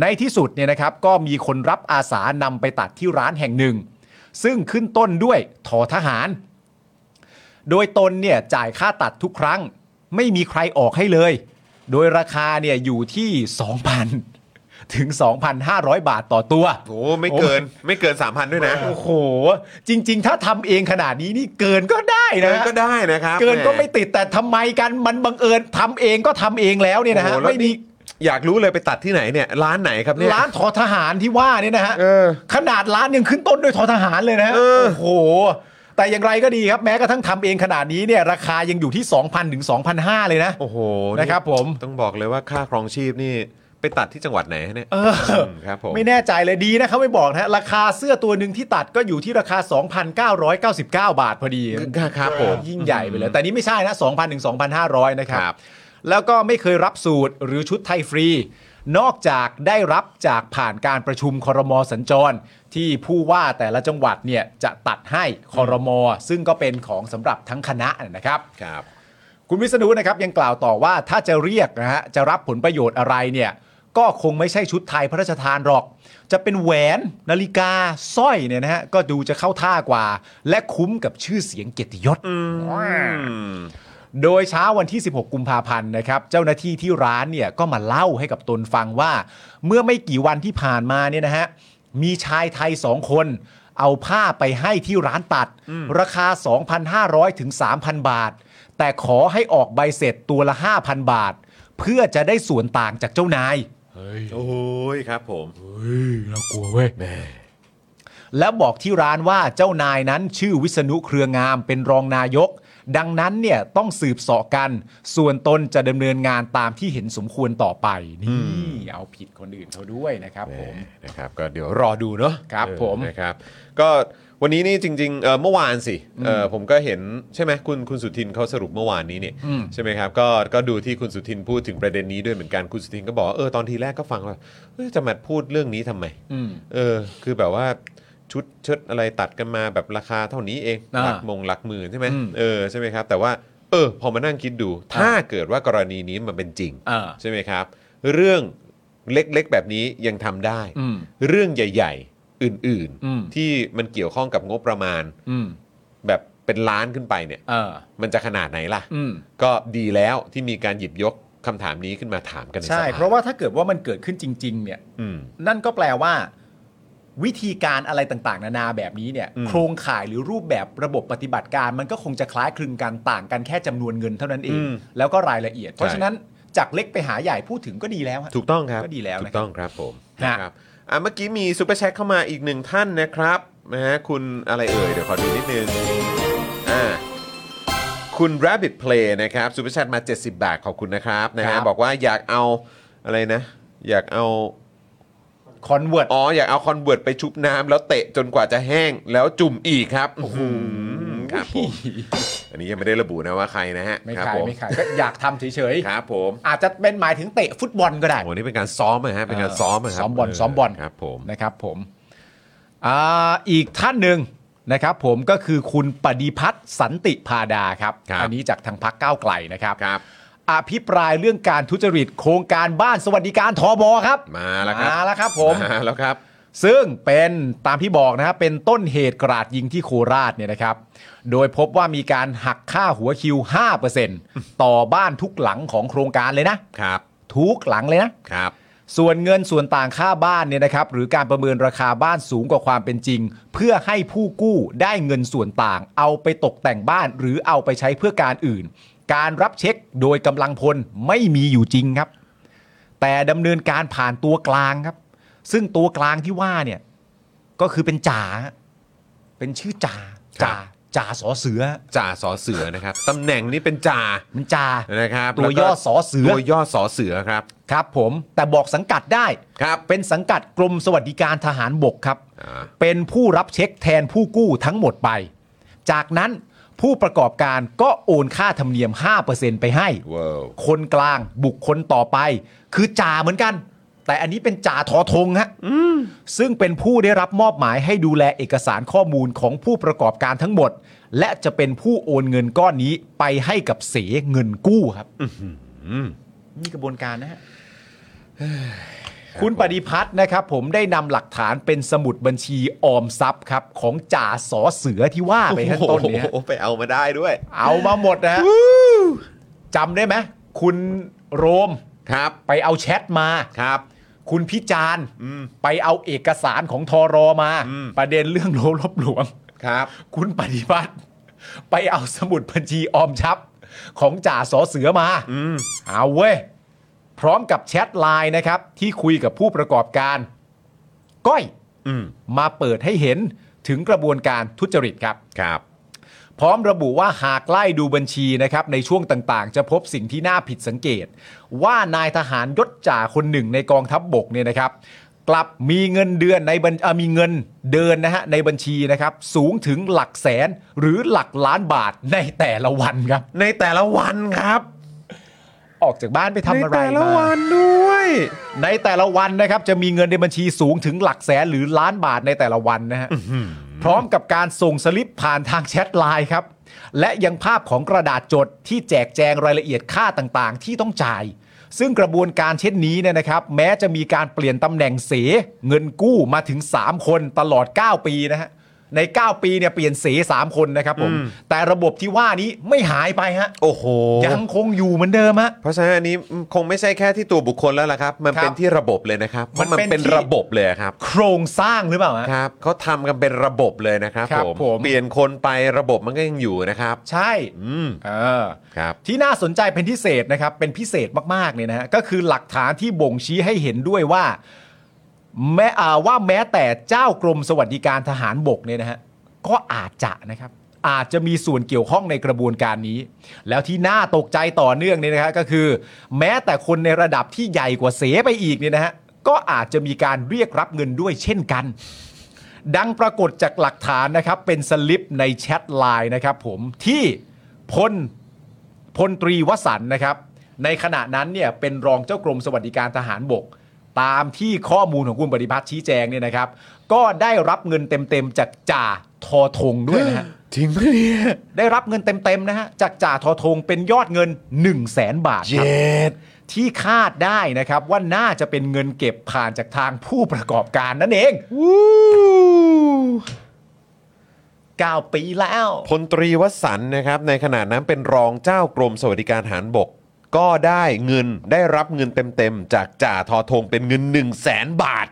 ในที่สุดเนี่ยนะครับก็มีคนรับอาสานำไปตัดที่ร้านแห่งหนึ่ง ซึ่งขึ้นต้นด้วยทอทหาร โดยตนเนี่ยจ่ายค่าตัดทุกครั้ง ไม่มีใครออกให้เลย โดยราคาเนี่ยอยู่ที่ 2,000 ถึง 2,500 บาทต่อตัว
โอ้ไม่เกินไม่เกิน3,000ด้วยนะ
โอ้โห จริง ๆ ถ้าทำเองขนาดนี้นี่เกินก็ได้นะ
เกินก็ได้นะครับ
เกินก็ไม่ติดแต่ทำไมกันมันบังเอิญทำเองก็ทำเองแล้วเนี่ยนะฮะ
โอ้โหแล้ว
ไม่มี
นี่ อยากรู้เลยไปตัดที่ไหนเนี่ย ร้านไหนครับเนี่ย
ร้านทอทหารที่ว่าเนี่ยนะฮะ
เออ
ขนาดร้านยังขึ้นต้นด้วยทอทหารเลยนะฮะ
เออ
โอ้โห แต่อย่างไรก็ดีครับ แม้กระทั่งทำเองขนาดนี้เนี่ยราคายังอยู่ที่ 2,000 ถึง 2,500 เลยนะ
โอ้โห
นะครับผม
ต้องบอกเลยว่าค่าครองชีพนี่ไปตัดที่จังหวัดไหนฮะเนี่ย
เออ
มครับผม
ไม่แน่ใจเลยดีนะเขาไม่บอกนะฮะราคาเสื้อตัวหนึ่งที่ตัดก็อยู่ที่ราคา 2,999 บาทพอดี
ครับครับผม
ยิ่งใหญ่ไปเลย แต่นี้ไม่ใช่นะ 2,000ถึง2,500 นะครับ
ครับ
แล้วก็ไม่เคยรับสูตรหรือชุดไทยฟรี นอกจากได้รับจากผ่านการประชุมครมสัญจร ที่ผู้ว่าแต่ละจังหวัดเนี่ยจะตัดให้ครม ซึ่งก็เป็นของสำหรับทั้งคณะนะครับ
ครับ
คุณวิษณุนะครับยังกล่าวต่อว่าถ้าจะเรียกนะฮะจะรับผลประโยชน์อะไรเนี่ย ก็คงไม่ใช่ชุดไทยพระราชทานหรอก จะเป็นแหวนนาฬิกาสร้อยเนี่ยนะฮะก็ดูจะเข้าท่ากว่า และคุ้มกับชื่อเสียงเกียรติยศ
อืม
โดยเช้าวันที่ 16 กุมภาพันธ์นะครับเจ้าหน้าที่ที่ร้านเนี่ยก็มาเล่าให้กับตนฟังว่า เมื่อไม่กี่วันที่ผ่านมาเนี่ยนะฮะมีชายไทยสองคน เอาผ้าไปให้ที่ร้านตัด ราคา 2,500 ถึง 3,000 บาท แต่ขอให้ออกใบเสร็จตัวละ 5,000 บาท เพื่อจะได้ส่วนต่างจากเจ้านาย
โอ้ยครับผม
และบอกที่ร้านว่าเจ้านายนั้นชื่อวิษณุเครืองามเป็นรองนายก ดังนั้นเนี่ยต้องสืบเสาะกัน ส่วนตนจะดำเนินงานตามที่เห็นสมควรต่อไป นี่ เอาผิดคนอื่นเขาด้วยนะครับผม
นะครับก็เดี๋ยวรอดูเนาะ
ครับ
เออ
ผม
นะครับก็วันนี้นี่จริงๆเอ่อเมื่อวานสิเอ่อผมก็เห็นใช่ไหมคุณคุณสุทินเขาสรุปเมื่อวานนี้เนี่ย
อืม
ใช่ไหมครับก็ก็ดูที่คุณสุทินพูดถึงประเด็นนี้ด้วยเหมือนกันคุณสุทินก็บอกว่าเออตอนทีแรกก็ฟังว่าเอ้ยจะมาพูดเรื่องนี้ทำไม
อืม
เออคือแบบว่าชุดเชิดอะไรตัดกันมาแบบราคาเท่านี้เอง
อ่า
หลักมงหลักหมื่นใช่ไหม
อืม
เออใช่ไหมครับแต่ว่าเออพอมานั่งคิดดู ถ้า
อ่า
เกิดว่ากรณีนี้มันเป็นจริง
เออ
ใช่ไหมครับ เรื่องเล็กๆ แบบนี้ยังทำได้
อืม
เรื่องใหญ่ ๆ อื่น
อืม
ที่มันเกี่ยวข้องกับงบประมาณ
อืม
แบบเป็นล้านขึ้นไปเนี่ย
เออ
มันจะขนาดไหนล่ะ
อืม
ก็ดีแล้วที่มีการหยิบยกคำถามนี้ขึ้นมาถามกันใน
ใช่
สภ
เพราะว่าถ้าเกิดว่ามันเกิดขึ้นจริง ๆ เนี่ย
อืม
นั่นก็แปลว่า วิธีการอะไรต่างๆ นานาแบบนี้เนี่ย
อืม
โครงข่ายหรือรูปแบบระบบปฏิบัติการ มันก็คงจะคล้ายคลึงกันต่างกันแค่จำนวนเงินเท่านั้นเอง
อืม
แล้วก็รายละเอียด เพราะ
ใช่
ฉะนั้นจากเล็กไปหาใหญ่พูดถึงก็ดีแล้วฮะ
ถูกต้องครับ
ก็ดีแล้ว
ถูก
นะครับ
ต้องครับผม
นะ
นะครับอ่ะเมื่อกี้มีซูเปอร์แชทเข้ามาอีกหนึ่งท่านนะครับนะฮะคุณอะไรเอ่ย เดี๋ยวขอดูนิดนึงอ่าคุณ Rabbit Play นะครับซูเปอร์แชทมา 70 บาท ขอบคุณนะครับนะ
ครั
ฮะ
บ
บอกว่าอยากเอาอะไรนะ อยากเอา
คอนเวิร์ต
อ๋อ อยากเอาคอนเวิร์ตไปชุบน้ำแล้วเตะจนกว่าจะแห้งแล้วจุ่มอีกครับโอ้โหครับผมอันนี้ยังไม่ได้ระบุนะว่าใครนะฮะ
ไม่
ครับ
ขาย
ผม
ไม่ขายก็อยากทำเฉย
ครับผม
ๆ อาจจะเป็นหมายถึงเตะฟุตบอลก็ได้
โอ้นี่เป็นการซ้อมนะฮะ เป็นการ
เออ
ซ้อมนะครั
ซ้อมบอลซ้อมบอล
ครับผม
นะครับผมอ่าอีกท่านหนึ่งนะครับผมก็คือคุณปฏิพัฒน์สันติพาดาครับ
ครับ
อันี้จากทางพักก้าวไกลนะครับ
ครับ
อภิปรายเรื่องการทุจริตโครงการบ้านสวัสดิการทอบอครับ
มาแล้วครับ
มาแล้วครับผม
มาแล้วครับ
ซึ่งเป็นตามที่บอกนะฮะเป็นต้นเหตุกราดยิงที่โคราชเนี่ยนะครับ โดยพบว่ามีการหักค่าหัวคิว 5%ต่อบ้านทุกหลังของโครงการเลยนะ
ครับ
ทุกหลังเลยนะ
ครับ
ส่วนเงินส่วนต่างค่าบ้านเนี่ยนะครับ หรือการประเมินราคาบ้านสูงกว่าความเป็นจริง เพื่อให้ผู้กู้ได้เงินส่วนต่าง เอาไปตกแต่งบ้านหรือเอาไปใช้เพื่อการอื่น การรับเช็คโดยกำลังพลไม่มีอยู่จริงครับ แต่ดำเนินการผ่านตัวกลางครับ ซึ่งตัวกลางที่ว่าเนี่ย ก็คือเป็นจ่าฮะเป็นชื่อจ่า
ครับ
จ่าจ่าสอเสือฮะ
จ่าสอเสือนะครับ ตำแหน่งนี้เป็นจ่า
มันจ่า
นะครับ
ตัว
แล้วก็
ย่อสอเสือ
ตัวย่อสอเสือครับ
ครับ ผมแต่บอกสังกัดได้
ครับ
เป็นสังกัดกรมสวัสดิการทหารบกครับ
อ่า
เป็นผู้รับเช็คแทนผู้กู้ทั้งหมดไป จากนั้นผู้ประกอบการก็โอนค่าธรรมเนียม 5%ไปให้
ว้าว
คนกลางบุคคลต่อไป คือจ่าเหมือนกัน แต่อันนี้เป็นจ่าทอทงฮะซึ่งเป็นผู้ได้รับมอบหมายให้ดูแลเอกสารข้อมูลของผู้ประกอบการทั้งหมด และจะเป็นผู้โอนเงินก้อนนี้ไปให้กับเสเงินกู้ครับนี่กระบวนการนะฮะ คุณปฏิพัฒน์นะครับ ผมได้นำหลักฐานเป็นสมุดบัญชีออมทรัพย์ครับ ของจ่าสอเสือที่ว่าไปข้างต้นเนี่ยฮะ
โอ้โหไปเอามาได้ด้วย
เอามาหมดนะฮะจำได้ไหมคุณโรม
ครับ
ไปเอาแชทมา
ครับ
คุณพิจารณ์ไปเอาเอกสารของทอรอมา ประเด็นเรื่องโลลบหลวง
ครับ
คุณปฏิบัติ ไปเอาสมุดบัญชีออมทรัพย์ของจ่าสอเสือมาเอาเว้ย พร้อมกับแชทไลน์นะครับ ที่คุยกับผู้ประกอบการ ก้อย
อืม
มาเปิดให้เห็นถึงกระบวนการทุจริตครับ
ครับ
พร้อมระบุว่าหากไล่ดูบัญชีนะครับในช่วงต่างๆ จะพบสิ่งที่น่าผิดสังเกต ว่านายทหารยศจ่าคนหนึ่งในกองทัพบบกเนี่ยนะครับ กลับมีเงินเดือนในบัญเอ่อมีเงินเดือนนะฮะในบัญชีนะครับ สูงถึงหลักแสนหรือหลักล้านบาทในแต่ละวันครับ
ในแต่ละวันครับ
ออกจากบ้านไปทำอะไร
ในแต่ละ
มา
วันด้วย
ในแต่ละวันนะครับจะมีเงินในบัญชีสูงถึงหลักแสนหรือล้านบาทในแต่ละวันนะฮะพร้อมกับการส่งสลิปผ่านทางแชทไลน์ครับ และยังภาพของกระดาษจดที่แจกแจงรายละเอียดค่าต่างๆ ที่ต้องจ่าย ซึ่งกระบวนการเช่นนี้เนี่ยนะครับ แม้จะมีการเปลี่ยนตำแหน่งเส เงินกู้มาถึง 3 คนตลอด 9 ปีนะฮะใน 9 ปีเนี่ยเปลี่ยนเส3คนนะครับผมแต่ระบบที่ว่านี้ไม่หายไปฮะ
โอ้โห
ยังคงอยู่เหมือนเดิมฮะ
เพราะฉะนั้นอันนี้คงไม่ใช่แค่ที่ตัวบุคคลแล้วล่ะครับ มัน
ครับ
เป็นที่ระบบเลยนะครับเพ
มั
ราะ
น
มัน
เป็น
เป็น
ที่
ระบบเลยครับ
โครงสร้างหรือเปล่าฮะ
ครับเขาทำกันเป็นระบบเลยนะครับ
ครับ
ผม
ผม
เปลี่ยนคนไประบบมันก็ยังอยู่นะครับ
ใช่
อืม
เออ
ครับ
ที่น่าสนใจเป็นพิเศษนะครับ เป็นพิเศษมากๆเนี่ยนะฮะก็คือหลักฐานที่บ่งชี้ให้เห็นด้วยว่า แม้อ่าว่าแม้แต่เจ้ากรมสวัสดิการทหารบกเนี่ยนะฮะก็อาจจะนะครับ อาจจะมีส่วนเกี่ยวข้องในกระบวนการนี้ แล้วที่น่าตกใจต่อเนื่องเนี่ยนะฮะก็คือ แม้แต่คนในระดับที่ใหญ่กว่าเสไปอีกเนี่ยนะฮะก็อาจจะมีการเรียกรับเงินด้วยเช่นกัน ดังปรากฏจากหลักฐานนะครับ เป็นสลิปในแชทไลน์นะครับ ผมที่พล พลตรีวสันต์นะครับ ในขณะนั้นเนี่ยเป็นรองเจ้ากรมสวัสดิการทหารบก ตามที่ข้อมูลของคุณปฏิพัฒน์ชี้แจงเนี่ยนะครับ ก็ได้รับเงินเต็มๆจากจ่าทอธงด้วย นะฮะ
จริงไหมเนี่ย
ได้รับเงินเต็มๆนะฮะจากจ่าทอธงเป็นยอดเงิน 1 0 0 0 0แสนบาทครับที่คาดได้นะครับว่าน่าจะเป็นเงินเก็บผ่านจากทางผู้ประกอบการนั่นเองวู้เก้าปีแล้ว
พลตรีวสันต์นะครับในขณะนั้นเป็นรองเจ้ากรมสวัสดิการทหารบก ก็ได้เงินได้รับเงินเต็มๆ จากจ่าทอธงเป็นเงิน 1 0 0 0 0แสนบาท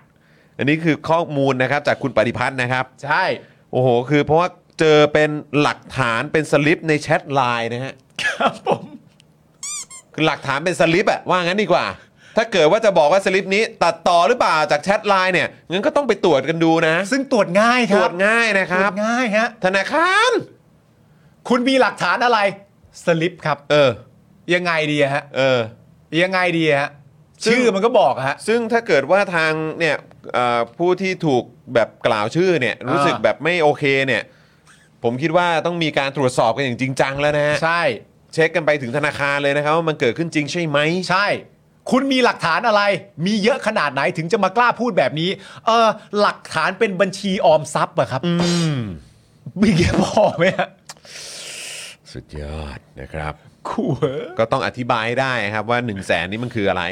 อันนี้คือข้อมูลนะครับจากคุณปฏิพัฒน์นะครับ
ใช่
โอ้โห คือเพราะว่าเจอเป็นหลักฐานเป็นสลิปในแชทไลน์นะฮะ
ครับผม
คือหลักฐานเป็นสลิปอะว่างั้นดีกว่า ถ้าเกิดว่าจะบอกว่าสลิปนี้ตัดต่อหรือเปล่าจากแชทไลน์เนี่ยงั้นก็ต้องไปตรวจกันดูนะ
ซึ่งตรวจง่ายค
ตร
รั
ว
บ
จง่ายนะค
ตร
รั
ว
บ
จง่ายฮะ
ธนาคาร
คุณมีหลักฐานอะไร สลิปครับ
เออ
ยังไงดีฮะ
เออ
ยังไงดีฮะ
ซึ่ง
ชื่อมันก็บอกฮะ
ซึ่งถ้าเกิดว่าทางเนี่ยเอ่อผู้ที่ถูกแบบกล่าวชื่อเนี่ยรู้สึกแบบไม่โอเคเนี่ย ผมคิดว่าต้องมีการตรวจสอบกันอย่างจริงจังแล้วนะฮะ
ใช่
เช็คกันไปถึงธนาคารเลยนะครับว่ามันเกิดขึ้นจริงใช่ไหม
ใช่ คุณมีหลักฐานอะไร มีเยอะขนาดไหนถึงจะมากล้าพูดแบบนี้ เออหลักฐานเป็นบัญชีออมทรัพย์อะครับมีเยอะพอไหมฮะ
สุดยอดนะครับ
ขู่เหอะ
ก็ต้องอธิบายให้ได้ครับว่า 1 0 0 0 0แสนนี่มันคืออะไร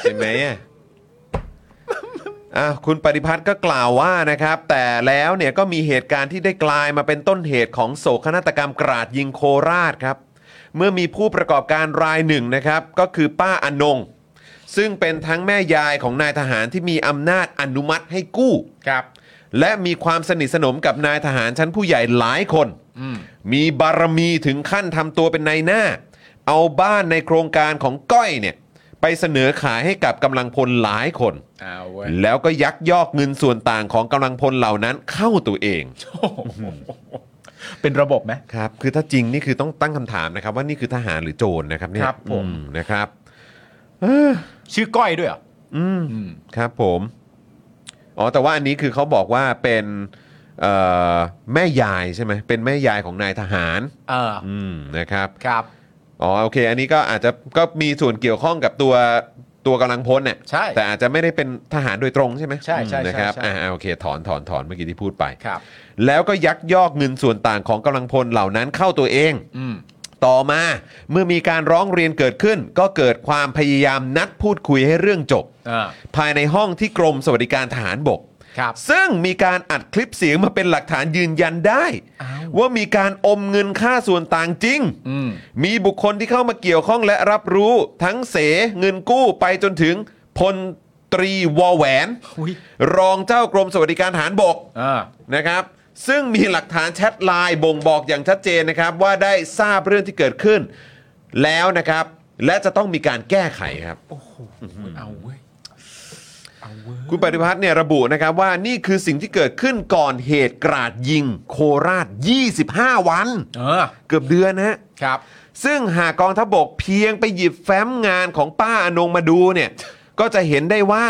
ใช่ไหมอะอ่ะคุณปฏิพัฒน์ก็กล่าวว่านะครับ แต่แล้วเนี่ยก็มีเหตุการณ์ที่ได้กลายมาเป็นต้นเหตุของโศกนาฏกรรมกราดยิงโคราชครับ เมื่อมีผู้ประกอบการรายหนึ่งนะครับ ก็คือป้าอนง ซึ่งเป็นทั้งแม่ยายของนายทหารที่มีอำนาจอนุมัติให้กู้
ครับ
และมีความสนิทสนมกับนายทหารชั้นผู้ใหญ่หลายคน มีบารมีถึงขั้นทำตัวเป็นนายหน้า เอาบ้านในโครงการของก้อยเนี่ย ไปเสนอขายให้กับกำลังพลหลายคน
เอาเว้ย
แล้วก็ยักยอกเงินส่วนต่างของกำลังพลเหล่านั้นเข้าตัวเอง
เป็นระบบไหม
ครับ คือถ้าจริงนี่คือต้องตั้งคำถามนะครับ ว่านี่คือทหารหรือโจรนะครับเนี่ย
ครับผม
อืนะครับ
ชื่อก้อยด้วยเหรอ
ครับผม อ๋อ แต่ว่าอันนี้คือเขาบอกว่าเป็นเอ่อแม่ยายใช่ไหม เป็นแม่ยายของนายทหาร
เออ
อืมนะครับ
ครับ
อ๋อโอเค อันนี้ก็อาจจะก็มีส่วนเกี่ยวข้องกับตัวตัวกำลังพลเนี่ย
ใช่
แต่อาจจะไม่ได้เป็นทหารโดยตรงใช่ไหม
ใช่ใช่ใช่
นะครับ
ใช่
อ่าอ่าโอเค ถอนถอนถอนเมื่อกี้ที่พูดไป
ครับ
แล้วก็ยักยอกเงินส่วนต่างของกำลังพลเหล่านั้นเข้าตัวเอง
อืม
ต่อมาเมื่อมีการร้องเรียนเกิดขึ้น ก็เกิดความพยายามนัดพูดคุยให้เรื่องจบ
เออ
ภายในห้องที่กรมสวัสดิการทหารบก
ครับ
ซึ่งมีการอัดคลิปเสียงมาเป็นหลักฐานยืนยันได้
อ้าว
ว่ามีการอมเงินค่าส่วนต่างจริง
อืม
มีบุคคลที่เข้ามาเกี่ยวข้องและรับรู้ ทั้งเสเงินกู้ไปจนถึงพลตรีวอแหวน
อุ๊ย
รองเจ้ากรมสวัสดิการทหารบก
เออ
นะครับ ซึ่งมีหลักฐานแชทไลน์บ่งบอกอย่างชัดเจนนะครับ ว่าได้ทราบเรื่องที่เกิดขึ้น แล้วนะครับ และจะต้องมีการแก้ไขครับ
เอาเว้ย
คุณปฏิพัฒน์เนี่ยระบุนะครับว่านี่คือสิ่งที่เกิดขึ้นก่อนเหตุกราดยิง โคราช 25 วัน
เออ
เกือบเดือนนะฮะ
ครับ
ซึ่งหากกองทัพบกเพียงไปหยิบแฟ้มงานของป้าอนงมาดูเนี่ย ก็จะเห็นได้ว่า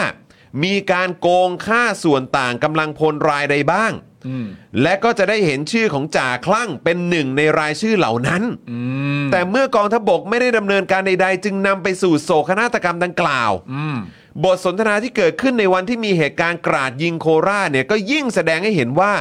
มีการโกงค่าส่วนต่างกำลังพลรายใดบ้าง
อืม
และก็จะได้เห็นชื่อของจ่าคลั่งเป็นหนึ่งในรายชื่อเหล่านั้น
อืม
แต่เมื่อกองทัพบกไม่ได้ดำเนินการใด ๆ จึงนำไปสู่โศกนาฏกรรมดังกล่าว
อืม
บทสนทนาที่เกิดขึ้นในวันที่มีเหตุการณ์กราดยิงโคราชเนี่ยก็ยิ่งแสดงให้เห็นว่า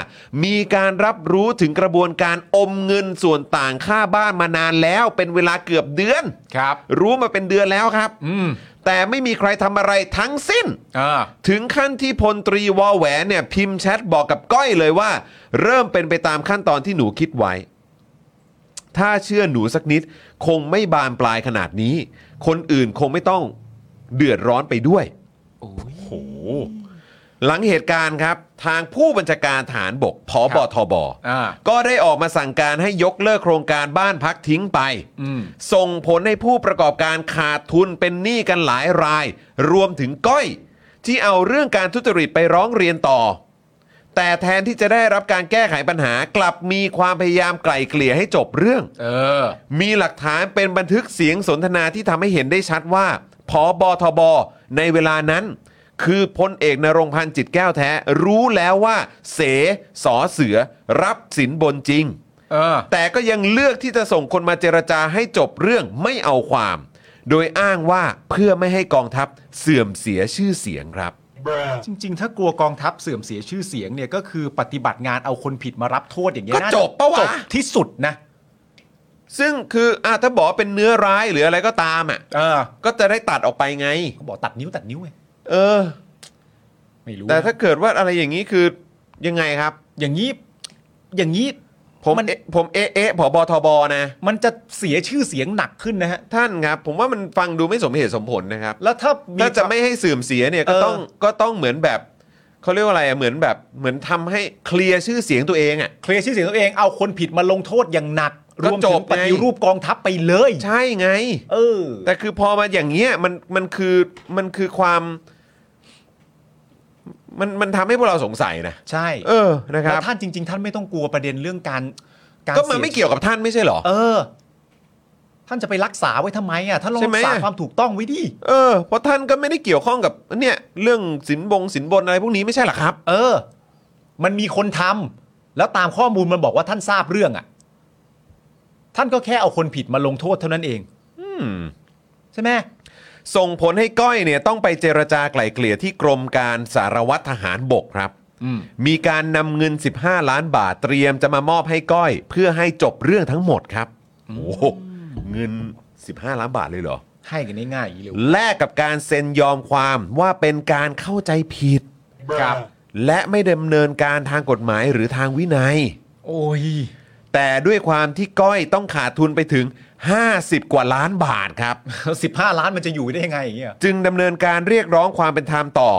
มีการรับรู้ถึงกระบวนการอมเงินส่วนต่างค่าบ้านมานานแล้ว เป็นเวลาเกือบเดือน
ครับ
รู้มาเป็นเดือนแล้วครับ
อืม
แต่ไม่มีใครทำอะไรทั้งสิ้น
อ่า
ถึงขั้นที่พลตรีวอแหวนเนี่ยพิมพ์แชทบอกกับก้อยเลยว่า เริ่มเป็นไปตามขั้นตอนที่หนูคิดไว้ ถ้าเชื่อหนูสักนิด คงไม่บานปลายขนาดนี้ คนอื่นคงไม่ต้องเดือดร้อนไปด้วย
โห
หลังเหตุการณ์ครับ ทางผู้บัญชาการฐานบกพอบทบ
อ่า
ก็ได้ออกมาสั่งการให้ยกเลิกโครงการบ้านพักทิ้งไป
อืม
ส่งผลให้ผู้ประกอบการขาดทุนเป็นหนี้กันหลายราย รวมถึงก้อย ที่เอาเรื่องการทุจริตไปร้องเรียนต่อ แต่แทนที่จะได้รับการแก้ไขปัญหากลับมีความพยายามไกล่เกลี่ยให้จบเรื่อง
เออ
มีหลักฐานเป็นบันทึกเสียงสนทนาที่ทำให้เห็นได้ชัดว่าพอบอทบในเวลานั้น คือพลเอกนรงค์พันธ์จิตแก้วแท้ รู้แล้วว่า เสสอเสือ รับสินบนจริง
เออ
แต่ก็ยังเลือกที่จะส่งคนมาเจรจาให้จบเรื่องไม่เอาความ โดยอ้างว่าเพื่อไม่ให้กองทัพเสื่อมเสียชื่อเสียงครับ
จริง ๆ ถ้ากลัวกองทัพเสื่อมเสียชื่อเสียงเนี่ยก็คือปฏิบัติงานเอาคนผิดมารับโทษอย่างเงี้ย
ก็
น่า
จบปะวะ
จบที่สุดนะ
ซึ่งคืออะถ้าบอกว่าเป็นเนื้อร้ายหรืออะไรก็ตามอ่ะ
เออ
ก็จะได้ตัดออกไปไง
เขาบอกตัดนิ้วตัดนิ้วไง
เออ
ไม่รู้
แต่ถ้าเกิดว่าอะไรอย่างนี้คือยังไงครับ
อย่างนี้ อย่างนี้
ผม
มัน
เอ๊ะผมเอ๊ะเอ๊ะผบทบนะ
มันจะเสียชื่อเสียงหนักขึ้นนะฮะ
ท่านครับ ผมว่ามันฟังดูไม่สมเหตุสมผลนะครับ
แล้วถ้ามี
ถ้าจะไม่ให้เสื่อมเสียเนี่ยก็
เออ
ต้องก็ต้องเหมือนแบบเขาเรียกว่าอะไรอะเหมือนแบบเหมือนทำให้เคลียร์ชื่อเสียงตัวเองอ่ะ
เคลียร์ชื่อเสียงตัวเองเอาคนผิดมาลงโทษอย่างหนัก
ก็
รวมถึ
จบ
ง
ไง
ปฏิรูปกองทัพไปเลย
ใช่ไง
เออ
แต่คือพอมาอย่างเงี้ยมันมันคือมันคือความ มันมันทำให้พวกเราสงสัยนะ
ใช่
เออนะค
แล้ว
รับ
ท่านจริง ๆ ท่านไม่ต้องกลัวประเด็นเรื่องการาร
ก็มันไม่
สี
เกี่ยวกับท่านไม่ใช่เหรอ
เออ ท่านจะไปรักษาไว้ทำไมอ่ะท่านลอง
ใช่
รั
ไหม
กษา
อะ
ความถูกต้องไว้ดิ
เออเพราะท่านก็ไม่ได้เกี่ยวข้องกับเนี่ยเรื่องสินบงสินบนอะไรพวกนี้ไม่ใช่เหรอครับ
เออ มันมีคนทำแล้วตามข้อมูลมันบอกว่าท่านทราบเรื่องอ่ะ ท่านก็แค่เอาคนผิดมาลงโทษเท่านั้นเองใช่ไหม
ส่งผลให้ก้อยเนี่ยต้องไปเจรจาไกล่เกลี่ยที่กรมการสารวัตรทหารบกครับ
อืม
มีการนำเงิน 15 ล้านบาทเตรียมจะมามอบให้ก้อย เพื่อให้จบเรื่องทั้งหมดครับโอ้โหเงิน 15 ล้านบาทเลยเหรอ
ให้กันง่ายๆอย่างนี้เลย
แลกกับการเซ็นยอมความว่าเป็นการเข้าใจผิด
ครับ
และไม่ดำเนินการทางกฎหมายหรือทางวินัย
โอ้ย
แต่ด้วยความที่ก้อยต้องขาดทุนไปถึง 50 กว่าล้านบาทครับ
สิบห้าล้านมันจะอยู่ได้ยังไงอย่างเงี้ย
จึงดำเนินการเรียกร้องความเป็นธรรมต่อ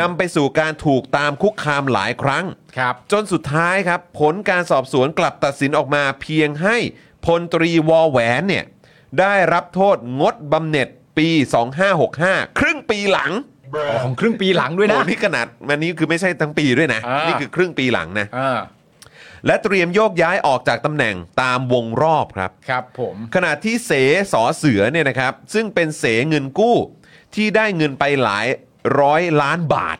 นำไปสู่การถูกตามคุกคามหลายครั้ง
ครับ
จนสุดท้ายครับ ผลการสอบสวนกลับตัดสินออกมาเพียงให้พลตรีวอแหวนเนี่ย ได้รับโทษงดบำเหน็จปี 2565 ครึ่งปีหลัง
ของครึ่งปีหลังด้วยนะ
โอ้นี่ขนาดมันนี้คือไม่ใช่ทั้งปีด้วยนะ
อ่านี่
นี่คือครึ่งปีหลังนะ
อ่า
และเตรียมโยกย้ายออกจากตำแหน่งตามวงรอบครับ
ครับผม
ขณะที่เสสอเสือเนี่ยนะครับ ซึ่งเป็นเสเงินกู้ ที่ได้เงินไปหลายร้อยล้านบาท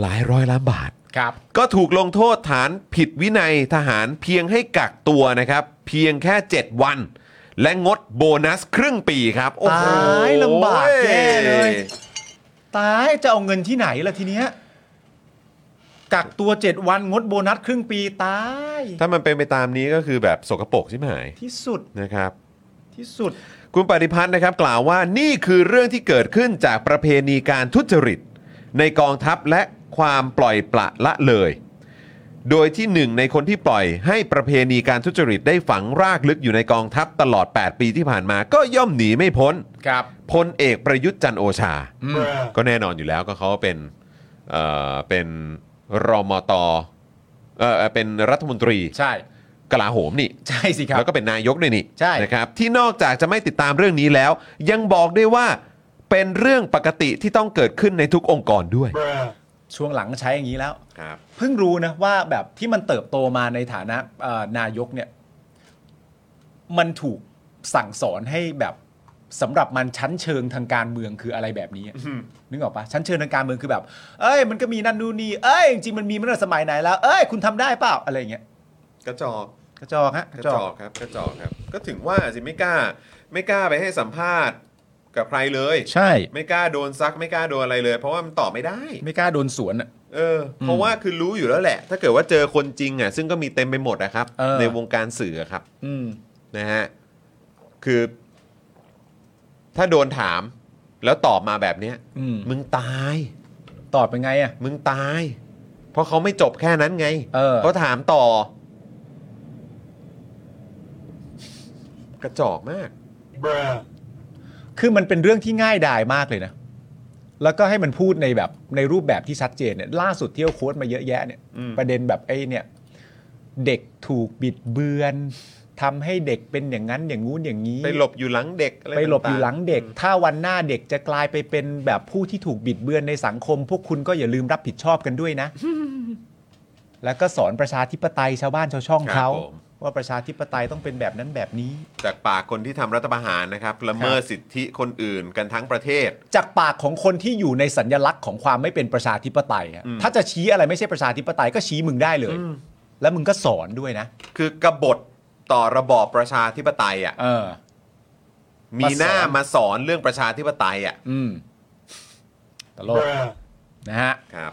หลายร้อยล้านบาท
ครับ
ก็ถูกลงโทษฐานผิดวินัยทหารเพียงให้กักตัวนะครับ เพียงแค่ 7 วัน และงดโบนัสครึ่งปีครับ โอ้โห
ตายลำบากแย่เลย ตายจะเอาเงินที่ไหนล่ะทีเนี้ยกักตัว 7 วันงดโบนัสครึ่งปีตาย
ถ้ามันเป็นไปตามนี้ก็คือแบบสกปรกใช่ไหม
ที่สุด
นะครับ
ที่สุด
คุณปฏิพัฒน์นะครับกล่าวว่านี่คือเรื่องที่เกิดขึ้นจากประเพณีการทุจริต ในกองทัพและความปล่อยปละละเลย โดยที่หนึ่งในคนที่ปล่อยให้ประเพณีการทุจริตได้ฝังรากลึกอยู่ในกองทัพตลอด 8 ปีที่ผ่านมาก็ย่อมหนีไม่พ้น
ครับ
พลเอกประยุทธ์จันทร์โอชา ก็แน่นอนอยู่แล้วก็เขาเป็นเอ่อเป็นรมตเอ่อเป็นรัฐมนตรี
ใช่
กลาโหมนี่
ใช่สิครับ
แล้วก็เป็นนายกด้วยนี่
ใช่
นะครับที่นอกจากจะไม่ติดตามเรื่องนี้แล้ว ยังบอกด้วยว่าเป็นเรื่องปกติที่ต้องเกิดขึ้นในทุกองค์กรด้วย
ช่วงหลังใช้อย่างนี้แล้ว
ครับ
เพิ่งรู้นะว่าแบบที่มันเติบโตมาในฐานะเอ่อนายกเนี่ย มันถูกสั่งสอนให้แบบสำหรับมันชั้นเชิงทางการเมืองคืออะไรแบบนี้อะนึกออกปะชั้นเชิงทางการเมืองคือแบบ เอ้ย มันก็มีนั่นนู่นนี่เอ้ยจริงๆมันมีมาตั้งแต่สมัยไหนแล้ว เอ้ยคุณทำได้เปล่าอะไรอย่างเงี้ย
กระจอก
กระจอกฮะ
กระจอกครับกระจอกครับ ก็ถึงว่าสิไม่กล้าไม่กล้าไปให้สัมภาษณ์ กับใครเลย
ใช่
ไม่กล้าโดนซักไม่กล้าโดนอะไรเลย เพราะว่ามันตอบไม่ได้
ไม่กล้าโดนสวนอะ
เออเพราะว่าคือรู้อยู่แล้วแหละ ถ้าเกิดว่าเจอคนจริงอ่ะซึ่งก็มีเต็มไปหมดนะครับ
เออ
ในวงการสื่ออะครับ
อืม
นะฮะ คือ ถ้าโดนถาม แล้วตอบมาแบบเนี้ย
อืม
มึงตาย
ตอบเป็นไงอะ
มึงตาย เพราะเขาไม่จบแค่นั้นไง
เออ
เขาถามต่อ กระจอกมาก
คือมันเป็นเรื่องที่ง่ายดายมากเลยนะ แล้วก็ให้มันพูดในแบบในรูปแบบที่ชัดเจนเนี่ยล่าสุดที่เขาโค้ดมาเยอะแยะเนี่ย
อืม
ประเด็นแบบไอ้เนี่ย เด็กถูกบิดเบือนทำให้เด็กเป็นอย่างนั้นอย่างงู้นอย่างนี้
ไปหลบอยู่หลังเด็กอะร
ไปหลบ
ต่า
อยู่หลังเด็ก ถ้าวันหน้าเด็กจะกลายไปเป็นแบบผู้ที่ถูกบิดเบือนในสังคม พวกคุณก็อย่าลืมรับผิดชอบกันด้วยนะ แล้วก็สอนประชาธิปไตยชาวบ้านชาวช่องเขา ว่าประชาธิปไตยต้องเป็นแบบนั้นแบบนี้
จากปากคนที่ทำรัฐประหารนะครับละเมิดสิทธิคนอื่นกันทั้งประเทศ
จากปากของคนที่อยู่ในสัญลักษณ์ของความไม่เป็นประชาธิปไตยอะถ้าจะชี้อะไรไม่ใช่ประชาธิปไตยก็ชี้มึงได้เลย แล้วมึงก็สอนด้วยนะ
คือกบฏต่อระบอบประชาธิปไตยอ่ะ
เออ
มีหน้า
สอน
มาสอนเรื่องประชาธิปไตยอ่ะ
อืมตลกนะฮะ
ครับ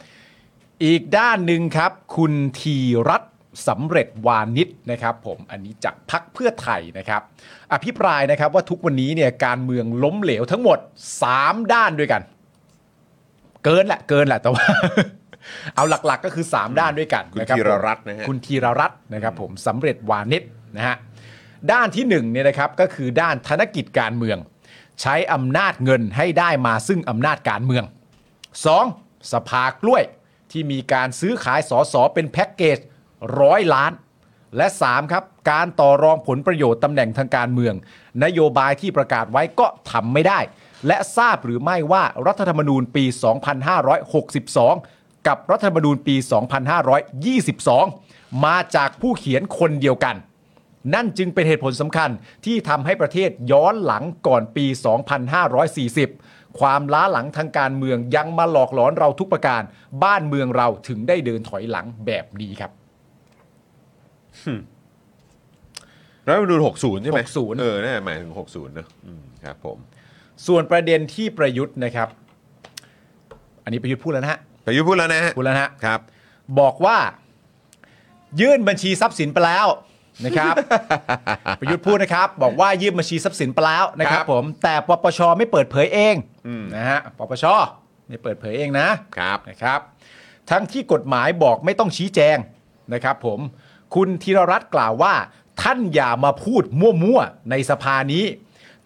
อีกด้านหนึ่งครับ คุณธีรัตน์สำเร็จวานิชนะครับผมอันนี้จากพักเพื่อไทยนะครับ อภิปรายนะครับว่าทุกวันนี้เนี่ยการเมืองล้มเหลวทั้งหมด 3 ด้านด้วยกัน เกินแหละเกินแหละแต่ว่า เอาหลักๆก็คือ 3 ด้านด้วยกัน
คุณ
นะบ
ธีรรัตน์
ผม
นะฮะ
คุณธีรรัตน์นะครับผมสำเร็จวานิชนะฮะด้านที่1เนี่ยนะครับก็คือด้านธนกิจการเมือง ใช้อำนาจเงินให้ได้มาซึ่งอำนาจการเมือง 2. สภากล้วยที่มีการซื้อขายสอสอเป็นแพ็กเกจร้อยล้าน และ 3 ครับ การต่อรองผลประโยชน์ตำแหน่งทางการเมือง นโยบายที่ประกาศไว้ก็ทำไม่ได้ และทราบหรือไม่ว่ารัฐธรรมนูญปี 2562 กับรัฐธรรมนูญปี 2522 มาจากผู้เขียนคนเดียวกัน นั่นจึงเป็นเหตุผลสำคัญที่ทำให้ประเทศย้อนหลังก่อนปี 2540 ความล้าหลังทางการเมืองยังมาหลอกหลอนเราทุกประการ บ้านเมืองเราถึงได้เดินถอยหลังแบบนี้ครับ
รัฐธรรมนูญ60 ใช่ไหม
60
เออน่าหมายถึง 60เนอะอืมครับผม
ส่วนประเด็นที่ประยุทธ์นะครับ อันนี้ประยุทธ์พูดแล้วนะฮะ
พายุทธ์พูดแล้วนะฮะ
พูดแล้วนะฮะ
ครับ
บอกว่า ยื่นบัญชีทรัพย์สินไปแล้วนะครับ ประยุทธ์พูดนะครับ บอกว่ายื่นบัญชีทรัพย์สินไปแล้วนะค
ค
รั
รับ บ
ผมแต่ปปชไม่เปิดเผยเองนะฮะปปชไม่เปิดเผยเองนะ
ครับ
นะครับทั้งที่กฎหมายบอกไม่ต้องชี้แจงนะครับผมคุณธีรรัตน์กล่าวว่า ท่านอย่ามาพูดมั่วๆในสภานี้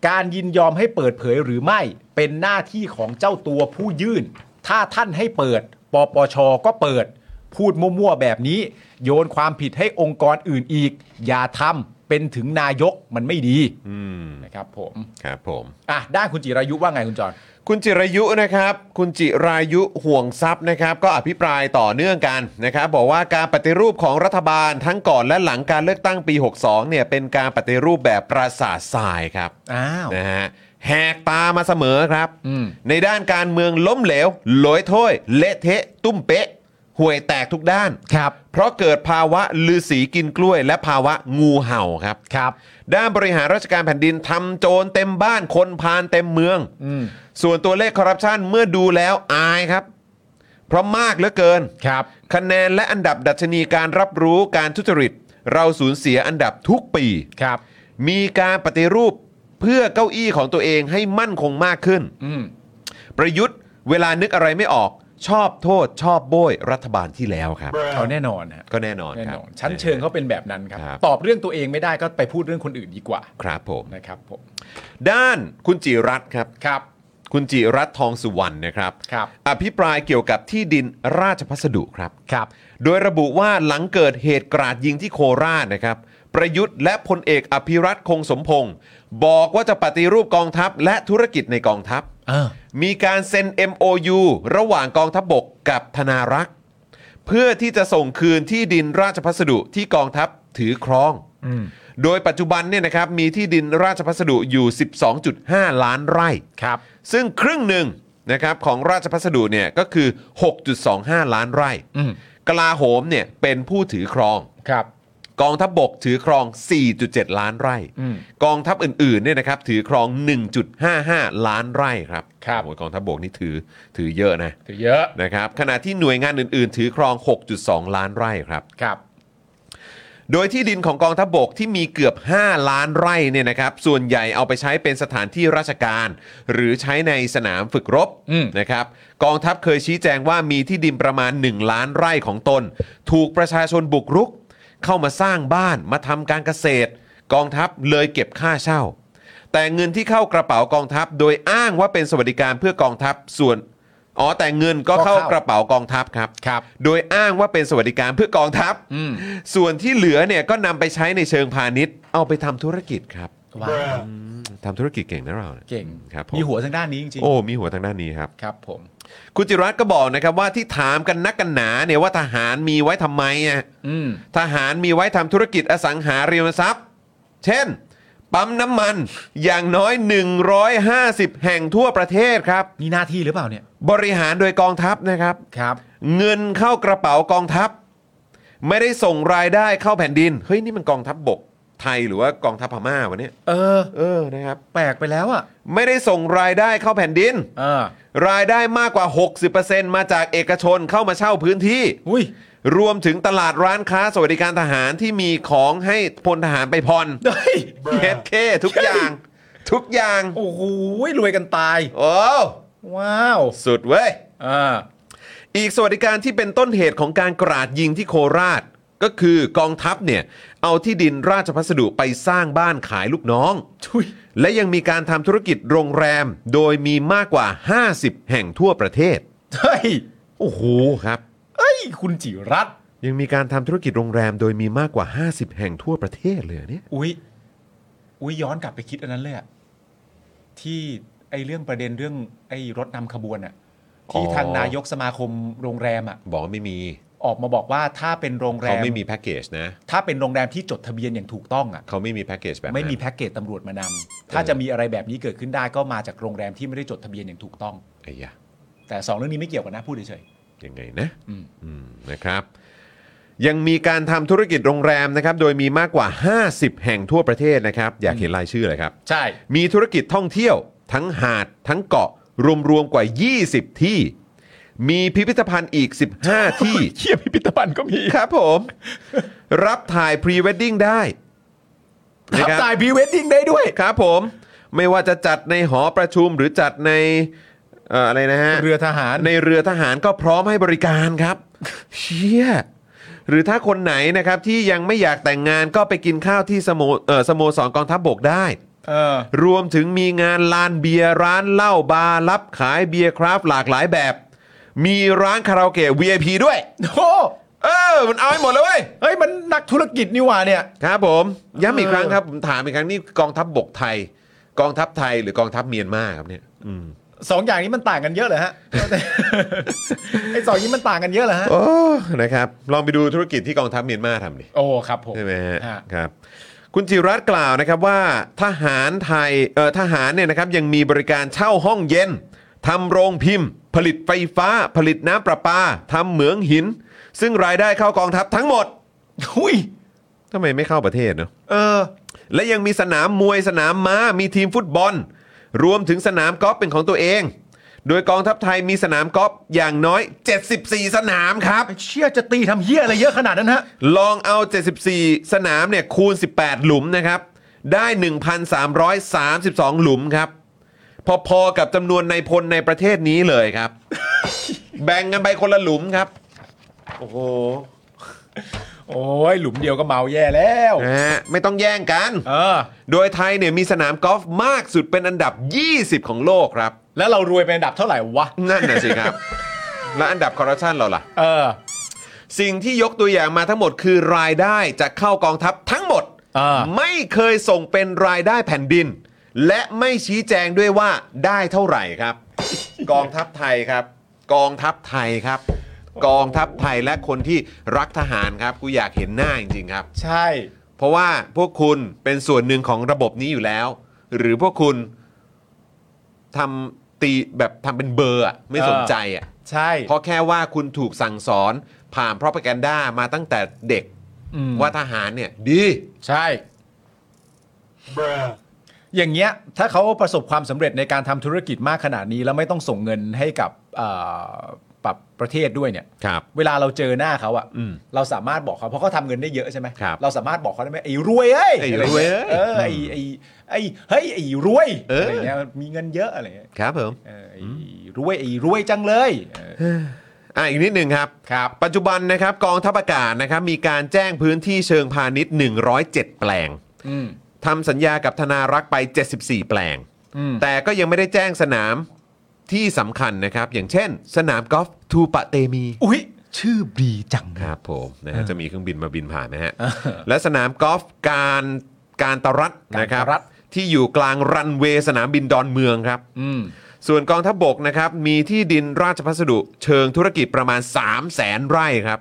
การยินยอมให้เปิดเผยหรือไม่เป็นหน้าที่ของเจ้าตัวผู้ยื่น ถ้าท่านให้เปิด ปปชก็เปิด พูดมั่วๆแบบนี้ โยนความผิดให้องค์กรอื่นอีก อย่าทำเป็นถึงนายกมันไม่ดี
อืม
นะครับผม
ครับผม
อ่ะด้านคุณจิรายุว่าไงคุณจอน
คุณจิรายุนะครับ คุณจิรายุห่วงทรัพย์นะครับ ก็อภิปรายต่อเนื่องกันนะครับ บอกว่าการปฏิรูปของรัฐบาลทั้งก่อนและหลังการเลือกตั้งปี 62 เนี่ยเป็นการปฏิรูปแบบปราสาททรายครับ
อ้าว
นะฮะแหกตามาเสมอครับ
อืม
ในด้านการเมืองล้มเหลวโหลอยถ้วยเละเทะ ตุ้มเป๊ะห่วยแตกทุกด้าน
ครับ
เพราะเกิดภาวะลือสีกินกล้วย และภาวะงูเห่าครับ
ครับ
ด้านบริหารราชการแผ่นดินทำโจรเต็มบ้านคนพานเต็มเมือง
อืม
ส่วนตัวเลขคอร์รัปชันเมื่อดูแล้วอายครับ เพราะมากเหลือเกิน
ครับ
คะแนนและอันดับดัชนีการรับรู้การทุจริต เราสูญเสียอันดับทุกปี
ครับ
มีการปฏิรูปเพื่อเก้าอี้ของตัวเองให้มั่นคงมากขึ้น
อืม
ประยุทธ์เวลานึกอะไรไม่ออก ชอบโทษชอบโบยรัฐบาลที่แล้วครับ
เอาแน่นอนฮะ
ก็แน่นอน
แน่
ครับ
นอนชั้นเชิงเขาเป็นแบบนั้นครับ
ครับ
ตอบเรื่องตัวเองไม่ได้ก็ไปพูดเรื่องคนอื่นดีกว่า
ครับผม
นะครับผม
ด้านคุณจิรัตน์ครับ
ครับ
คุณจิรัตน์ทองสุวรรณนะครับ
ครับ
อภิปรายเกี่ยวกับที่ดินราชพัสดุครับ
ครับ
โดยระบุว่าหลังเกิดเหตุกราดยิงที่โคราชนะครับ ประยุทธ์และพลเอกอภิรัตคงสมพงศ์บอกว่าจะปฏิรูปกองทัพและธุรกิจในกองทัพ
เออ
มีการเซ็น MOU ระหว่างกองทัพบกกับธนารักษ์ เพื่อที่จะส่งคืนที่ดินราชพัสดุที่กองทัพถือครอง
อืม
โดยปัจจุบันเนี่ยนะครับมีที่ดินราชพัสดุอยู่ 12.5 ล้านไร่
ครับ
ซึ่งครึ่งหนึ่งนะครับของราชพัสดุเนี่ยก็คือ 6.25 ล้านไร่
อืม
กลาโหมเนี่ยเป็นผู้ถือครอง
ครับ
กองทัพบกถือครอง 4.7 ล้านไร่
อืม
กองทัพอื่นๆเนี่ยนะครับถือครอง 1.55 ล้านไร่ครับ
ครับ
โอ้โหกองทัพบกนี่ถือถือเยอะนะ
ถือเยอะ
นะครับขณะที่หน่วยงานอื่นๆ ถือครอง 6.2 ล้านไร่ครับ
ครับ
โดยที่ดินของกองทัพบกที่มีเกือบ 5 ล้านไร่เนี่ยนะครับ ส่วนใหญ่เอาไปใช้เป็นสถานที่ราชการ หรือใช้ในสนามฝึกรบนะครับ กองทัพเคยชี้แจงว่ามีที่ดินประมาณ 1 ล้านไร่ของตน ถูกประชาชนบุกรุก เข้ามาสร้างบ้านมาทำการเกษตร กองทัพเลยเก็บค่าเช่า แต่เงินที่เข้ากระเป๋ากองทัพ โดยอ้างว่าเป็นสวัสดิการเพื่อกองทัพส่วนอ๋อแต่เงินก็เข้ากระเป๋ากองทัพครับ
ครับ
โดยอ้างว่าเป็นสวัสดิการเพื่อกองทัพ
อืม
ส่วนที่เหลือเนี่ยก็นำไปใช้ในเชิงพาณิชย์ เอาไปทำธุรกิจครับ
ว้าว
ทำธุรกิจเก่งนะเรานี่ย
เก่ง
ครับผม
มีหัวทางด้านนี้จริง
โอ้มีหัวทางด้านนี้ครับ
ๆครับผม
คุณจิรัตน์ก็บอกนะครับว่าที่ถามกันนักกันหนาเนี่ยว่าทหารมีไว้ทำไมอ่ะ
อืม
ทหารมีไว้ทำธุรกิจอสังหาริมทรัพย์ เช่น ปั๊มน้ำมันอย่างน้อย 150 แห่งทั่วประเทศครับ
นี่หน้าที่หรือเปล่าเนี่ย
บริหารโดยกองทัพนะครับ
ครับ
เงินเข้ากระเป๋ากองทัพ ไม่ได้ส่งรายได้เข้าแผ่นดิน เฮ้ย นี่มันกองทัพบกไทยหรือว่ากองทัพพม่าวะเนี่ย
เออ
เออนะครับ
แปลกไปแล้วอ่ะ
ไม่ได้ส่งรายได้เข้าแผ่นดิน
เออ
รายได้มากกว่า 60%มาจากเอกชนเข้ามาเช่าพื้นที่
อุ้ย
รวมถึงตลาดร้านค้าสวัสดิการทหารที่มีของให้พลทหารไปผ่อน
เฮ้ย
เฮ็ดเคทุกอย่าง ทุกอย่าง
โอ้โหรวยกันตาย
โอ้
ว้าว
สุดเว้ย
เออ
อีกสวัสดิการที่เป็นต้นเหตุของการกราดยิงที่โคราช ก็คือกองทัพเนี่ย เอาที่ดินราชพัสดุไปสร้างบ้านขายลูกน้อง
ชุย
และยังมีการทำธุรกิจโรงแรม โดยมีมากกว่า 50 แห่งทั่วประเทศ
เฮ้ย
โอ้โหครับ
เอ้ย คุณจิรัตน์
ยังมีการทำธุรกิจโรงแรม โดยมีมากกว่า 50 แห่งทั่วประเทศเลยเหรอเนี่ย
อุ้ย อุ้ยย้อนกลับไปคิดอันนั้นเลยอะที่ไอเรื่องประเด็นเรื่องไอรถนำขบวนอะที่ทางนายกสมาคมโรงแรมอะ
บอกว่าไม่มี
ออกมาบอกว่าถ้าเป็นโรงแร
เขา
ม
ไม่มีแพ็กเกจนะ
ถ้าเป็นโรงแรมที่จดทะเบียนอย่างถูกต้องอะ
เขาไม่มีแพ็กเกจแบบนั้น
ไม่มีแพ็กเกจตำรวจมานำถ้า
เออ
จะมีอะไรแบบนี้เกิดขึ้นได้ก็มาจากโรงแรมที่ไม่ได้จดทะเบียนอย่างถูกต้อง
ไอ้ยะ
แต่สองเรื่องนี้ไม่เกี่ยวกันนะพูดเฉย
ยังไงนะ
อืม
อืมนะครับ ยังมีการทำธุรกิจโรงแรมนะครับ โดยมีมากกว่า 50 แห่งทั่วประเทศนะครับ อยากเห็นรายชื่อเลยครับ
ใช่
มีธุรกิจท่องเที่ยว ทั้งหาด ทั้งเกาะ รวมๆกว่า 20 ที่ มีพิพิธภัณฑ์อีก 15 ที่
เทียบพิพิธภัณฑ์ก็มี
ครับผม รับถ่ายพรีเวดดิ้งได้
ขั
นะ
บ
ครับ
จ่ายพรีเวดดิ้งได้ด้วย
ครับผม ไม่ว่าจะจัดในหอประชุมหรือจัดในเอ่ออะไรนะฮะ
เรือทหาร
ในเรือทหารก็พร้อมให้บริการครับ เชี่ยหรือถ้าคนไหนนะครับที่ยังไม่อยากแต่งงานก็ไปกินข้าวที่สโมเอ่อสโมสรกองทัพบบกได้
เออ
รวมถึงมีงานลานเบียร์ร้านเหล้าบาร์รับขายเบียร์คราฟต์หลากหลายแบบ มีร้านคาราโอเกะ VIP ด้วย
โอ้
เออ มันเอาให้หมดเลยเว้ย
เฮ้ย มันนักธุรกิจนี่หว่าเนี่ย
ครับผม ย้ำอีกครั้งครับ ผมถามอีกครั้งนี่กองทัพบบกไทย กองทัพไทยหรือกองทัพเมียนมาครับเนี่ยอืม
สองอย่างนี้มันต่างกันเยอะเลยฮะ ไอ้สองนี้มันต่างกันเยอะเลยฮะ
โอ้นะครับลองไปดูธุรกิจที่กองทัพเมียนมาทำดิ
โอ้ ครับผม
ใช่ไหมฮะ
ฮะ
ครับ คุณจิรัตน์กล่าวนะครับว่าทหารไทยเอ่อทหารเนี่ยนะครับยังมีบริการเช่าห้องเย็นทำโรงพิมพ์ ผลิตไฟฟ้า ผลิตน้ำประปาทำเหมืองหิน ซึ่งรายได้เข้ากองทัพทั้งหมด
อุ้ย
ทำไมไม่เข้าประเทศเนาะ
เออ
และยังมีสนามมวยสนามม้ามีทีมฟุตบอล รวมถึงสนามกอล์ฟเป็นของตัวเอง โดยกองทัพไทยมีสนามกอล์ฟอย่างน้อย 74 สนามครับ
เชี่ยจะตีทำเหี้ยอะไรเยอะขนาดนั้นฮะ
ลองเอา 74 สนามเนี่ยคูณ 18 หลุมนะครับ ได้ 1,332 หลุมครับ พอๆกับจำนวนในายพลในประเทศนี้เลยครับ แบ่งกันไปคนละหลุมครับ โอ้โห
โอ้ย หลุมเดียวก็เมาแย่แล้ว
นะฮะไม่ต้องแย่งกัน
เออ
โดยไทยเนี่ยมีสนามกอล์ฟมากสุดเป็นอันดับ 20 ของโลกครับ
แล้วเรารวยเป็นอันดับเท่าไหร่วะ
นั่นน่ะสิ ครับ และอันดับคอร์รัปชันเราล่ะ
เออ
สิ่งที่ยกตัวอย่างมาทั้งหมดคือรายได้จะเข้ากองทัพทั้งหมด
อ่า
ไม่เคยส่งเป็นรายได้แผ่นดิน และไม่ชี้แจงด้วยว่าได้เท่าไหร่ครับ กองทัพไทยครับ กองทัพไทยครับ กองทัพไทยและคนที่รักทหารครับกูอยากเห็นหน้าจริงๆครับ
ใช่
เพราะว่าพวกคุณเป็นส่วนหนึ่งของระบบนี้อยู่แล้ว หรือพวกคุณทำตีแบบทำเป็นเบอร์อะไม่สนใจอะ
ใช่
เพราะแค่ว่าคุณถูกสั่งสอนผ่านพ r o p a g a n d a มาตั้งแต่เด็ก
อืม
ว่าทหารเนี่ยดี
ใช่ อย่างเงี้ยถ้าเขาประสบความสำเร็จในการทำธุรกิจมากขนาดนี้ แล้วไม่ต้องส่งเงินให้กับเอ่อปรับประเทศด้วยเนี่ย
ครับ
เวลาเราเจอหน้าเขาอะ
อืม
เราสามารถบอกเขาเพราะเขาทำเงินได้เยอะใช่ไหม
ครับ
เราสามารถบอกเขาได้ไหมไอ้รวยเอ้ย
ไอ้รวยเอ้ย
เออไอ้ไอ้ไอ้เฮ้ยไอ้รวย
เอออ
อะไรเงี้ยมีเงินเยอะอะไรเงี้ย
ครับผม
เออไอ้รวยไอ้รวยจังเลยเออ
อ่ะอีกนิดหนึ่งครับ
ครับ
ปัจจุบันนะครับกองทัพอากาศนะครับมีการแจ้งพื้นที่เชิงพาณิชย์ 107 แปลง
อืม
ทำสัญญากับธนารักษ์ไป 74 แปลง
อืม
แต่ก็ยังไม่ได้แจ้งสนามที่สำคัญนะครับ อย่างเช่น สนามกอล์ฟทูปะเตมี
อุ้ยชื่อดีจัง
ครับผมนะฮะจะมีเครื่องบินมาบินผ่านนะฮะ และสนามกอล์ฟการการตรัฐ
การตรัส
นะครับที่อยู่กลางรันเวย์สนามบินดอนเมืองครับ
อืม
ส่วนกองทัพบกนะครับมีที่ดินราชพัสดุเชิงธุรกิจประมาณ 3 0 0แสนไร่ครับ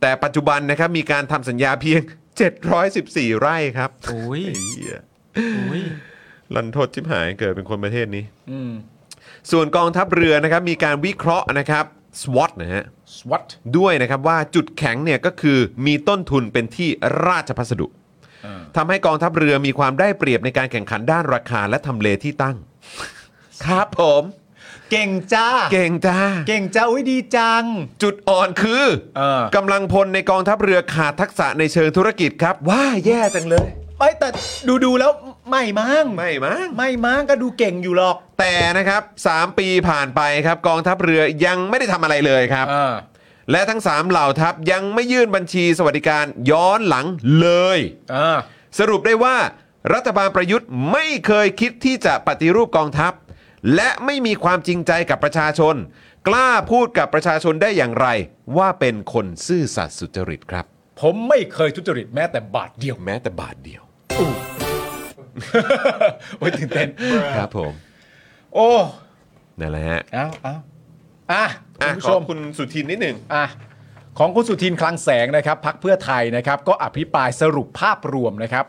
แต่ปัจจุบันนะครับมีการทำสัญญาเพียง 714 ไร่ครับ
โอ้ย
ไอ้เหี้ย
โอ้ย
ลันทดชิบหายเกิดเป็นคนประเทศนี้
อืม
ส่วนกองทัพเรือนะครับมีการวิเคราะห์นะครับ SWOT นะฮะ
สวัสด
ด้วยนะครับว่าจุดแข็งเนี่ยก็คือมีต้นทุนเป็นที่ราชพัสดุ
อ่า
ทำให้กองทัพเรือมีความได้เปรียบในการแข่งขันด้านราคาและทำเลที่ตั้ง ครับผม
เก่งจ้า
เก่งจ้า
เก่งจ้าอุ้ยดีจัง
จุดอ่อนคือ
เออ
กำลังพลในกองทัพเรือขาดทักษะในเชิงธุรกิจครับ ว่าแย่จังเลย
ไอ้ยแต่ดูดูๆแล้วไม่มั้ง
ไม่มั้ง
ไม่มั้งก็ดูเก่งอยู่หรอก
แต่นะครับ 3 ปีผ่านไปครับ กองทัพเรือยังไม่ได้ทำอะไรเลยครับ
เออ
และทั้ง 3 เหล่าทัพยังไม่ยื่นบัญชีสวัสดิการย้อนหลังเลย
เออ
สรุปได้ว่า รัฐบาลประยุทธ์ไม่เคยคิดที่จะปฏิรูปกองทัพ และไม่มีความจริงใจกับประชาชน กล้าพูดกับประชาชนได้อย่างไร ว่าเป็นคนซื่อสัตย์สุจริตครับ
ผมไม่เคยทุจริตแม้แต่บาทเดียว
แม้แต่บาทเดียว
โอ้ยตื่นเต้น
ครับผม
โอ้
นั่นแหละฮะ
เอาเอาอ่ะคุ
อ่ะ
ณผู้
ข
ช
อบ
ม
คุณสุทินนิดหนึ่ง
อ่ะของคุณสุทินคลังแสงนะครับพักเพื่อไทยนะครับ ก็อภิปรายสรุปภาพรวมนะครับ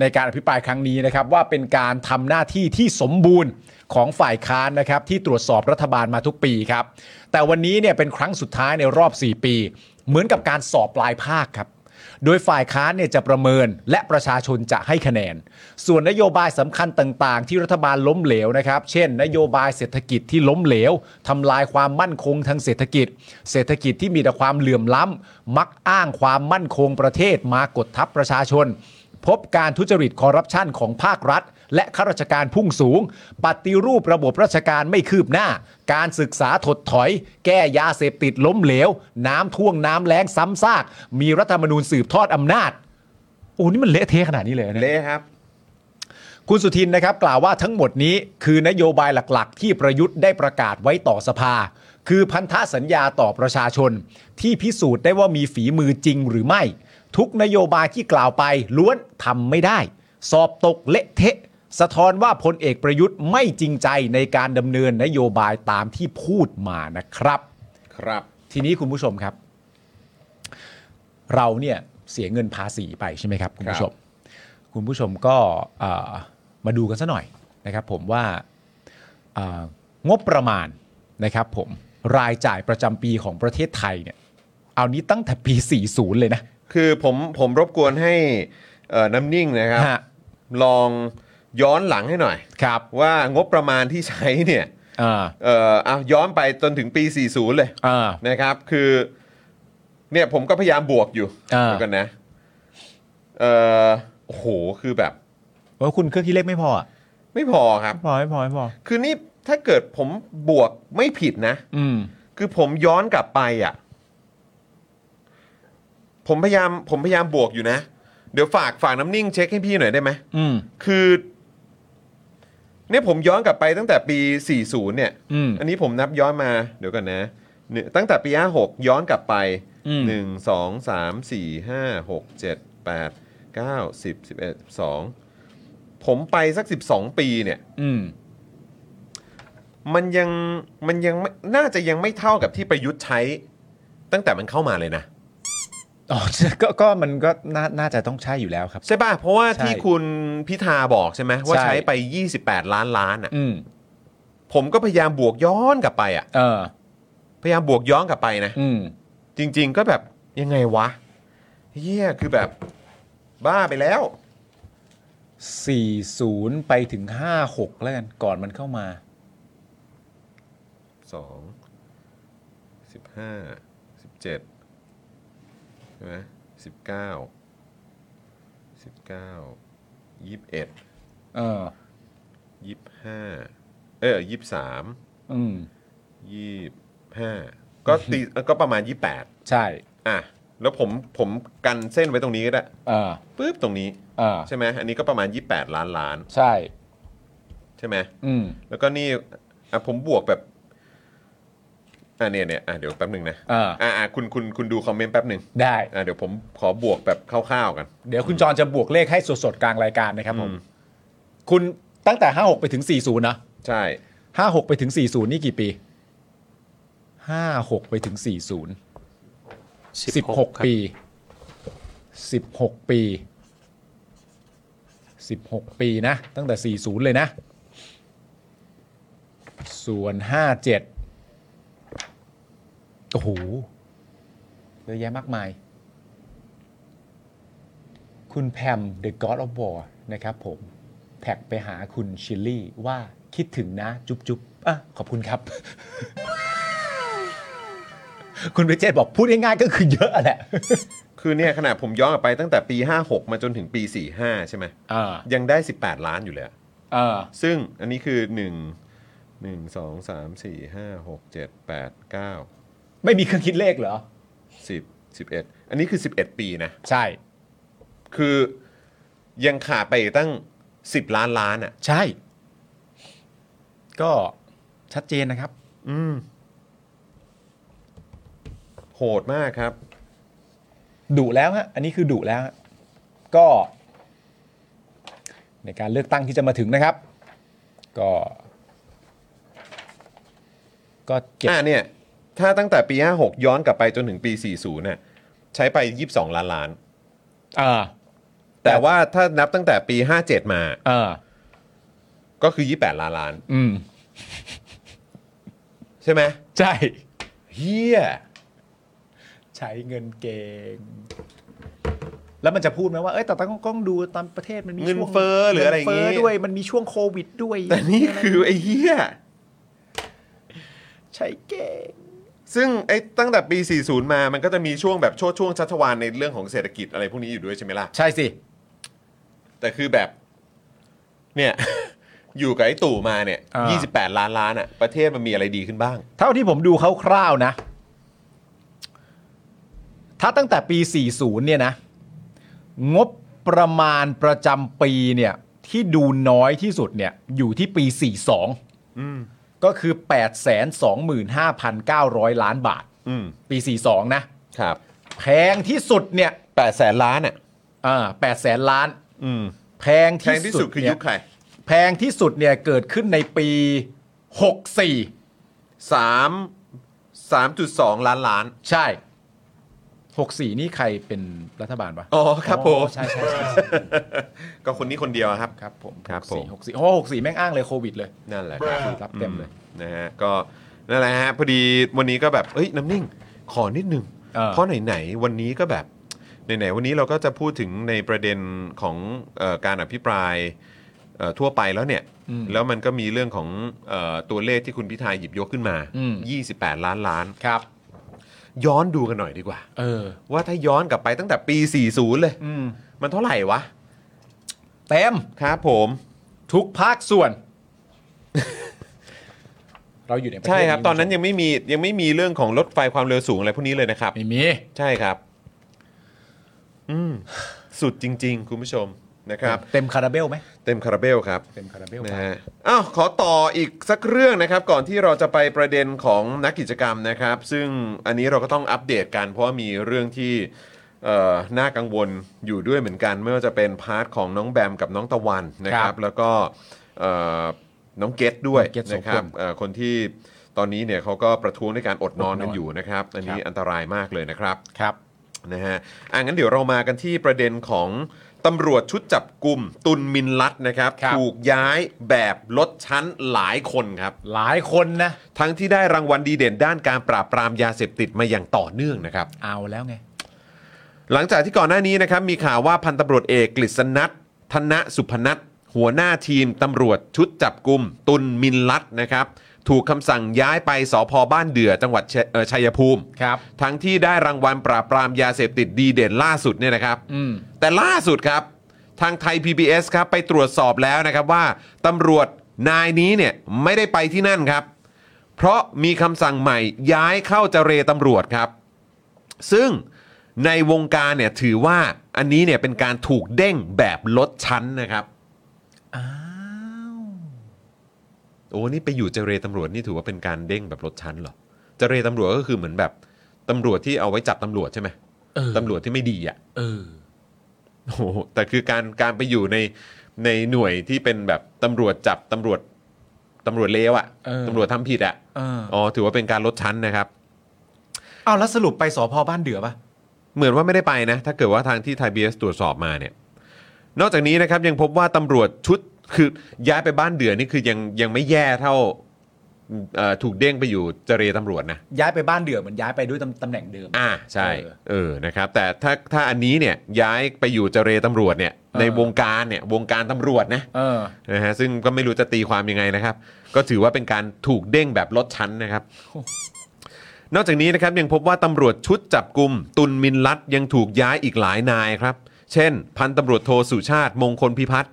ในการอภิปรายครั้งนี้นะครับ ว่าเป็นการทำหน้าที่ที่สมบูรณ์ของฝ่ายค้านนะครับ ที่ตรวจสอบรัฐบาลมาทุกปีครับ แต่วันนี้เนี่ยเป็นครั้งสุดท้ายในรอบ 4 ปี เหมือนกับการสอบปลายภาคครับ โดยฝ่ายค้านเนี่ยจะประเมินและประชาชนจะให้คะแนน ส่วนนโยบายสำคัญต่างๆ ที่รัฐบาลล้มเหลวนะครับ เช่น นโยบายเศรษฐกิจที่ล้มเหลวทำลายความมั่นคงทางเศรษฐกิจ เศรษฐกิจที่มีแต่ความเหลื่อมล้ำมักอ้างความมั่นคงประเทศมากดทับประชาชน พบการทุจริตคอร์รัปชันของภาครัฐ และข้าราชการพุ่งสูง ปฏิรูประบบราชการไม่คืบหน้า การศึกษาถดถอย แก้ยาเสพติดล้มเหลว น้ำท่วงน้ำแล้งซ้ำซาก มีรัฐธรรมนูญสืบทอดอำนาจ โอ้นี่มันเละเทะขนาดนี้เลยหรอนี่ย
เละครับ
คุณสุทินนะครับกล่าวว่าทั้งหมดนี้คือนโยบายหลักๆ ที่ประยุทธ์ได้ประกาศไว้ต่อสภา คือพันธสัญญาต่อประชาชน ที่พิสูจน์ได้ว่ามีฝีมือจริงหรือไม่ ทุกนโยบายที่กล่าวไปล้วนทำไม่ได้ สอบตกเละเทะ สะท้อนว่าพลเอกประยุทธ์ไม่จริงใจในการดำเนินนโยบายตามที่พูดมานะครับ
ครับ
ทีนี้คุณผู้ชมครับ เราเนี่ยเสียเงินภาษีไปใช่ไหมครับ คุณผู้ชม คุณผู้ชมก็เอ่อมาดูกันซะหน่อยนะครับ ผมว่าเอ่องบประมาณนะครับผมรายจ่ายประจำปีของประเทศไทยเนี่ย เอานี้ตั้งแต่ปี 40 เลยนะ
คือผมผมรบกวนให้เอ่อน้ำนิ่งนะครับ
ฮะ
ลองย้อนหลังให้หน่อย
ครับ
ว่างบประมาณที่ใช้เนี่ย
เอ่า
เอ่อเอาย้อนไปจนถึงปี 40 เลย
อ่า
นะครับ คือเนี่ยผมก็พยายามบวกอยู่
อ่า
เดี๋ยวกันนะเอ่อโอ้โหคือแบบ
ว่าคุณเครื่องคิดเลขไม่พออะ
ไม่พอครับ
ไม่พอไม่พอไม่พอ
คือนี่ถ้าเกิดผมบวกไม่ผิดนะ
อืม
คือผมย้อนกลับไปอ่ะ ผมพยายามผมพยายามบวกอยู่นะ เดี๋ยวฝากฝากน้ำนิ่งเช็คให้พี่หน่อยได้ไหม
อืม
คือ เนี่ยผมย้อนกลับไปตั้งแต่ปี 40 เนี่ย
อืม
อันนี้ผมนับย้อนมา เดี๋ยวกันนะหนึ่งตั้งแต่ปี 56 ย้อนกลับไป
อืม
1 2 3 4 5 6 7 8 9 10 11 2 ผมไปสัก 12 ปีเนี่ย
อืม
มันยังมันยังไม่น่าจะยังไม่เท่ากับที่ประยุทธ์ใช้ ตั้งแต่มันเข้ามาเลยนะ
อ๋อ ก็ก็มันก็น่าน่าจะต้องใช่อยู่แล้วครับ
ใช่ป่ะ เพราะว่า
ใช่
ที่คุณพิธาบอกใช่ไหมว่า
ใช่
ใช้ไป 28 ล้านล้านอ่ะ
อืม
ผมก็พยายามบวกย้อนกลับไปอ่ะ
เออ
พยายามบวกย้อนกลับไปนะ
อืม
จริง ๆ ก็แบบยังไงวะ เฮียคือแบบบ้าไปแล้ว
40 ไปถึง 56 แล้วกันก่อนมันเข้ามา
สองสิบห้าสิบเจ็ดใช่ไหมสิบเก้าสิบเก้ายี่สิบเอ็ด
เออ
ยี่สิบห้าเออยี่สิบสาม
อืม
ยี่สิบห้าก็ตีก็ประมาณยี่สิบแปด
ใช่
อ่ะ แล้วผมผมกันเส้นไว้ตรงนี้ก็ได้
เออ
ปึ๊บตรงนี้
เออ
ใช่ไหมอันนี้ก็ประมาณ 28 ล้านล้าน
ใช่
ใช่ไหม
อืม
แล้วก็นี่อ่ะผมบวกแบบอ่ะเนี่ยเนี่ยอ่ะเดี๋ยวแป๊บหนึ่งนะ
อ่า
อ่ะอ่ะคุณคุณคุณดูคอมเมนต์แป๊บหนึ่ง
ได้
อ่ะเดี๋ยวผมขอบวกแบบคร่าวๆกัน
เดี๋ยวคุณจอนจะบวกเลขให้สดๆ กลางรายการนะครับผม คุณตั้งแต่ 56 ไปถึง 40 นะ
ใช่
56 ไปถึง 40 นี่กี่ปี 56 ไปถึง
ค
40
รั
16
บ
ปี 16 ปี 16 ปีนะ ตั้งแต่ 40 เลยนะ ส่วน 57 โอ้โหเยอะแยะมากมาย คุณแพม The God of War นะครับผม แท็กไปหาคุณชิลลี่ว่าคิดถึงนะจุ๊บจุ๊บอ่ะขอบคุณครับ คุณวิเจตบอกพูดง่ายๆก็คือเยอะแหละ
คือเนี่ยขนาดผมย้อนกลับไปตั้งแต่ปี 56 มาจนถึงปี 45 ใช่ไหม
อ่า
ยังได้ 18 ล้านอยู่เลยอะ
เออ
ซึ่งอันนี้คือ 1 1 2 3 4 5 6 7 8 9
ไม่มีเครื่องคิดเลขเหรอ
10 11 อันนี้คือ 11 ปีนะ
ใช่
คือยังขาดไปอีกตั้ง 10 ล้านล้านอ่ะ
ใช่ ก็ชัดเจนนะครับ
อืม โหดมากครับ
ดุแล้วฮะ อันนี้คือดุแล้วฮะก็ ในการเลือกตั้งที่จะมาถึงนะครับ ก็ ก็เก็บ
อ่าเนี่ย ถ้าตั้งแต่ปี 56 ย้อนกลับไปจนถึงปี 40เนี่ยใช้ไป 22 ล้านล้าน
อ่า
แต่ว่าถ้านับตั้งแต่ปี 57 มา
อ่า
ก็คือ 28 ล้านล้าน
อืม
ใช่ไหม
ใช่
เฮีย
ใช้เงินเก่ง แล้วมันจะพูดไหมว่า เอ้ย แต่ต้องต้องดูตามประเทศมันมี
เงิน
ช่วง
เฟ้อหรืออะไรอย่าง
เงิน
งี้
เฟ้อด้วย มันมีช่วงโควิดด้วย
แต่นี่คือไอ้เฮีย
ใช้เก่ง
ซึ่งไอ้ตั้งแต่ปี 40 มา มันก็จะมีช่วงแบบโชดช่วงชัชวาลในเรื่องของเศรษฐกิจอะไรพวกนี้อยู่ด้วยใช่ไหมล่ะ
ใช่สิ
แต่คือแบบ เนี่ย อยู่กับไอ้ตู่มาเนี่ย
อ่า
28 ล้านล้านอ่ะ ประเทศมันมีอะไรดีขึ้นบ้าง
เท่าที่ผมดูคร่าวๆนะ ถ้าตั้งแต่ปี 40 เนี่ยนะ งบประมาณประจำปีเนี่ย ที่ดูน้อยที่สุดเนี่ย อยู่ที่ปี 42 ก็คือ 825,900 ล้านบาท
อืม
ปี 42 นะ
ครับ
แพงที่สุดเนี่ย
8แสนล้านอ่ะ
อ่า8แสนล้าน
อืม
แพง
แพ
ที่
งที่
สุ
สุ
ด
ดคือ
เนี่
ยุคใคร
แพงที่สุดเนี่ย เกิดขึ้นในปี 64
3 3.2 ล้านล้าน
ใช่ 64 นี่ใครเป็นรัฐบาลปะ
อ๋อครับผม
ใช่ใช่ใช่
ก็คนนี้คนเดียวอะครับ
ครับผม
ครับผม
หกสี่หกสี่โอ้หกสี่แม่งอ้างเลยโควิดเลย
นั่นแหละครับ
รับเต็มเลย
อืนะฮะก็นั่นแหละฮะพอดีวันนี้ก็แบบเอ้ยน้ำนิ่ง ขอนิดนึง
เออ
เพราะไหนๆวันนี้ก็แบบไหนๆวันนี้เราก็จะพูดถึงในประเด็นของเออการอภิปรายเอ่อทั่วไปแล้วเนี่ย แล้วมันก็มีเรื่องของเออตัวเลขที่คุณพิธายหยิบยกขึ้นมา 28 ล้านล้าน
ครับ
ย้อนดูกันหน่อยดีกว่า
เออ
ว่าถ้าย้อนกลับไปตั้งแต่ปี 40 เลย
อืม
มันเท่าไหร่วะ
เต็ม
ครับผม
ทุกภาคส่วน เราอยู่ในประเทศ
ใช่ครับ ตอนนั้นยังไม่มียังไม่มีเรื่องของรถไฟความเร็วสูงอะไรพวกนี้เลยนะครับ
ไม่มี
ใช่ครับ อืม สุดจริง ๆ คุณผู้ชมนะครับ
เต็มคาราเบลไหม
เต็มคาราเบลครับ
เต็มคาราเบล
นะฮะอ้าวขอต่ออีกสักเรื่องนะครับ ก่อนที่เราจะไปประเด็นของนักกิจกรรมนะครับ ซึ่งอันนี้เราก็ต้องอัปเดตกัน เพราะว่ามีเรื่องที่เอ่อน่ากังวลอยู่ด้วยเหมือนกัน ไม่ว่าจะเป็นพาร์ทของน้องแบมกับน้องตะวันนะครับ แล้วก็เอ่อน้องเกตด้วยนะครับเอ่อคนที่ตอนนี้เนี่ยเขาก็ประท้วงด้วยการอดนอนกันอยู่นะครับ อันนี้อันตรายมากเลยนะครับ
ครับ
นะฮะอ่ะงั้นเดี๋ยวเรามากันที่ประเด็นของตำรวจชุดจับกลุ่มตุนมินลัดนะครับ
ครับ
ถูกย้ายแบบลดชั้นหลายคนครับ
หลายคนนะ
ทั้งที่ได้รางวัลดีเด่นด้านการปราบปรามยาเสพติดมาอย่างต่อเนื่องนะครับ
เอาแล้วไง
หลังจากที่ก่อนหน้านี้นะครับมีข่าวว่าพันตำรวจเอกกฤษณัทธนสุพนัทหัวหน้าทีมตำรวจชุดจับกลุ่มตุนมินลัดนะครับถูกคำสั่งย้ายไปสพบ้านเดือจังหวัดเชเอ่อชัยภูมิ
ครับ
ทั้งที่ได้รางวัลปราบปรามยาเสพติดดีเด่นล่าสุดเนี่ยนะครับ
อืม
แต่ล่าสุดครับ ทางไทย PBS ครับไปตรวจสอบแล้วนะครับว่าตำรวจนายนี้เนี่ยไม่ได้ไปที่นั่นครับ เพราะมีคำสั่งใหม่ย้ายเข้าเจเรตำรวจครับ ซึ่งในวงการเนี่ยถือว่าอันนี้เนี่ยเป็นการถูกเด้งแบบลดชั้นนะครับ
อ้าว
โอ้นี่ไปอยู่เจเรตำรวจนี่ถือว่าเป็นการเด้งแบบลดชั้นเหรอเจเรตำรวจก็คือเหมือนแบบตำรวจที่เอาไว้จับตำรวจใช่ไหม
เออ
ตำรวจที่ไม่ดีอ่ะ
เออ
โอ้โหแต่คือการการไปอยู่ในในหน่วยที่เป็นแบบตำรวจจับตำรวจตำรวจเลวอะตำรวจทำผิดอะ
เออ
อ๋อถือว่าเป็นการลดชั้นนะครับ
เอาแล้วสรุปไปสพบ้านเดือปะ
เหมือนว่าไม่ได้ไปนะ ถ้าเกิดว่าทางที่ไทยบีเอสตรวจสอบมาเนี่ย นอกจากนี้นะครับยังพบว่าตำรวจชุดคือย้ายไปบ้านเดือนี่คือยังยังไม่แย่เท่าเอ่อถูกเด้งไปอยู่เจเรตำรวจนะ
ย้ายไปบ้านเดือเหมือนย้ายไปด้วยตำตำแหน่งเดิม
อ่าใช่
เออ
เออนะครับแต่ถ้าถ้าอันนี้เนี่ยย้ายไปอยู่เจเรตำรวจเนี่ย
ออ
ในวงการเนี่ยวงการตำรวจนะ
เออ
นะฮะซึ่งก็ไม่รู้จะตีความยังไงนะครับ ก็ถือว่าเป็นการถูกเด้งแบบลดชั้นนะครับ นอกจากนี้นะครับยังพบว่าตำรวจชุดจับกลุ่มตุนมินลัดยังถูกย้ายอีกหลายนายครับ เช่น พันตำรวจโทสุชาติมงคลพิพัฒน์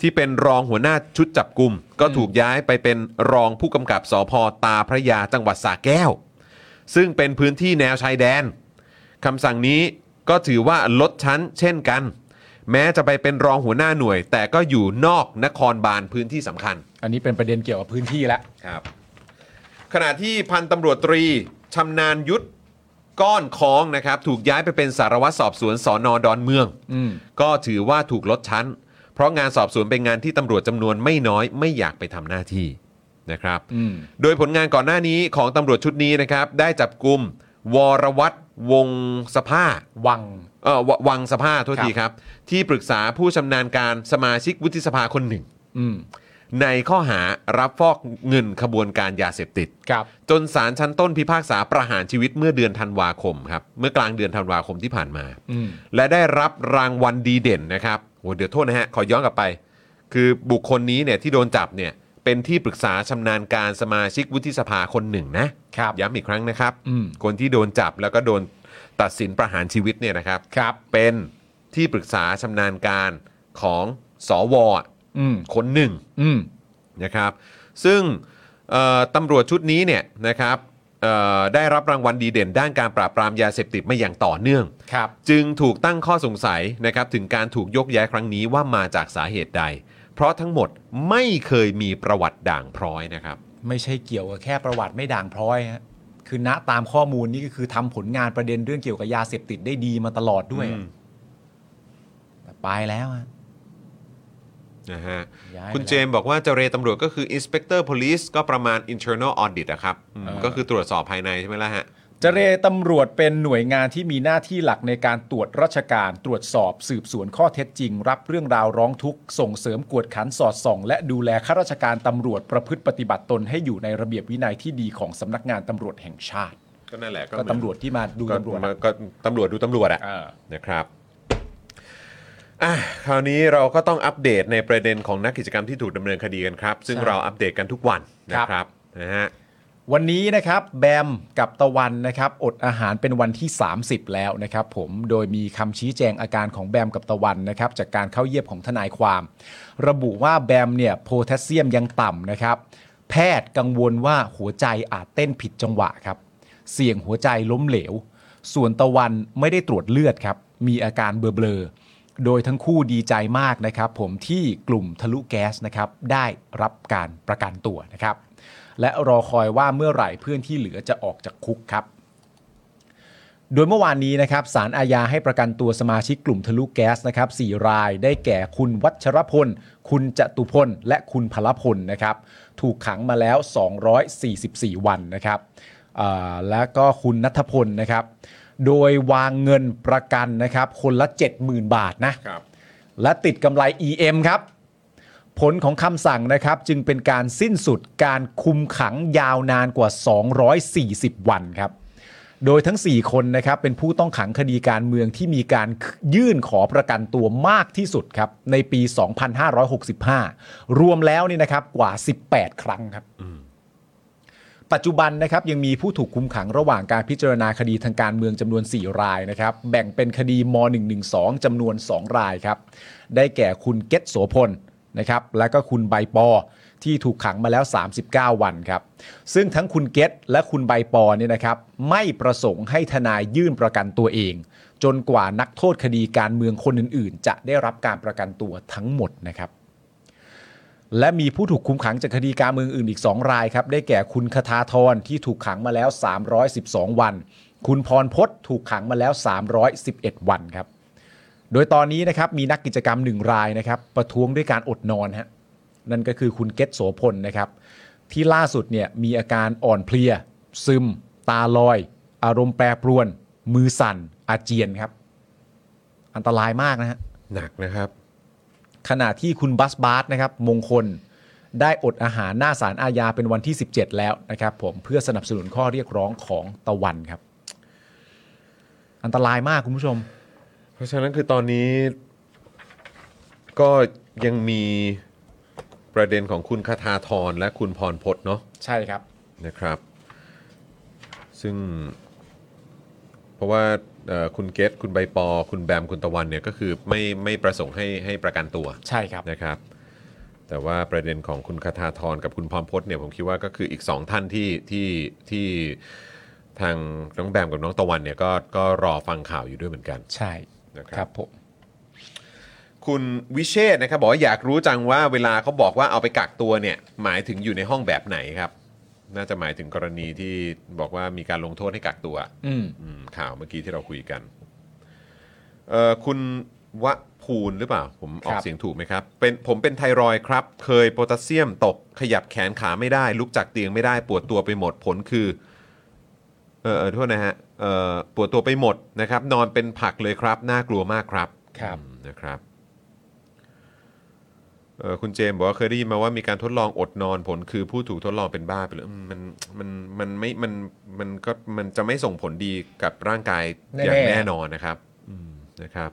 ที่เป็นรองหัวหน้าชุดจับกลุ่ม ก็ถูกย้ายไปเป็นรองผู้กำกับสพตาพระยาจังหวัดสระแก้ว ซึ่งเป็นพื้นที่แนวชายแดนคำสั่งนี้ก็ถือว่าลดชั้นเช่นกัน แม้จะไปเป็นรองหัวหน้าหน่วย แต่ก็อยู่นอกนครบาลพื้นที่สำคัญ
อันนี้เป็นประเด็นเกี่ยวกับพื้นที่แล้ว
ครับขณะที่พันตำรวจตรีชำนาญยุทธก้อนคองนะครับถูกย้ายไปเป็นสารวัตรสอบสวนสอนอดอนเมือง
อืม
ก็ถือว่าถูกลดชั้น เพราะงานสอบสวนเป็นงานที่ตำรวจจำนวนไม่น้อยไม่อยากไปทำหน้าที่นะครับ
อืม
โดยผลงานก่อนหน้านี้ของตำรวจชุดนี้นะครับ ได้จับกลุ่มวรวัตรวงสภา
วัง
เออววังสภาโทษทีครับ ที่ปรึกษาผู้ชำนาญการสมาชิกวุฒิสภาคนหนึ่ง
อืม
ในข้อหารับฟอกเงินขบวนการยาเสพติด
ครับ
จนศาลชั้นต้นพิพากษาประหารชีวิตเมื่อเดือนธันวาคมครับ เมื่อกลางเดือนธันวาคมที่ผ่านมา
อืม
และได้รับรางวัลดีเด่นนะครับโหเดี๋ยวโทษนะฮะ ขอย้อนกลับไป คือบุคคลนี้เนี่ยที่โดนจับเนี่ยเป็นที่ปรึกษาชำนาญการสมาชิกวุฒิสภาคนหนึ่งนะครับ ย้ำอีกครั้งนะครับ
อืม
คนที่โดนจับแล้วก็โดนตัดสินประหารชีวิตเนี่ยนะครับ
ครับ
เป็นที่ปรึกษาชำนาญการของสอวอ่ะ
อืม
คนหนึ่ง
อืม
นะครับซึ่งเอ่อตำรวจชุดนี้เนี่ยนะครับเอ่อได้รับรางวัลดีเด่นด้านการปราบปรามยาเสพติดมาอย่างต่อเนื่อง
ครับ
จึงถูกตั้งข้อสงสัยนะครับถึงการถูกยกย้ายครั้งนี้ว่ามาจากสาเหตุใด เพราะทั้งหมดไม่เคยมีประวัติด่างพร้อยนะครับ
ไม่ใช่เกี่ยวกับแค่ประวัติไม่ด่างพร้อยฮะ คือณตามข้อมูลนี่ก็คือทำผลงานประเด็นเรื่องเกี่ยวกับยาเสพติดได้ดีมาตลอดด้วยอะ
อืม
แต่ไปแล้วอะ
นะฮะ
ย้ายไป
คุณเจ
แล้ว
มส์บอกว่าเจเรตำรวจก็คือ Inspector Police ก็ประมาณ Internal Audit อะครับอืม
เออ
ก็คือตรวจสอบภายในใช่ไหมล่ะฮะ
เจเรตำรวจเป็นหน่วยงานที่มีหน้าที่หลักในการตรวจราชการ ตรวจสอบสืบสวนข้อเท็จจริง รับเรื่องราวร้องทุกข์ ส่งเสริมกวดขันสอดส่อง และดูแลข้าราชการตำรวจประพฤติปฏิบัติตนให้อยู่ในระเบียบวินัยที่ดีของสำนักงานตำรวจแห่งชาติ
ก็นั่นแหละ
ก็ตำรวจที่มาดู
ก็
ตำรวจอะ
ก็ตำรวจดูตำรวจอะ
เออ
นะครับอ่ะคราวนี้เราก็ต้องอัปเดตในประเด็นของนักกิจกรรมที่ถูกดำเนินคดีกันครับ ซึ่ง
ใช่
เราอัปเดตกันทุกวันนะครับ ครับนะฮะ
วันนี้นะครับแบมกับตะวันนะครับอดอาหารเป็นวันที่ 30 แล้วนะครับผมโดยมีคำชี้แจงอาการของแบมกับตะวันนะครับจากการเข้าเยียบของทนายความ ระบุว่าแบมเนี่ยโพแทสเซียมยังต่ำนะครับ แพทย์กังวลว่าหัวใจอาจเต้นผิดจังหวะครับ เสี่ยงหัวใจล้มเหลว ส่วนตะวันไม่ได้ตรวจเลือดครับ มีอาการเบลอๆโดยทั้งคู่ดีใจมากนะครับ ผมที่กลุ่มทะลุแก๊สนะครับ ได้รับการประกันตัวนะครับ และรอคอยว่าเมื่อไหร่เพื่อนที่เหลือจะออกจากคุกครับ โดยเมื่อวานนี้นะครับสารอาญาให้ประกันตัวสมาชิกกลุ่มทะลุแก๊สนะครับ4รายได้แก่คุณวัชรพล คุณจตุพล และคุณพลพลนะครับ ถูกขังมาแล้ว 244 วันนะครับอ่าแล้วก็คุณนัทพลนะครับ โดยวางเงินประกันนะครับ คนละ 70,000 บาทนะ
ครับ
และติดกำไร EM ครับ ผลของคำสั่งนะครับจึงเป็นการสิ้นสุดการคุมขังยาวนานกว่า 240 วันครับ โดยทั้ง 4 คนนะครับเป็นผู้ต้องขังคดีการเมืองที่มีการยื่นขอประกันตัวมากที่สุดครับในปี 2565 รวมแล้วเนี่ยนะครับกว่า 18 ครั้งครับ ปัจจุบันนะครับยังมีผู้ถูกคุมขังระหว่างการพิจารณาคดีทางการเมืองจำนวน 4 รายนะครับ แบ่งเป็นคดีม .112 จำนวน 2 รายครับ ได้แก่คุณเกตโสพลนะครับ และก็คุณใบปอที่ถูกขังมาแล้ว 39 วันครับ ซึ่งทั้งคุณเกตและคุณใบปอเนี่ยนะครับ ไม่ประสงค์ให้ทนายยื่นประกันตัวเอง จนกว่านักโทษคดีการเมืองคนอื่นๆ จะได้รับการประกันตัวทั้งหมดนะครับ และมีผู้ถูกคุมขังจากคดีการเมืองอื่นอีก 2 รายครับ ได้แก่คุณคทาธรที่ถูกขังมาแล้ว 312 วัน คุณพรพศถูกขังมาแล้ว 311 วันครับ โดยตอนนี้นะครับมีนักกิจกรรมหนึ่งรายนะครับ ประท้วงด้วยการอดนอนฮะนั่นก็คือคุณเกตโสพลนะครับ ที่ล่าสุดเนี่ยมีอาการอ่อนเพลีย ซึม ตาลอย อารมณ์แปรปรวน มือสั่น อาเจียนครับ อันตรายมากนะฮะ
หนักนะครับ
ขณะที่คุณบัสบาสนะครับมงคลได้อดอาหารหน้าสารอาญาเป็นวันที่ 17 แล้วนะครับผมเพื่อสนับสนุนข้อเรียกร้องของตะวันครับ อันตรายมากคุณผู้ชม
เพราะฉะนั้นคือตอนนี้ก็ยังมีประเด็นของคุณคาทาธรและคุณพรพศเนาะ
ใช่ครับ
นะครับ ซึ่ง เพราะว่าเอ่อคุณเกตคุณใบปอ คุณแบมคุณตะวันเนี่ยก็คือไม่ไม่ประสงค์ให้ให้ประกันตัว
ใช่ครับ
นะครับ แต่ว่าประเด็นของคุณคาทาธรกับคุณพรพศเนี่ยผมคิดว่าก็คืออีกสองท่านที่ที่ที่ทางน้องแบมกับน้องตะวันเนี่ยก็ก็รอฟังข่าวอยู่ด้วยเหมือนกัน
ใช่
นะครับ
ครับผม
คุณวิเชษฐ์นะครับบอกว่าอยากรู้จังว่าเวลาเขาบอกว่าเอาไปกักตัวเนี่ยหมายถึงอยู่ในห้องแบบไหนครับ น่าจะหมายถึงกรณีที่บอกว่ามีการลงโทษให้กักตัว
อืม
อืมข่าวเมื่อกี้ที่เราคุยกันเอ่อคุณวะภูลหรือเปล่า ผมออก
ครับ
เสียงถูกไหมครับเป็นผมเป็นไทรอยด์ครับ เคยโพแทสเซียมตกขยับแขนขาไม่ได้ ลุกจากเตียงไม่ได้ปวดตัวไปหมดผลคือ เออเออโทษนะฮะเออปวดตัวไปหมดนะครับ นอนเป็นผักเลยครับ น่ากลัวมากครับ
ครับ
อืมนะครับเออคุณเจมส์บอกว่าเคยได้ยินมาว่ามีการทดลองอดนอนผลคือผู้ถูกทดลองเป็นบ้าไปเลยอืมมันมันมันไม่มันมันก็มันจะไม่ส่งผลดีกับร่างกายอย่าง
แน่ๆ
แน่นอนนะครับอืมนะครับ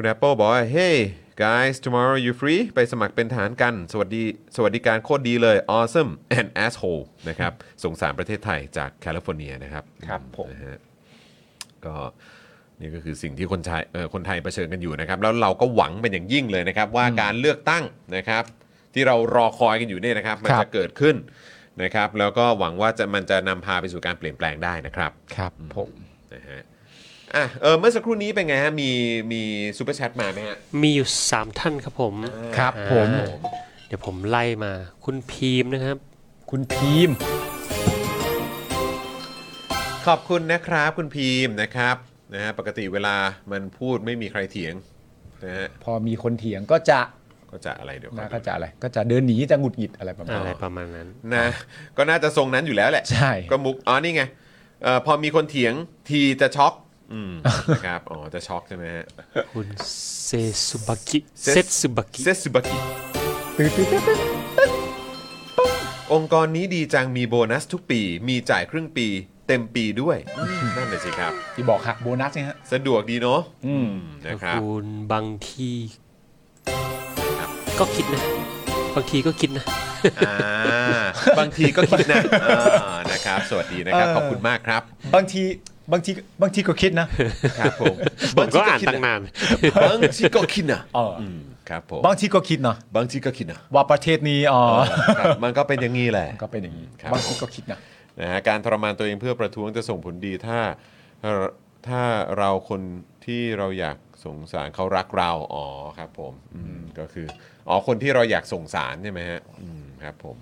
คุณ Apple บอกว่า hey guys tomorrow you free ไปสมัครเป็นทหารกัน สวัสดี สวัสดิการโคตรดีเลย awesome and asshole นะครับ สงสารประเทศไทยจากแคลิฟอร์เนียนะครับ
ครับผม
นะฮะก็นี่ก็คือสิ่งที่คนไทยเอ่อคนไทยเผชิญกันอยู่นะครับ แล้วเราก็หวังเป็นอย่างยิ่งเลยนะครับ ว่าการเลือกตั้งนะครับ ที่เรารอคอยกันอยู่เนี่ยนะครับ มัน
ครั
จะ
บ
เกิดขึ้นนะครับ แล้วก็หวังว่าจะมันจะนำพาไปสู่การเปลี่ยนแปลงได้นะครับ
ครับผม
นะฮะอ่ะเออเมื่อสักครู่นี้เป็นไงฮะ มีมีซูเปอร์แชทมาไหมฮะ
มีอยู่ 3 ท่านครับผม
ครับผม
อ่าเดี๋ยวผมไล่มาคุณพีมนะครับ
คุณพีม
ขอบคุณนะครับคุณพีมพ์นะครับนะฮะปกติเวลามันพูดไม่มีใครเถียงนะฮะ
พอมีคนเถียงก็จะ
ก็จะอะไรเดี๋ยว
นะ
ก่อน
ก็จะอะไร ก็จะเดินหนีจะหงุดหงิดอะไรประมาณ
อะไร
นั้น
ประมาณนั้น
นะก็น่าจะทรงนั้นอยู่แล้วแหละ
ใช่
ก็มุกอ๋อนี่ไงเอ่อพอมีคนเถียงทีจะช็อกอืมนะครับอ๋อจะช็อกใช่ไหมฮะ
คุณเซซุบากิ
เซ
เซซุบากิ
เซซุบากิองค์กรนี้ดีจังมีโบนัสทุกปี มีจ่ายครึ่งปี เต็มปีด้วยอืมนั่นเลยสิครับ
ที่บอกหักโบนัสเนี่ยฮะ
สะดวกดีเนาะ
อืม
นะครับ
คุณบางทีก็คิดนะ บางทีก็คิดนะ
อ่า บางทีก็คิดนะอ่านะครับ สวัสดีนะครับ
เออ
ขอบคุณมากครับ
บางทีบางทีบางทีก็คิดนะครับ
ผม
ผมก็อ่านตั้งนาน
บางทีก็คิดนะ
เอออ
อืมครับผม
บางทีก็คิดเนาะ
บางทีก็คิดนะ
ว่าประเทศนี้ อ๋อ
ครับมันก็เป็นอย่างนี้แหละ
ก็เป็นอย่างนี้
ครับ
บางทีก็คิดนะ
นะฮะการทรมานตัวเองเพื่อประท้วงจะส่งผลดีถ้าถ้าถ้าเราคนที่เราอยากสงสารเขารักเราอ๋อครับผมอืมก็คืออ๋อคนที่เราอยากสงสารใช่ไหมฮะอืมครับผม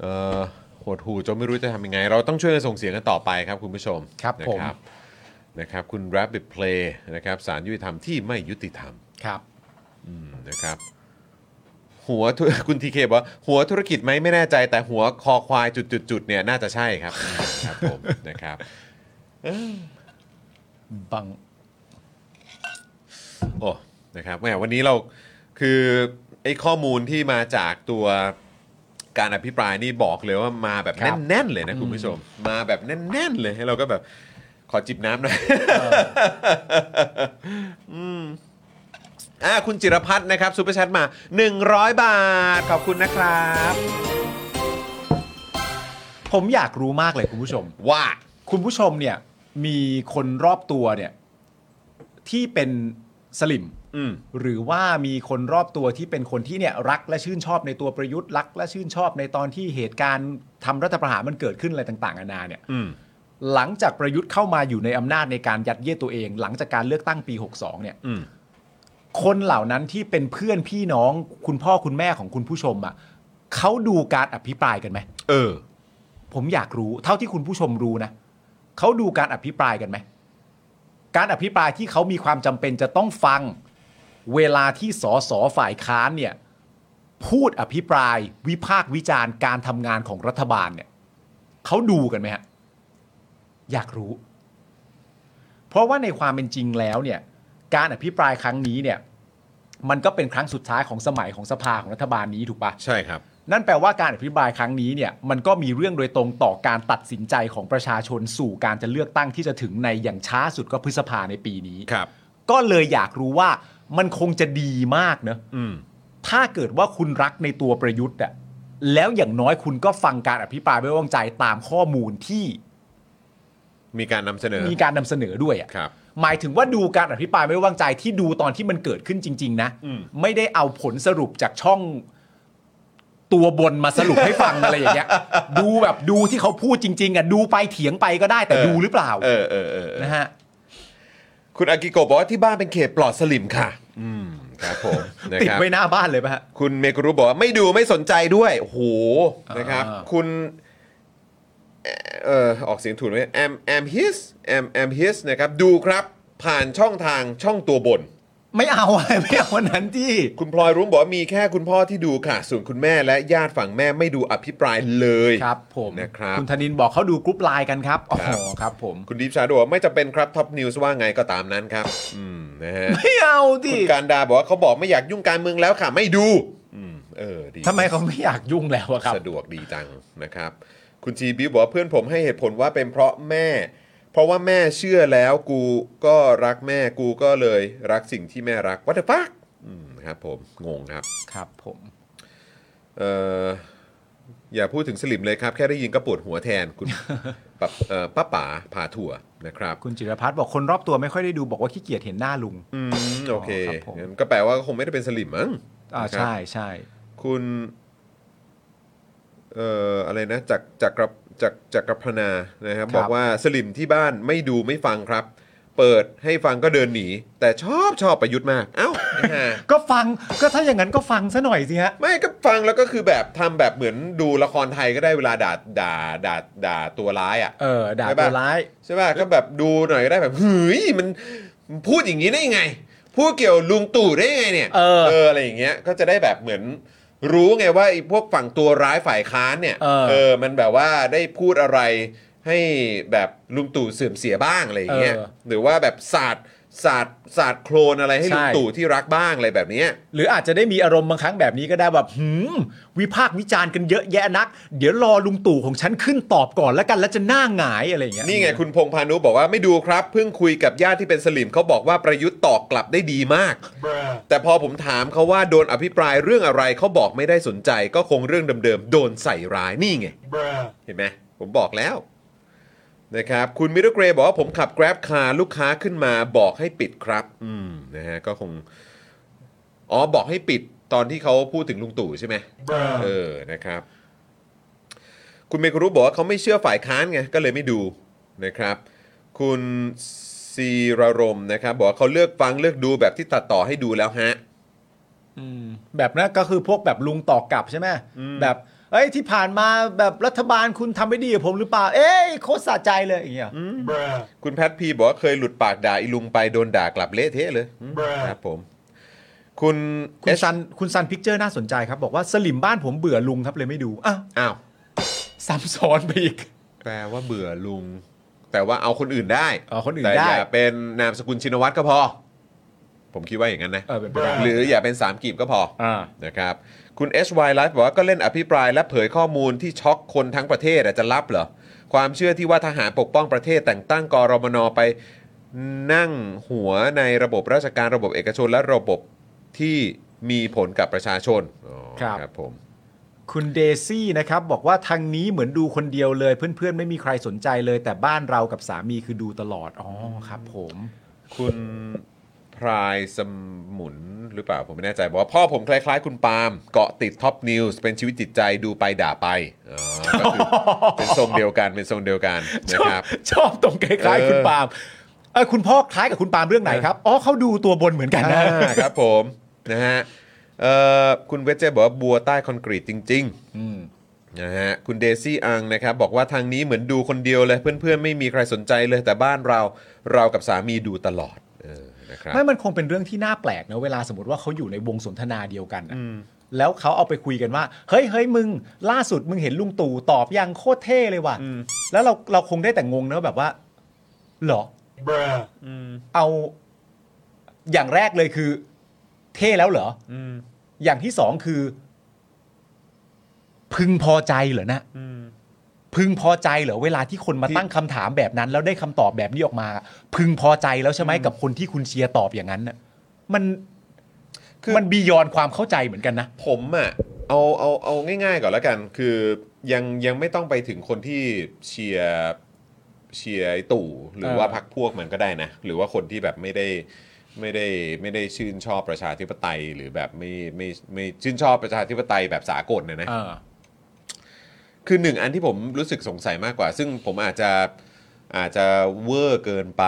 เอ่อโหดหูจนไม่รู้จะทำยังไง เราต้องช่วยกันส่งเสียงกันต่อไปครับคุณผู้ชม
ครับ
นะ
ผม
นะครับคุณ Rabbit Play นะครับสารยุติธรรมที่ไม่ยุติธรรม
ครับ
อืมนะครับหัว ธุ คุณทีเคบอกว่าหัวธุรกิจไหมไม่แน่ใจ แต่หัวคอควายจุดๆๆเนี่ยน่าจะใช่ครับอืมครับผมนะครับ
บาง
โอ้นะครับแหมวันนี้เราคือไอ้ข้อมูลที่มาจากตัว การอภิปรายนี่บอกเลยว่ามาแบบ
ครับ
แน่นๆเลยนะคุณผู้ชม มาแบบแน่นๆเลยให้เราก็แบบขอจิบน้ำหน่อยมอ่าคุณจิรพัฒน์นะครับซูเปอร์แชทมา 100 บาท ขอบคุณนะครับ
ผมอยากรู้มากเลยคุณผู้ชม
ว่า
คุณผู้ชมเนี่ยมีคนรอบตัวเนี่ยที่เป็นสลิม
อืม
หรือว่ามีคนรอบตัวที่เป็นคนที่เนี่ยรักและชื่นชอบในตัวประยุทธ์รัก และชื่นชอบในตอนที่เหตุการณ์ทำรัฐประหารมันเกิดขึ้นอะไรต่างๆนานาเนี่ย
อืม
หลังจากประยุทธ์เข้ามาอยู่ในอำนาจในการยัดเยียดตัวเอง หลังจากการเลือกตั้งปี 62 เนี่ย
อืม
คนเหล่านั้นที่เป็นเพื่อนพี่น้องคุณพ่อคุณแม่ของคุณผู้ชมอะ่ะเขาดูการอภิปรายกันไหม
เออ
ผมอยากรู้เท่าที่คุณผู้ชมรู้นะเขาดูการอภิปรายกันไหมการอภิปรายที่เขามีความจำเป็นจะต้องฟัง เวลาที่สสฝ่ายค้านเนี่ยพูดอภิปรายวิพากษ์วิจารณ์การทำงานของรัฐบาลเนี่ยเขาดูกันไหมฮะอยากรู้ เพราะว่าในความเป็นจริงแล้วเนี่ยการอภิปรายครั้งนี้เนี่ยมันก็เป็นครั้งสุดท้ายของสมัยของสภาของรัฐบาลนี้ถูกปะ
ใช่ครับ
นั่นแปลว่าการอภิปรายครั้งนี้เนี่ยมันก็มีเรื่องโดยตรงต่อการตัดสินใจของประชาชนสู่การจะเลือกตั้งที่จะถึงในอย่างช้าสุดก็พฤษภาในปีนี้
ครับ
ก็เลยอยากรู้ว่ามันคงจะดีมากเนอะ
อืม
ถ้าเกิดว่าคุณรักในตัวประยุทธ์อะแล้วอย่างน้อยคุณก็ฟังการอภิปรายไม่ไว้วางใจตามข้อมูลที่
มีการนำเสนอ
มีการนำเสนอด้วยอะ
ครับ
หมายถึงว่าดูการอภิปรายไม่ไว้วางใจที่ดูตอนที่มันเกิดขึ้นจริง ๆ นะ
อืม
ไม่ได้เอาผลสรุปจากช่องตัวบนมาสรุปให้ฟัง อะไรอย่าง เงี้ยดูแบบดูที่เขาพูดจริง ๆอ่ะดูไปเถียงไปก็ได้แต่ดูหรือเปล่า
เออเออเออเออ
นะฮะ
คุณอากิโกะบอกว่าที่บ้านเป็นเขตปลอดสลิมค่ะ อืม ครับผม นะ
ติด
ครับ
ไว้หน้าบ้านเลยป่ะฮะ
คุณเมกุรุบอกว่าไม่ดูไม่สนใจด้วยโอ้โหนะครับ
อ่า
คุณ เออออกเสียงถูกไหมแอมแอมฮิสแอมแอมฮิสนะครับ ดูครับ ผ่านช่องทางช่องตัวบน
ไม่เอาอะ ไม่เอาวันนั้นที่
คุณพลอยรุ้งบอกว่ามีแค่คุณพ่อที่ดูค่ะ ส่วนคุณแม่และญาติฝั่งแม่ไม่ดูอภิปรายเลย
ครับผม
นะครับ
คุณธนินบอกเขาดูกรุ๊ปไลน์กันครับอ๋อ
ครับ
ครับผม
คุณดิฟชาโดบอกว่าไม่จะเป็นครับท็อปนิวส์ว่าไงก็ตามนั้นครับ อืมนะฮะ
ไม่เอาดิ
คุณการดาบอกว่าเขาบอกไม่อยากยุ่งการเมืองแล้วค่ะ ไม่ดู อืมเออดี
ทำไมเขาไม่อยากยุ่งแล้วอะครับ
สะดวกดีจังนะครับ คุณจีบิวบอกว่าเพื่อนผมให้เหตุผลว่าเป็นเพราะแม่ เพราะว่าแม่เชื่อแล้วกูก็รักแม่กูก็เลยรักสิ่งที่แม่รักวัตถุฟักครับผมงงครับ
ครับผม
เอ่ออย่าพูดถึงสลิมเลยครับ แค่ได้ยินก็ปวดหัวแทนคุณ ปะเอ่อป้าป๋าผาถั่วนะครับ
คุณจิรพัฒน์บอกคนรอบตัวไม่ค่อยได้ดูบอกว่าขี้เกียจเห็นหน้าลุง
อืมโอเค
อ๋อครับผม
งั้นก็แปลว่าคงไม่ได้เป็นสลิมมั้ง
อ่า
นะครับ
ใช่ใช่
คุณเอ่ออะไรนะจากจากกรจากจากกรพนานะครับ
ครับ บ
อกว่าสลิมที่บ้านไม่ดูไม่ฟังครับ เปิดให้ฟังก็เดินหนี แต่ชอบชอบประยุทธ์มาก เอ้า ไอ้ห่า
ก็ฟังก็ถ้าอย่างนั้นก็ฟังซะหน่อยสิฮะ
ไม่ก็ฟังแล้วก็คือแบบทำแบบเหมือนดูละครไทยก็ได้เวลาด่าด่าด่าด่าตัวร้ายอ่ะ
เออ ด่า
ใช่ปะ
ตัวร้าย
ใช่ป่ะก็แบบดูหน่อยก็ได้แบบเฮ้ยมันมันพูดอย่างนี้ได้ยังไง พูดเกี่ยวลุงตู่ได้ยังไงเนี่ย
เออ
อะไรอย่างเงี้ยก็จะได้แบบเหมือน รู้ไงว่าไอ้พวกฝั่งตัวร้ายฝ่ายค้านเนี่ย
เออ
มันแบบว่าได้พูดอะไรให้แบบลุงตู่เสื่อมเสียบ้างอะไรอย่างเงี้ย
เออ
หรือว่าแบบศาสตร์ศาสตร์ศาสตร์โคลนอะไรให้
ใช่
ลุงตู่ที่รักบ้างอะไรแบบเนี้ย
หรืออาจจะได้มีอารมณ์บางครั้งแบบนี้ก็ได้แบบหืมวิพากษ์วิจารณ์กันเยอะแยะนัก เดี๋ยวรอลุงตู่ของฉันขึ้นตอบก่อนแล้วกันแล้วจะหน้าหงายอะไรอย่างเงี้ย
นี่ไงคุณพงพานุบอกว่าไม่ดูครับ เพิ่งคุยกับญาติที่เป็นสลิมเขาบอกว่าประยุทธ์ตอบกลับได้ดีมาก แต่พอผมถามเขาว่าโดนอภิปรายเรื่องอะไรเขาบอกไม่ได้สนใจ ก็คงเรื่องเดิมๆโดนใส่ร้ายนี่ไงเห็นไหมผมบอกแล้วนะครับคุณมิโรเกรบอกว่าผมขับ Grab คาลูกค้าขึ้นมาบอกให้ปิดครับ อืมนะฮะก็คงอ๋อบอกให้ปิดตอนที่เขาพูดถึงลุงตู่ใช่ไหมเออนะครับ คุณเมกุรุบอกว่าเขาไม่เชื่อฝ่ายค้านไงก็เลยไม่ดูนะครับ คุณซีรารมณ์นะครับ บอกว่าเขาเลือกฟังเลือกดูแบบที่ตัดต่อให้ดูแล้วฮะ
อืมแบบนั้นก็คือพวกแบบลุงตอบกลับใช่ไหมแบบเอ้ยที่ผ่านมาแบบรัฐบาลคุณทำไม่ดีกับผมหรือเปล่า เอ้ยโคตรสะใจเลยอย่างเงี้ย
คุณแพทพีบอกว่าเคยหลุดปากด่าอีลุงไปโดนด่ากลับเละเทะเลยอืมครับผม คุณ
คุณซันคุณซันพิกเจอร์น่าสนใจครับบอกว่าสลิมบ้านผมเบื่อลุงครับเลยไม่ดูอ้าว
อ้าว
ซ้ำซ้อนไปอีก
แปลว่าเบื่อลุง แต่ว่าเอาคนอื่นได้
เอาคนอื่น
แต่
ได้
อย่าเป็นนามสกุลชินวัตรก็พอ ผมคิดว่าอย่างนั้นนะ
เออเป็นไปได้
หรืออย่าเป็น 3กีบก็พอ
อ่า
นะครับ คุณ HY Live บอกว่าก็เล่นอภิปรายและเผยข้อมูลที่ช็อกคนทั้งประเทศอาจจะรับเหรอ ความเชื่อที่ว่าทหารปกป้องประเทศแต่งตั้งกรมนไปนั่งหัวในระบบราชการระบบเอกชนและระบบที่มีผลกับประชาชนอ๋อ
ครับ
ครับผม
คุณเดซี่นะครับบอกว่าทางนี้เหมือนดูคนเดียวเลย เพื่อนๆ ไม่มีใครสนใจเลย แต่บ้านเรากับสามีคือดูตลอด อ๋อครับผม
คุณพรายสมุนหรือเปล่า ผมไม่แน่ใจ บอกว่าพ่อผมคล้ายๆ คุณปาล์มเกาะติดท็อปนิวส์เป็นชีวิตจิตใจดูไปด่าไปอ๋อก็คือเป็นทรงเดียวกันเป็นทรงเดียวกันนะครับ
ชอบตรงคล้าย
เออ
ๆคุณปาล์มเออคุณพ่อคล้ายกับคุณปาล์มเรื่องไหนครับ อ๋อเขาดูตัวบนเหมือนกันนะ
อ่าครับผมนะฮะเอ่อคุณเวจเจบอกว่าบัวใต้คอนกรีตจริง
อืม
ๆนะฮะคุณเดซี่อังนะครับบอกว่าทางนี้เหมือนดูคนเดียวเลยเพื่อนๆ ไม่มีใครสนใจเลยแต่บ้านเราเรากับสามีดูตลอดเออนะครับ
ไม่มันคงเป็นเรื่องที่น่าแปลกนะเวลาสมมติว่าเขาอยู่ในวงสนทนาเดียวกันนะแล้วเขาเอาไปคุยกันว่า เฮ้ยเฮ้ยมึง ล่าสุดมึงเห็นลุงตู่ตอบยังโคตรเท่เลยว่ะแล้วเราเราคงได้แต่งงนะว่าแบบว่าเหรอ
Bruh
เอาอย่างแรกเลยคือ เท่แล้วเหรอออย่างที่สองคือ พึงพอใจเหรอนะพึงพอใจเหรอเวลาที่คนมา
ที่
ตั้งคำถามแบบนั้น แล้วได้คำตอบแบบนี้ออกมา พึงพอใจแล้วใช่ไหมกับคนที่คุณเชียร์ตอบอย่างนั้นน่ะมันมันบียอนความเข้าใจเหมือนกันนะ
ผมอะ่ะเอาเอาเอาง่ายๆก่อนแล้วกัน คือยังยังไม่ต้องไปถึงคนที่เชียร์เชียร์ไอ้ตู่หรือ
เออ
ว่าพักพวกมันก็ได้นะ หรือว่าคนที่แบบไม่ได้ไม่ได้ไม่ได้ชื่นชอบประชาธิปไตย หรือแบบไม่ไม่ไม่ชื่นชอบประชาธิปไตยแบบสากลนะนะ
เออ
คือหนึ่งอันที่ผมรู้สึกสงสัยมากกว่า ซึ่งผมอาจจะอาจจะเวอร์เกินไป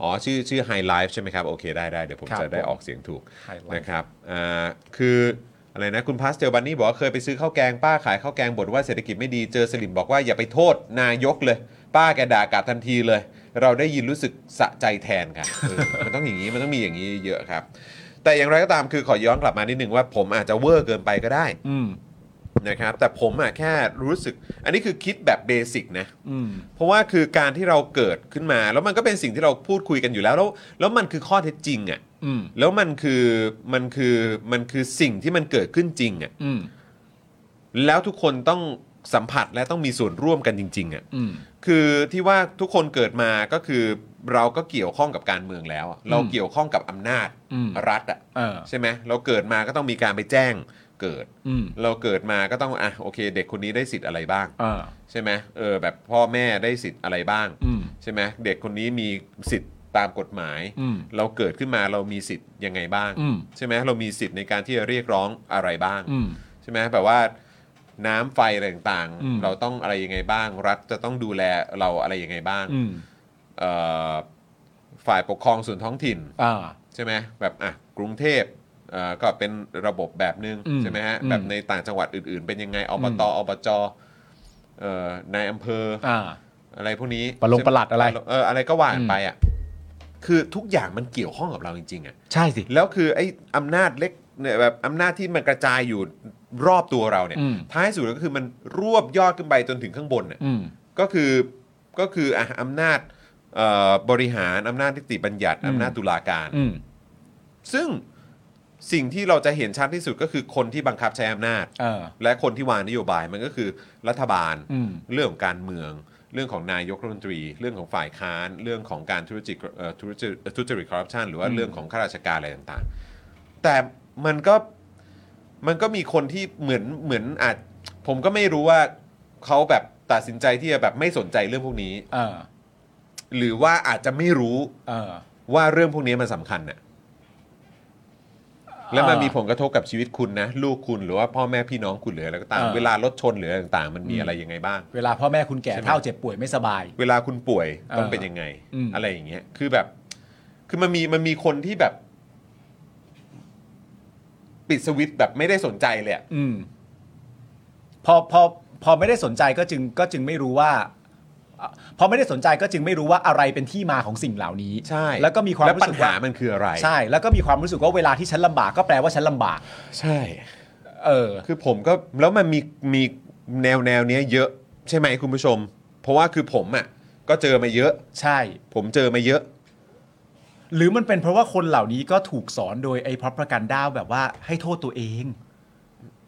อ๋อ ชื่อชื่อไฮไลฟ์ใช่ไหมครับ โอเคได้ได้เดี๋ยวผม
ครับ
จะได้
ผม
ออกเสียงถูก
High Life
นะครับอ่าคืออะไรนะ คุณพาสเตลบันนี่บอกว่าเคยไปซื้อข้าวแกงป้าขายข้าวแกงบ่นว่าเศรษฐกิจไม่ดีเจอสลิมบอกว่าอย่าไปโทษนายกเลย ป้าแกด่ากลับทันทีเลย เราได้ยินรู้สึกสะใจแทนค่ะเออมันต้องอย่างนี้มันต้องมีอย่างนี้เยอะครับ แต่อย่างไรก็ตามคือขอย้อนกลับมานิดนึงว่าผมอาจจะเวอร์เกินไปก็ได้
อืม
นะครับแต่ผมอะแค่รู้สึก อันนี้คือคิดแบบเบสิกนะ
อืม
เพราะว่าคือการที่เราเกิดขึ้นมา แล้วมันก็เป็นสิ่งที่เราพูดคุยกันอยู่แล้วแล้วแล้วมันคือข้อเท็จจริงอะ
อืม
แล้วมันคือมันคือมันคือสิ่งที่มันเกิดขึ้นจริงอะ
อืม
แล้วทุกคนต้องสัมผัสและต้องมีส่วนร่วมกันจริงๆอะ
อืม
คือที่ว่าทุกคนเกิดมาก็คือเราก็เกี่ยวข้องกับการเมืองแล้วอะเราเกี่ยวข้องกับอำนาจ
อืม
รัฐอะ
เออ
ใช่ไหมเราเกิดมาก็ต้องมีการไปแจ้งเกิด
อืม
เราเกิดมาก็ต้องอ่ะโอเค เด็กคนนี้ได้สิทธิ์อะไรบ้าง
เออ
ใช่ไหมเออแบบพ่อแม่ได้สิทธิ์อะไรบ้าง
อืม
ใช่ไหมเด็กคนนี้มีสิทธิ์ตามกฎหมาย
อืม
เราเกิดขึ้นมาเรามีสิทธิ์ยังไงบ้าง
อืม
ใช่ไหมเรามีสิทธิ์ในการที่จะเรียกร้องอะไรบ้าง
อืม
ใช่ไหมแบบว่าน้ำไฟอะไรต่าง
อืม
ๆ เราต้องอะไรยังไงบ้าง รัฐจะต้องดูแลเราอะไรยังไงบ้าง
อืม
เอ่อฝ่ายปกครองส่วนท้องถิ่น
อ่า
ใช่ไหมแบบอ่ะกรุงเทพเอ่อก็เป็นระบบแบบหนึง
อืม
ใช่ไหมฮะ
อืม
แบบในต่างจังหวัดอื่น ๆ เป็นยังไงอบตอบจเอ่อนายอำเภอ
อ่า
อะไรพวกนี้
ปะลงปลัดอะไร
เอออะไรก็ว่ากันไปอ่ะคือทุกอย่างมันเกี่ยวข้องกับเราจริงๆอ่ะ
ใช่สิ
แล้วคือไอ้อำนาจเล็กเนี่ยแบบอำนาจที่มันกระจายอยู่รอบตัวเราเนี่ย
อืม
ท้ายสุดก็คือมันรวบยอดขึ้นไปจนถึงข้างบนน่ะ
อืม
ก็คือก็คืออ่ะอำนาจเอ่อบริหารอำนาจนิติบัญญัติ
อืม
อำนาจตุลาการ
อืม
ซึ่งสิ่งที่เราจะเห็นชัดที่สุดก็คือคนที่บังคับใช้อำนาจ
เออ
และคนที่วางนโยบายมันก็คือรัฐบาล
อืม
เรื่องของการเมือง เรื่องของนายกรัฐมนตรี เรื่องของฝ่ายค้าน เรื่องของการทุจริตเอ่อทุจริตทุจริตคอร์รัปชันหรือว่าเรื่องของข้าราชการอะไรต่างๆ แต่มันก็มันก็มีคนที่เหมือนเหมือนอาจผมก็ไม่รู้ว่าเขาแบบตัดสินใจที่จะแบบไม่สนใจเรื่องพวกนี้
เออ
หรือว่าอาจจะไม่รู้
เออ
ว่าเรื่องพวกนี้มันสำคัญน่ะแล้วมันมีผลกระทบกับชีวิตคุณนะ ลูกคุณหรือว่าพ่อแม่พี่น้องคุณหรืออะไรก็ตาม
เออ
เวลารถชนหรืออะไรต่างๆ มันมีอะไรยังไงบ้าง
เวลาพ่อแม่คุณแก่
ใช่ไหม
เท่าเจ็บป่วยไม่สบาย
เวลาคุณป่วยต้อง
เออ
เป็นยังไง
อืม
อะไรอย่างเงี้ย คือแบบ คือมันมีมันมีคนที่แบบ ปิดสวิตช์แบบไม่ได้สนใจเลยอะ
อืม พอพอพอไม่ได้สนใจก็จึงก็จึงไม่รู้ว่าอ่ะพอไม่ได้สนใจก็จึงไม่รู้ว่าอะไรเป็นที่มาของสิ่งเหล่านี้
ใช่
แล้วก็มีความ
แล้ว
รู้
ปั
สึ
ญ
ก
หา
ว่า
มันคืออะไร
ใช่ แล้วก็มีความรู้สึกว่าเวลาที่ฉันลำบากก็แปลว่าฉันลำบาก
ใช่
เออ
คือผมก็แล้วมันมีมีแนวแนวเนี้ยเยอะ ใช่ไหมคุณผู้ชม เพราะว่าคือผมอ่ะ ก็เจอมาเยอะ
ใช่
ผมเจอมาเยอะ
หรือมันเป็นเพราะว่าคนเหล่านี้ก็ถูกสอนโดยไอ้พรประกันด้าวแบบว่าให้โทษตัวเอง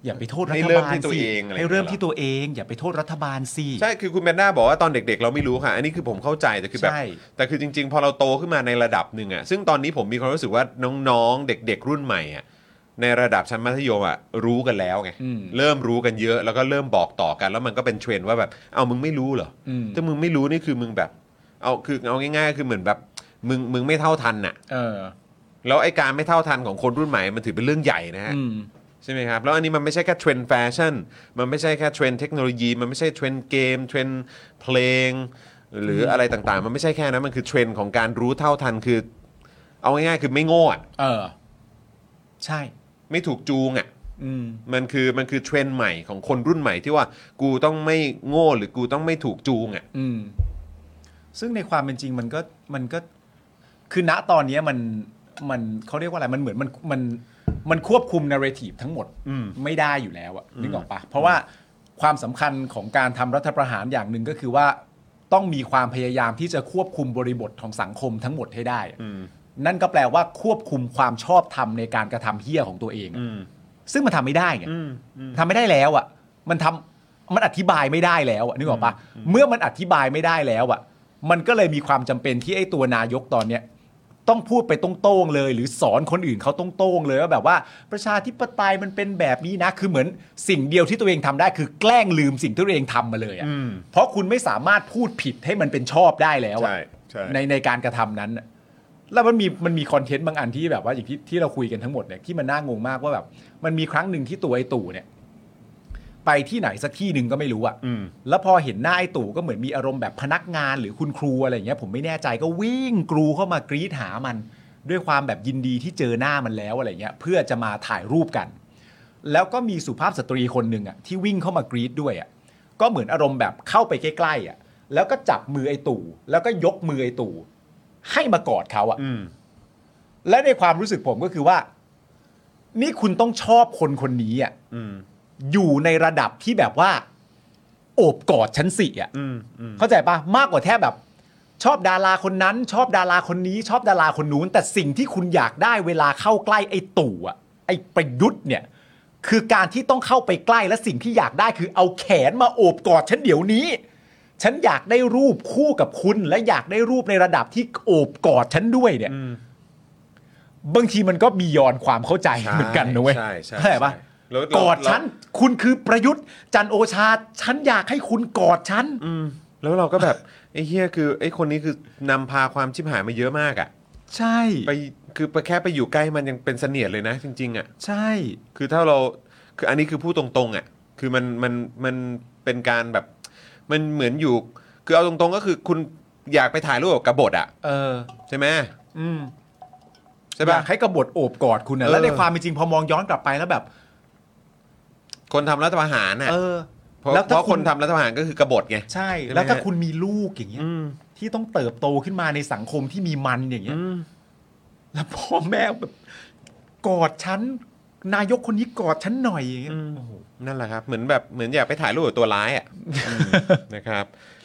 อย่าไปโทษรั
ให้
ฐ
เริ่ม
บา
ที่
ล
ตัว
สิ
เองอะไรอย่างเงี้ย
ให้เริ่มที่ตัวเอง อย่าไปโทษรัฐบาลสิ
ใช่คือคุณแมนด้าบอกว่าตอนเด็กๆ เราไม่รู้ค่ะ อันนี้คือผมเข้าใจแต่คือแบบ
ใช่
แต่คือจริง ๆ พอเราโตขึ้นมาในระดับหนึ่งอ่ะซึ่งตอนนี้ผมมีความรู้สึกว่าน้องๆ เด็ก ๆ รุ่นใหม่อ่ะในระดับชั้นมัธยมอ่ะรู้กันแล้วไงเริ่มรู้กันเยอะแล้วก็เริ่มบอกต่อกัน แล้วมันก็เป็นเทรนด์ว่าแบบเอามึงไม่รู้เหรออถ้ามึงไม่รู้นี่คือมึงแบบเอาคือเอาง่ายๆ คือเหมือนแบบมึงมึงไม่เท่าทันน่ะ
เออ
แล้วไอ้การไม่เท่าทันของคนรุ่นใหม่มันถือเป็นเรื่องใหญ่นะฮะ
อืม
ใช่ไหมครับ แล้วอันนี้มันไม่ใช่แค่เทรนด์แฟชั่น มันไม่ใช่แค่เทรนด์เทคโนโลยี มันไม่ใช่เทรนด์เกม เทรนด์เพลง หรืออะไรต่างๆ มันไม่ใช่แค่นั้น มันคือเทรนด์ของการรู้เท่าทันคือ เอาง่ายๆ คือไม่โง่อะ
เออ ใช่
ไม่ถูกจูงอ่ะ
อืม
มันคือมันคือเทรนด์ใหม่ของคนรุ่นใหม่ที่ว่ากูต้องไม่โง่หรือกูต้องไม่ถูกจูงอ่ะ
อืม ซึ่งในความเป็นจริงมันก็มันก็คือณตอนเนี้ยมันมันเขาเรียกว่าอะไรมันเหมือนมันมันมันควบคุมนาร์เรทีฟทั้งหมด
อืม
ไม่ได้อยู่แล้วอะนึกออกปะเพราะว่าความสำคัญของการทำรัฐประหารอย่างหนึ่งก็คือว่าต้องมีความพยายามที่จะควบคุมบริบทของสังคมทั้งหมดให้ได้อะ
อืม
นั่นก็แปลว่าควบคุมความชอบธรรมในการกระทำเฮี้ยของตัวเองอะ
อืม
ซึ่งมันทำไม่ได้ไง
อืมอืม
ทำไม่ได้แล้วอ่ะ มันทำมันอธิบายไม่ได้แล้วอะนึกออกปะเมื่อมันอธิบายไม่ได้แล้วอ่ะ มันก็เลยมีความจำเป็นที่ไอ้ตัวนายกตอนเนี้ยต้องพูดไปตรงๆเลย หรือสอนคนอื่นเขาตรงๆเลยว่าแบบว่าประชาธิปไตยมันเป็นแบบนี้นะ คือเหมือนสิ่งเดียวที่ตัวเองทำได้คือแกล้งลืมสิ่งที่ตัวเองทำมาเลย
อื
อะ่
ม
ะเพราะคุณไม่สามารถพูดผิดให้มันเป็นชอบได้แล้วอะ
ใช่ใช่
ในในการกระทำนั้นอะ แล้วมันมีมันมีคอนเทนต์บางอันที่แบบว่าอย่างที่ที่เราคุยกันทั้งหมดเนี่ยที่มันน่างงมากว่าแบบ มันมีครั้งหนึ่งที่ตัวไอ้ตู่เนี่ย ไปที่ไหนสักที่หนึ่งก็ไม่รู้อะ
อืม
แล้วพอเห็นหน้าไอ้ตู่ก็เหมือนมีอารมณ์แบบพนักงานหรือคุณครูอะไรอย่างเงี้ย ผมไม่แน่ใจก็วิ่งกรูเข้ามากรีดหามัน ด้วยความแบบยินดีที่เจอหน้ามันแล้วอะไรเงี้ย เพื่อจะมาถ่ายรูปกัน แล้วก็มีสุภาพสตรีคนหนึ่งอะที่วิ่งเข้ามากรีดด้วยอะก็เหมือนอารมณ์แบบเข้าไปใกล้ๆอะแล้วก็จับมือไอ้ตู่แล้วก็ยกมือไอ้ตู่ให้มากอดเขาอะ
อืม
และในความรู้สึกผมก็คือว่า นี่คุณต้องชอบคนคนนี้อ่ะ
อืม
อยู่ในระดับที่แบบว่า โอบกอดชั้นสี่อ่ะ
อืมอืม
เข้าใจปะมากกว่าแค่แบบ ชอบดาราคนนั้น ชอบดาราคนนี้ ชอบดาราคนนู้น แต่สิ่งที่คุณอยากได้เวลาเข้าใกล้ไอ้ตู่อ่ะไอ้ประยุทธ์เนี่ย คือการที่ต้องเข้าไปใกล้และสิ่งที่อยากได้คือเอาแขนมาโอบกอดฉันเดี๋ยวนี้ ฉันอยากได้รูปคู่กับคุณ และอยากได้รูปในระดับที่โอบกอดฉันด้วยเนี่ย
อืม
บางทีมันก็บียอนความเข้าใจเหมือนกันนะเว้ย
ใช่ใช่
เข้าใจปะ
ใช่แล้ว
กอดฉัน คุณคือประยุทธ์ จันทร์โอชา ฉันอยากให้คุณกอดฉัน
อืมแล้วเราก็แบบ ไอ้เฮียคือไอ้คนนี้คือนำพาความชิบหายมาเยอะมากอ่ะ
ใช่
ไปคือไปแค่ไปอยู่ใกล้มันยังเป็นเสนียดเลยนะจริงๆอ่ะ
ใช่
คือถ้าเราคืออันนี้คือพูดตรงๆอ่ะคือมันมันมันเป็นการแบบมันเหมือนอยู่ คือเอาตรงๆก็คือคุณอยากไปถ่ายรูปกับกบฏอ่ะ
เออ
ใช่ไหม
อืม
ใช่
อ
ปะ
ยากให้กบฏโอบกอดคุณนะ
เออ
แล้วในความเป็นจริงพอมองย้อนกลับไปแล้วแบบ
คนทำรัฐประหารอ่ะ
เออ
เพราะ
แล้ว
เพ
ถ้า
ราะ
คุ
ค
ณ
นทำรัฐประหารก็คือกบฏไง
ใช่
ใช่ไหม
แล้วถ้า
ฮะ
คุณมีลูกอย่างเงี้ย
อืม
ที่ต้องเติบโตขึ้นมาในสังคมที่มีมันอย่างเงี้ย
อืม
แล้วพ่อแม่แบบ กอดฉัน นายกคนนี้กอดฉันหน่อยอย่างเงี้ย โอ้โห
นั่นแหละครับเหมือนแบบเหมือนอยากไปถ่ายรูปกับตัวร้ายอ่ะนะครับ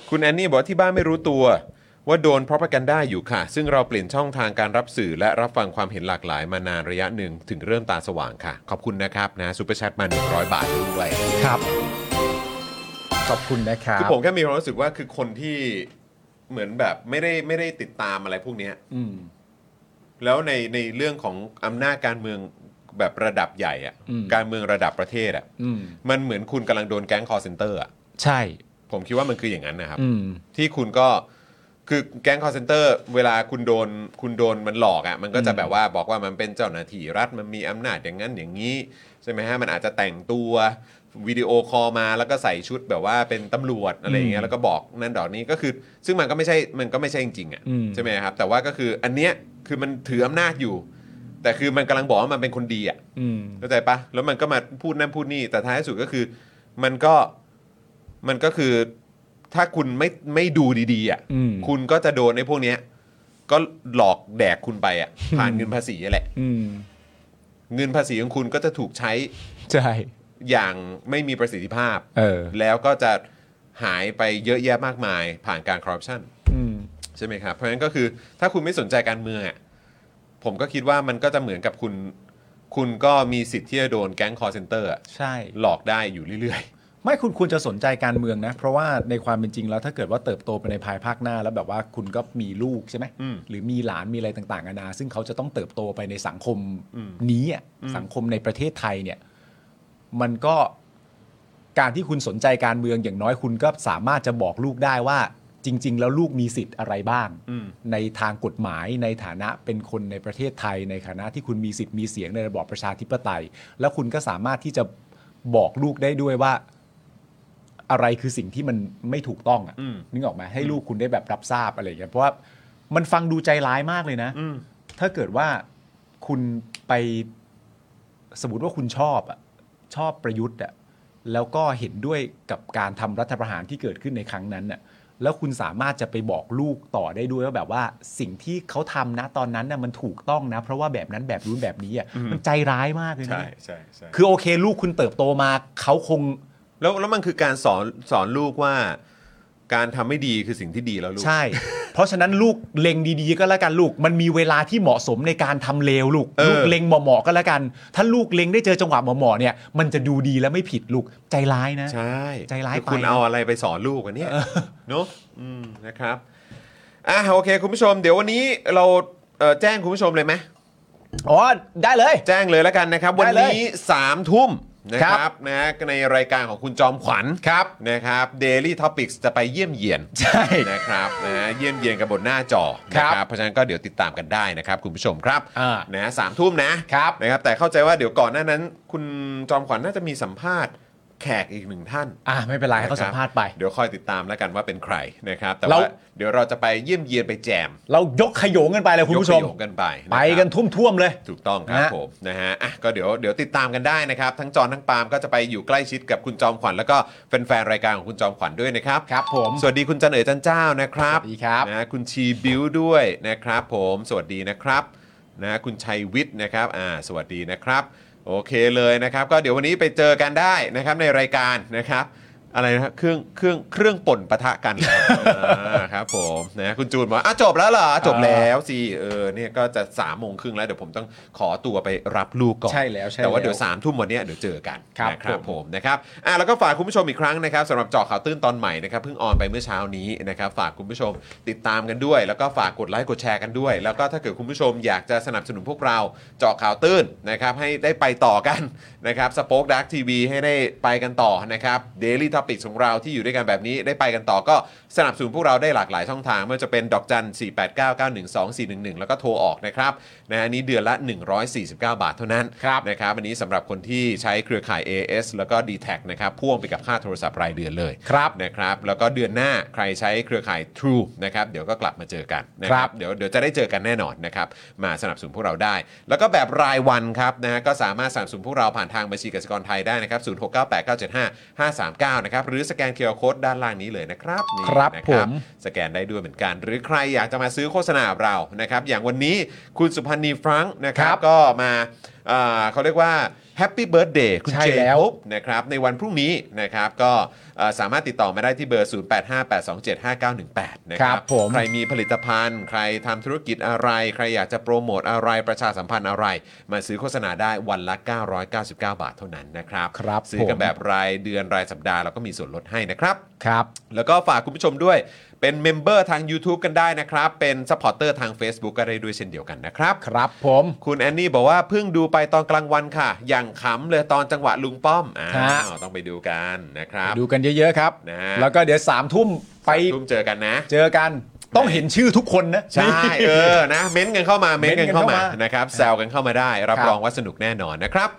คุณแอนนี่บอกว่าที่บ้านไม่รู้ตัว ว่าโดนเพราะประกันได้อยู่ค่ะ ซึ่งเราเปลี่ยนช่องทางการรับสื่อและรับฟังความเห็นหลากหลายมานานระยะหนึ่งถึงเริ่มตาสว่างค่ะ ขอบคุณนะครับนะซูเปอร์แชทมา100 บาทด้วย
ครับ ขอบคุณนะครับ
คือผมแค่มีความรู้สึกว่าคือคนที่เหมือนแบบไม่ได้ไม่ได้ติดตามอะไรพวกเนี้ย
อืม
แล้วในในเรื่องของอำนาจการเมืองแบบระดับใหญ่อะ
อืม
การเมืองระดับประเทศอะ
อืม
มันเหมือนคุณกำลังโดนแก๊งคอร์เซนเตอร์อะ
ใช่
ผมคิดว่ามันคืออย่างนั้นนะครับ
อืม
ที่คุณก็คือแก๊งคอร์เซนเตอร์เวลาคุณโดนคุณโดนมันหลอกอะ่ะมันก็จะ
อืม
แบบว่าบอกว่ามันเป็นเจ้าหน้าที่รัฐมันมีอำนาจอย่างนั้นอย่างนี้ใช่ไหมฮะมันอาจจะแต่งตัววิดีโอคอลมาแล้วก็ใส่ชุดแบบว่าเป็นตำรวจอะไรอย่างเงี้
อื
ย
ม
แล้วก็บอกนั่นดอกนี้ก็คือ ซึ่งมันก็ไม่ใช่มันก็ไม่ใช่จริงๆอะ่ะ
อืม
ใช่ไหมครับแต่ว่าก็คืออันเนี้ยคือมันถืออำนาจอยู่ แต่คือมันกำลังบอกว่ามันเป็นคนดีอ่ะ
อืม
เข้าใจปะแล้วมันก็มาพูดนั่นพูดนี่ แต่ท้ายสุดก็คือ มันก็ มันก็คือ ถ้าคุณไม่ไม่ดูดีๆอ่ะ
อืม
คุณก็จะโดนในพวกเนี้ย ก็หลอกแดกคุณไปอ่ะ ผ่านเงินภาษีแหละ
อืม
เงินภาษีของคุณก็จะถูกใช้
ใช่
อย่างไม่มีประสิทธิภาพ
เออ
แล้วก็จะหายไปเยอะแยะมากมาย ผ่านการคอร์รัปชัน
อืม
ใช่ไหมครับ เพราะฉะนั้นก็คือถ้าคุณไม่สนใจการเมืองอ่ะ ผมก็คิดว่ามันก็จะเหมือนกับคุณ คุณก็มีสิทธิ์ที่จะโดนแก๊งคอร์เซนเตอร์
ใช่
หลอกได้อยู่เรื่อย
ไม่คุณควรจะสนใจการเมืองนะ เพราะว่าในความเป็นจริงแล้วถ้าเกิดว่าเติบโตไปในภายภาคหน้าแล้วแบบว่าคุณก็มีลูกใช่ไหม
อืม
หรือมีหลานมีอะไรต่างๆนานาซึ่งเขาจะต้องเติบโตไปในสังคม
อืม
นี้อะสังคมในประเทศไทยเนี่ย มันก็การที่คุณสนใจการเมืองอย่างน้อยคุณก็สามารถจะบอกลูกได้ว่า จริง ๆ แล้วลูกมีสิทธิ์อะไรบ้าง
ๆ อืม
ในทางกฎหมายในฐานะเป็นคนในประเทศไทย ในฐานะที่คุณมีสิทธิ์มีเสียงในระบอบประชาธิปไตย แล้วคุณก็สามารถที่จะบอกลูกได้ด้วยว่า อะไรคือสิ่งที่มันไม่ถูกต้องอะ
อืม
นึกออกไหมให้ลูกคุณได้แบบรับทราบอะไรอย่างเงี้ยเพราะว่ามันฟังดูใจร้ายมากเลยนะ
อืม
ถ้าเกิดว่าคุณไปสมมติว่าคุณชอบอะชอบประยุทธ์อะแล้วก็เห็นด้วยกับการทำรัฐประหารที่เกิดขึ้นในครั้งนั้นน่ะแล้วคุณสามารถจะไปบอกลูกต่อได้ด้วยว่าแบบว่าสิ่งที่เขาทำนะตอนนั้นน่ะมันถูกต้องนะ เพราะว่าแบบนั้นแบบนู้นแบบนี้อ่ะ
อืม
มันใจร้ายมากเลยนะ
ใช่ใช่ใช่
คือโอเค ลูกคุณเติบโตมาเขาคง
แล้วแล้วมันคือการสอนสอนลูกว่า การทำไม่ดีคือสิ่งที่ดีแล้วลูก
ใช่ เพราะฉะนั้นลูกเล็งดีๆ ก็แล้วกันลูก มันมีเวลาที่เหมาะสมในการทำเลวลูก
เออ
ลูกเล็งเหมาะๆก็แล้วกัน ถ้าลูกเล็งได้เจอจังหวะเหมาะๆเนี่ย มันจะดูดีและไม่ผิดลูกใจร้ายนะ
ใช่
ใจร้ายไป
คุณเอาอะไรไปสอนลูกอันเนี่ยเนอะอืมนะครับอ่ะโอเค คุณผู้ชม เดี๋ยววันนี้เราเอ่อแจ้งคุณผู้ชมเลยไหม
อ๋อได้เลย
แจ้งเลยแล้วกันนะครับ
ได้
วัน
เลย
นี้3ามทุ่มนะค
ค
รั
รั
บบ นะในรายการของคุณจอมขวัญครับนะครับ Daily Topics จะไปเยี่ยมเยียน
ใช่
นะครับนะเยี่ยมเยียนกับบนหน้าจอ
ครับ
นะเพราะฉะนั้นก็เดี๋ยวติดตามกันได้นะครับ คุณผู้ชมครับ
อ่า
นะสามทุ่มนะครับ นะครับแต่เข้าใจว่าเดี๋ยวก่อนหน้านั้น คุณจอมขวัญน่าจะมีสัมภาษณ์แขกอีกหนึ่งท่าน
อ่ะไม่เป็นไรให้เขาสัมภาษณ์ไป
เดี๋ยวคอยติดตามแล้วกันว่าเป็นใครนะครับแต่
เรา
ว่าเดี๋ยวเราจะไปเยี่ยมเยียนไปแจม
เรายกขยงกันไปเลยคุณผู้ชม
ยกประโยคกันไปะค
ไป
รับ
กันทุ่วมๆเลย
ถูกต้องครับ
นะ
ผมนะฮะอ่ะก็เดี๋ยวเดี๋ยวติดตามกันได้นะครับ ทั้งจอนทั้งปาล์มก็จะไปอยู่ใกล้ชิดกับคุณจอมขวัญแล้วก็แฟนๆรายการของคุณจอมขวัญด้วยนะครับ
ครับผม
สวัสดีคุณจันเอ๋ยจันเจ้านะครับ
สวัสดีครับ
นะคุณชีบิวด้วยนะครับผมสวัสดีนะครับนะคุณชัยวิทย์นะครับอ่าสวัสดีนะครับ โอเคเลยนะครับ ก็เดี๋ยววันนี้ไปเจอกันได้นะครับในรายการนะครับอะไรนะครับเครื่องเครื่องเครื่องป่นปะทะกันเหรอ อ่าครับผมนะคุณจูนบอกว่าอ่ะจบแล้วเหรอจบแล้วสิเออเนี่ยก็จะ3ามโมงครึ่งแล้วเดี๋ยวผมต้องขอตัวไปรับลูกก่อน
ใช่แล้วใช่
แต่ว่า
แล้ว
เดี๋ยว3ามทุ่มวันเนี้ยเดี๋ยวเจอกัน
ครับ
นะครับ
ผม
ผมนะครับอ่ะแล้วก็ฝากคุณผู้ชมอีกครั้งนะครับสำหรับเจาะข่าวตื้นตอนใหม่นะครับเพิ่งออนไปเมื่อเช้านี้นะครับฝากคุณผู้ชมติดตามกันด้วย แล้วก็ฝากกดไลค์กดแชร์กันด้วย แล้วก็ถ้าเกิดคุณผู้ชมอยากจะสนับสนุนพวกเราเจาะข่าวตื้นนะครับให้ได้ไปต่อกันนะครับสป็อคดักทีวีให้ได้ไปกันต่อนะครับเดลี่ท็อปิกของเราที่อยู่ด้วยกันแบบนี้ได้ไปกันต่อก็สนับสนุนพวกเราได้หลากหลายช่องทางไม่ว่าจะเป็นดอกจัน 4 8 9 9 1 2 4 1 1 แล้วก็โทรออกนะครับนะอันนี้เดือนละ 149 บาทเท่านั้น
ครับ
นะครับอันนี้สำหรับคนที่ใช้เครือข่าย AS แล้วก็ d t แทนะครับพ่วงไปกับค่าโทรศัพท์รายเดือนเลย
ครับ
นะครับแล้วก็เดือนหน้าใครใช้เครือข่าย True นะครับเดี๋ยวก็กลับมาเจอกันนะค
ค
รั
รั
บบ เดี๋ยวเดี๋ยวจะได้เจอกันแน่นอนนะครับมาสนับสนุนพวกเราได้ แล้วก็แบบรายวันครับนะฮะก็สามารถสนับสนุนพวกเราผ่านทางบัญชีกสิกรไทยได้นะครับศูนย์หกเก้าแปดเก้าเจ็ดห้าห้าสามเก้านะครับหรือสแกนเคอร์โคดด้านล่างนี้เลยนะครับนี่
ครับ
นะ
ผม
สแกนได้ด้วยเหมือนกัน หรือใครอยากจะมาซื้อโฆษณากับเรานะครับ อย่างวันนี้คุณสุพันธ์นีฟรังก์นะครับ
ครับ
ก็มาเอ่อเขาเรียกว่าแฮปปี้เบิร์ดเดย์คุณ
ใช่
เจ
แล้ว
คบนะครับในวันพรุ่งนี้นะครับ ก็เอ่อสามารถติดต่อมาได้ที่เบอร์ 0858275918 นะครับ
ครับผม
ใครมีผลิตภัณฑ์ ใครทำธุรกิจอะไร ใครอยากจะโปรโมทอะไรประชาสัมพันธ์อะไร มาซื้อโฆษณาได้วันละ 999 บาทเท่านั้นนะครับ
ครับ
ซื้อกัน
ผม
แบบรายเดือนรายสัปดาห์เราก็มีส่วนลดให้นะครับ
ครับ
แล้วก็ฝากคุณผู้ชมด้วยเป็นเมมเบอร์ทาง YouTube กันได้นะครับ เป็นซัพพอร์เตอร์ทาง Facebook ก็ได้ด้วยเช่นเดียวกันนะครับ
ครับผม
คุณแอนนี่บอกว่าเพิ่งดูไปตอนกลางวันค่ะ อย่างขำเลยตอนจังหวะลุงป้อมอ้า
ฮะ
วต้องไปดูกันนะครับ
ดูกันเยอะๆครับ
นะฮะ
แล้วก็เดี๋ยวสามทุ่มไป
ทุ่มเจอกันนะ
เจอกันต้องเห็นชื่อทุกคนนะ
ใช่เออนะเม้นต์กันเข้ามาเม้นต์กันเข้ามา
เม้นต์กันเข้ามาน
นะครับแซวกันเข้ามาได้รับ
ครับ
รองว่าสนุกแน่นอนนะครับ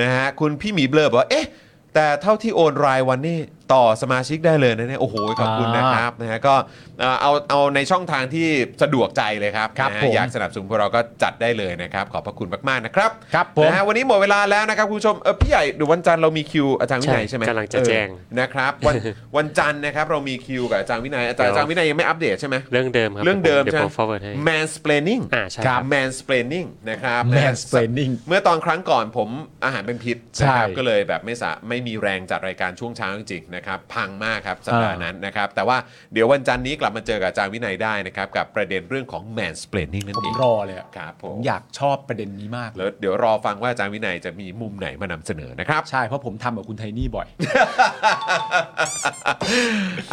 นะฮะคุณพี่หมีเบลอบอกว่าเอ๊ะ แต่เท่าที่โอนรายวันนี่ต่อสมาชิกได้เลยนะเนี่ยโอ้โหขอบคุณ
อ่าน
นะครับนะฮะก็เอ่อเอาเอาในช่องทางที่สะดวกใจเลยครับ
ครับ
นะฮะ
ผม
อยากสนับสนุนพวกเราก็จัดได้เลยนะครับขอบพระคุณมากๆนะครับ
ครับผม
นะฮะวันนี้หมดเวลาแล้วนะครับคุณผู้ชมเออพี่ใหญ่เดี๋ยววันจันทร์เรามีคิวอาจารย์วินัย
ใช่
ใช่ไหม
กำลังจะแจ้ง
เออนะครับวัน วันจันทร์นะครับเรามีคิวกับอาจารย์วินัยอาจารย์อาจารย์วินัยยังไม่อัปเดตใช่ไหม
เรื่องเดิมครับ
เรื่องเดิม
เดี๋ยว
ใช่ไห
ผม ม forward ให้
mansplaining
อ่าใช่ครับ
mansplaining นะครับ
Mansplaining
เมื่อตอนครั้งก่อนผมอาหารเป็นพิษ
ใช่
นะครับก็เลยแบบไม่สะไม่มีแรงจัดรายการช่วงเช้าจริงๆ นะครับพังมากครับสัปดาห์นั้นนะครับแต่ว่าเดี๋ยววันจันทร์นี้กลับมาเจอกับอาจารย์วินัยได้นะครับกับประเด็นเรื่องของ mansplaining นั่น
ผม
เอง
รอเลยอะ
ครับผ
ผม มอยากชอบประเด็นนี้มากเลย
แล้วเดี๋ยวรอฟังว่าอาจารย์วินัยจะมีมุมไหนมานำเสนอนะครับ
ใช่ เพราะผมทำกับคุณไทนี่บ่อย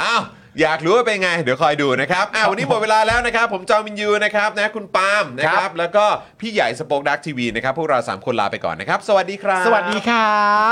อ้าวอยากรู้ว่าเป็นไง เดี๋ยวคอยดูนะครับอ้าววันนี้หมดเวลาแล้วนะครับ ผมจอมินยูนะครับนะคุณปาล์มนะครั
ครับ บ
แล้วก็พี่ใหญ่สป o อ e ดักทีวีนะครับ พวกเรา 3 คนลาไปก่อนนะครับ สวัสดีครับ
สวัสดีครับ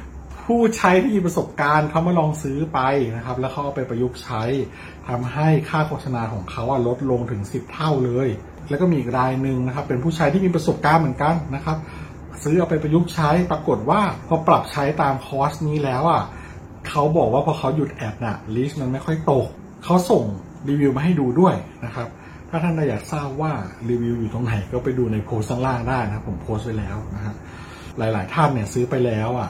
ผู้ใช้ที่มีประสบการณ์เขามาลองซื้อไปนะครับ แล้วเขาเอาไปประยุกต์ใช้ทำให้ค่าโฆษณาของเขาอะลดลงถึง 10 เท่าเลย แล้วก็มีอีกรายหนึ่งนะครับ เป็นผู้ใช้ที่มีประสบการณ์เหมือนกันนะครับ ซื้อเอาไปประยุกต์ใช้ปรากฏว่าพอปรับใช้ตามคอร์สนี้แล้วอ่ะเขาบอกว่าพอเขาหยุดแอดน่ะลิสต์มันไม่ค่อยตกเขาส่งรีวิวมาให้ดูด้วยนะครับ ถ้าท่านอยากทราบว่ารีวิวอยู่ตรงไหนก็ไปดูในโพสต์ข้างล่างได้นะครับผมโพสต์ไว้แล้วนะฮะ หลาย ๆ ท่านเนี่ยซื้อไปแล้วอ่ะ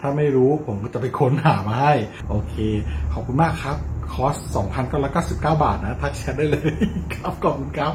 ถ้าไม่รู้ผมก็จะไปค้นหามาให้ โอเค ขอบคุณมากครับ คอร์ส 2,999 บาทนะ ทักแชทได้เลย ครับขอบคุณครับ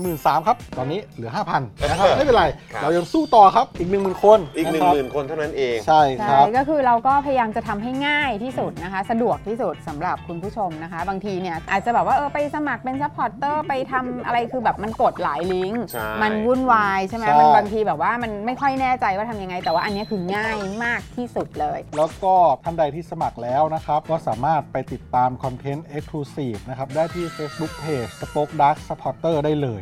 1 3ื่นครับ ตอนนี้เหลือ 5,000นะครับ ไม่เป็นไร
ครับ
เรายังสู้ต่อครับอีก 10,000 คน
อีก1
ะครับ
0,000คนเท่านั้นเอง
ใช่ค
ใช่
รับ
ก็คือเราก็พยายามจะทำให้ง่ายที่สุดนะคะ สะดวกที่สุดสำหรับคุณผู้ชมนะคะ บางทีเนี่ยอาจจะแบบว่าเออไปสมัครเป็นซัพพอร์ตเตอร์ไปทำอะไรคือแบบมันกดหลายลิงก์
ใช่
มันวุ่นวายใช่ไหม
ใช่
มันบางทีแบบว่ามันไม่ค่อยแน่ใจว่าทำยังไง แต่ว่าอันเนี้ยคือง่ายมากที่สุดเลย
แล้วก็ท่านใดที่สมัครแล้วนะครับ ก็สามารถไปติดตามคอนเทนต์ Exclusive นะครับ ได้ที่ Facebook Page Spoke Dark Supporter ได้เลย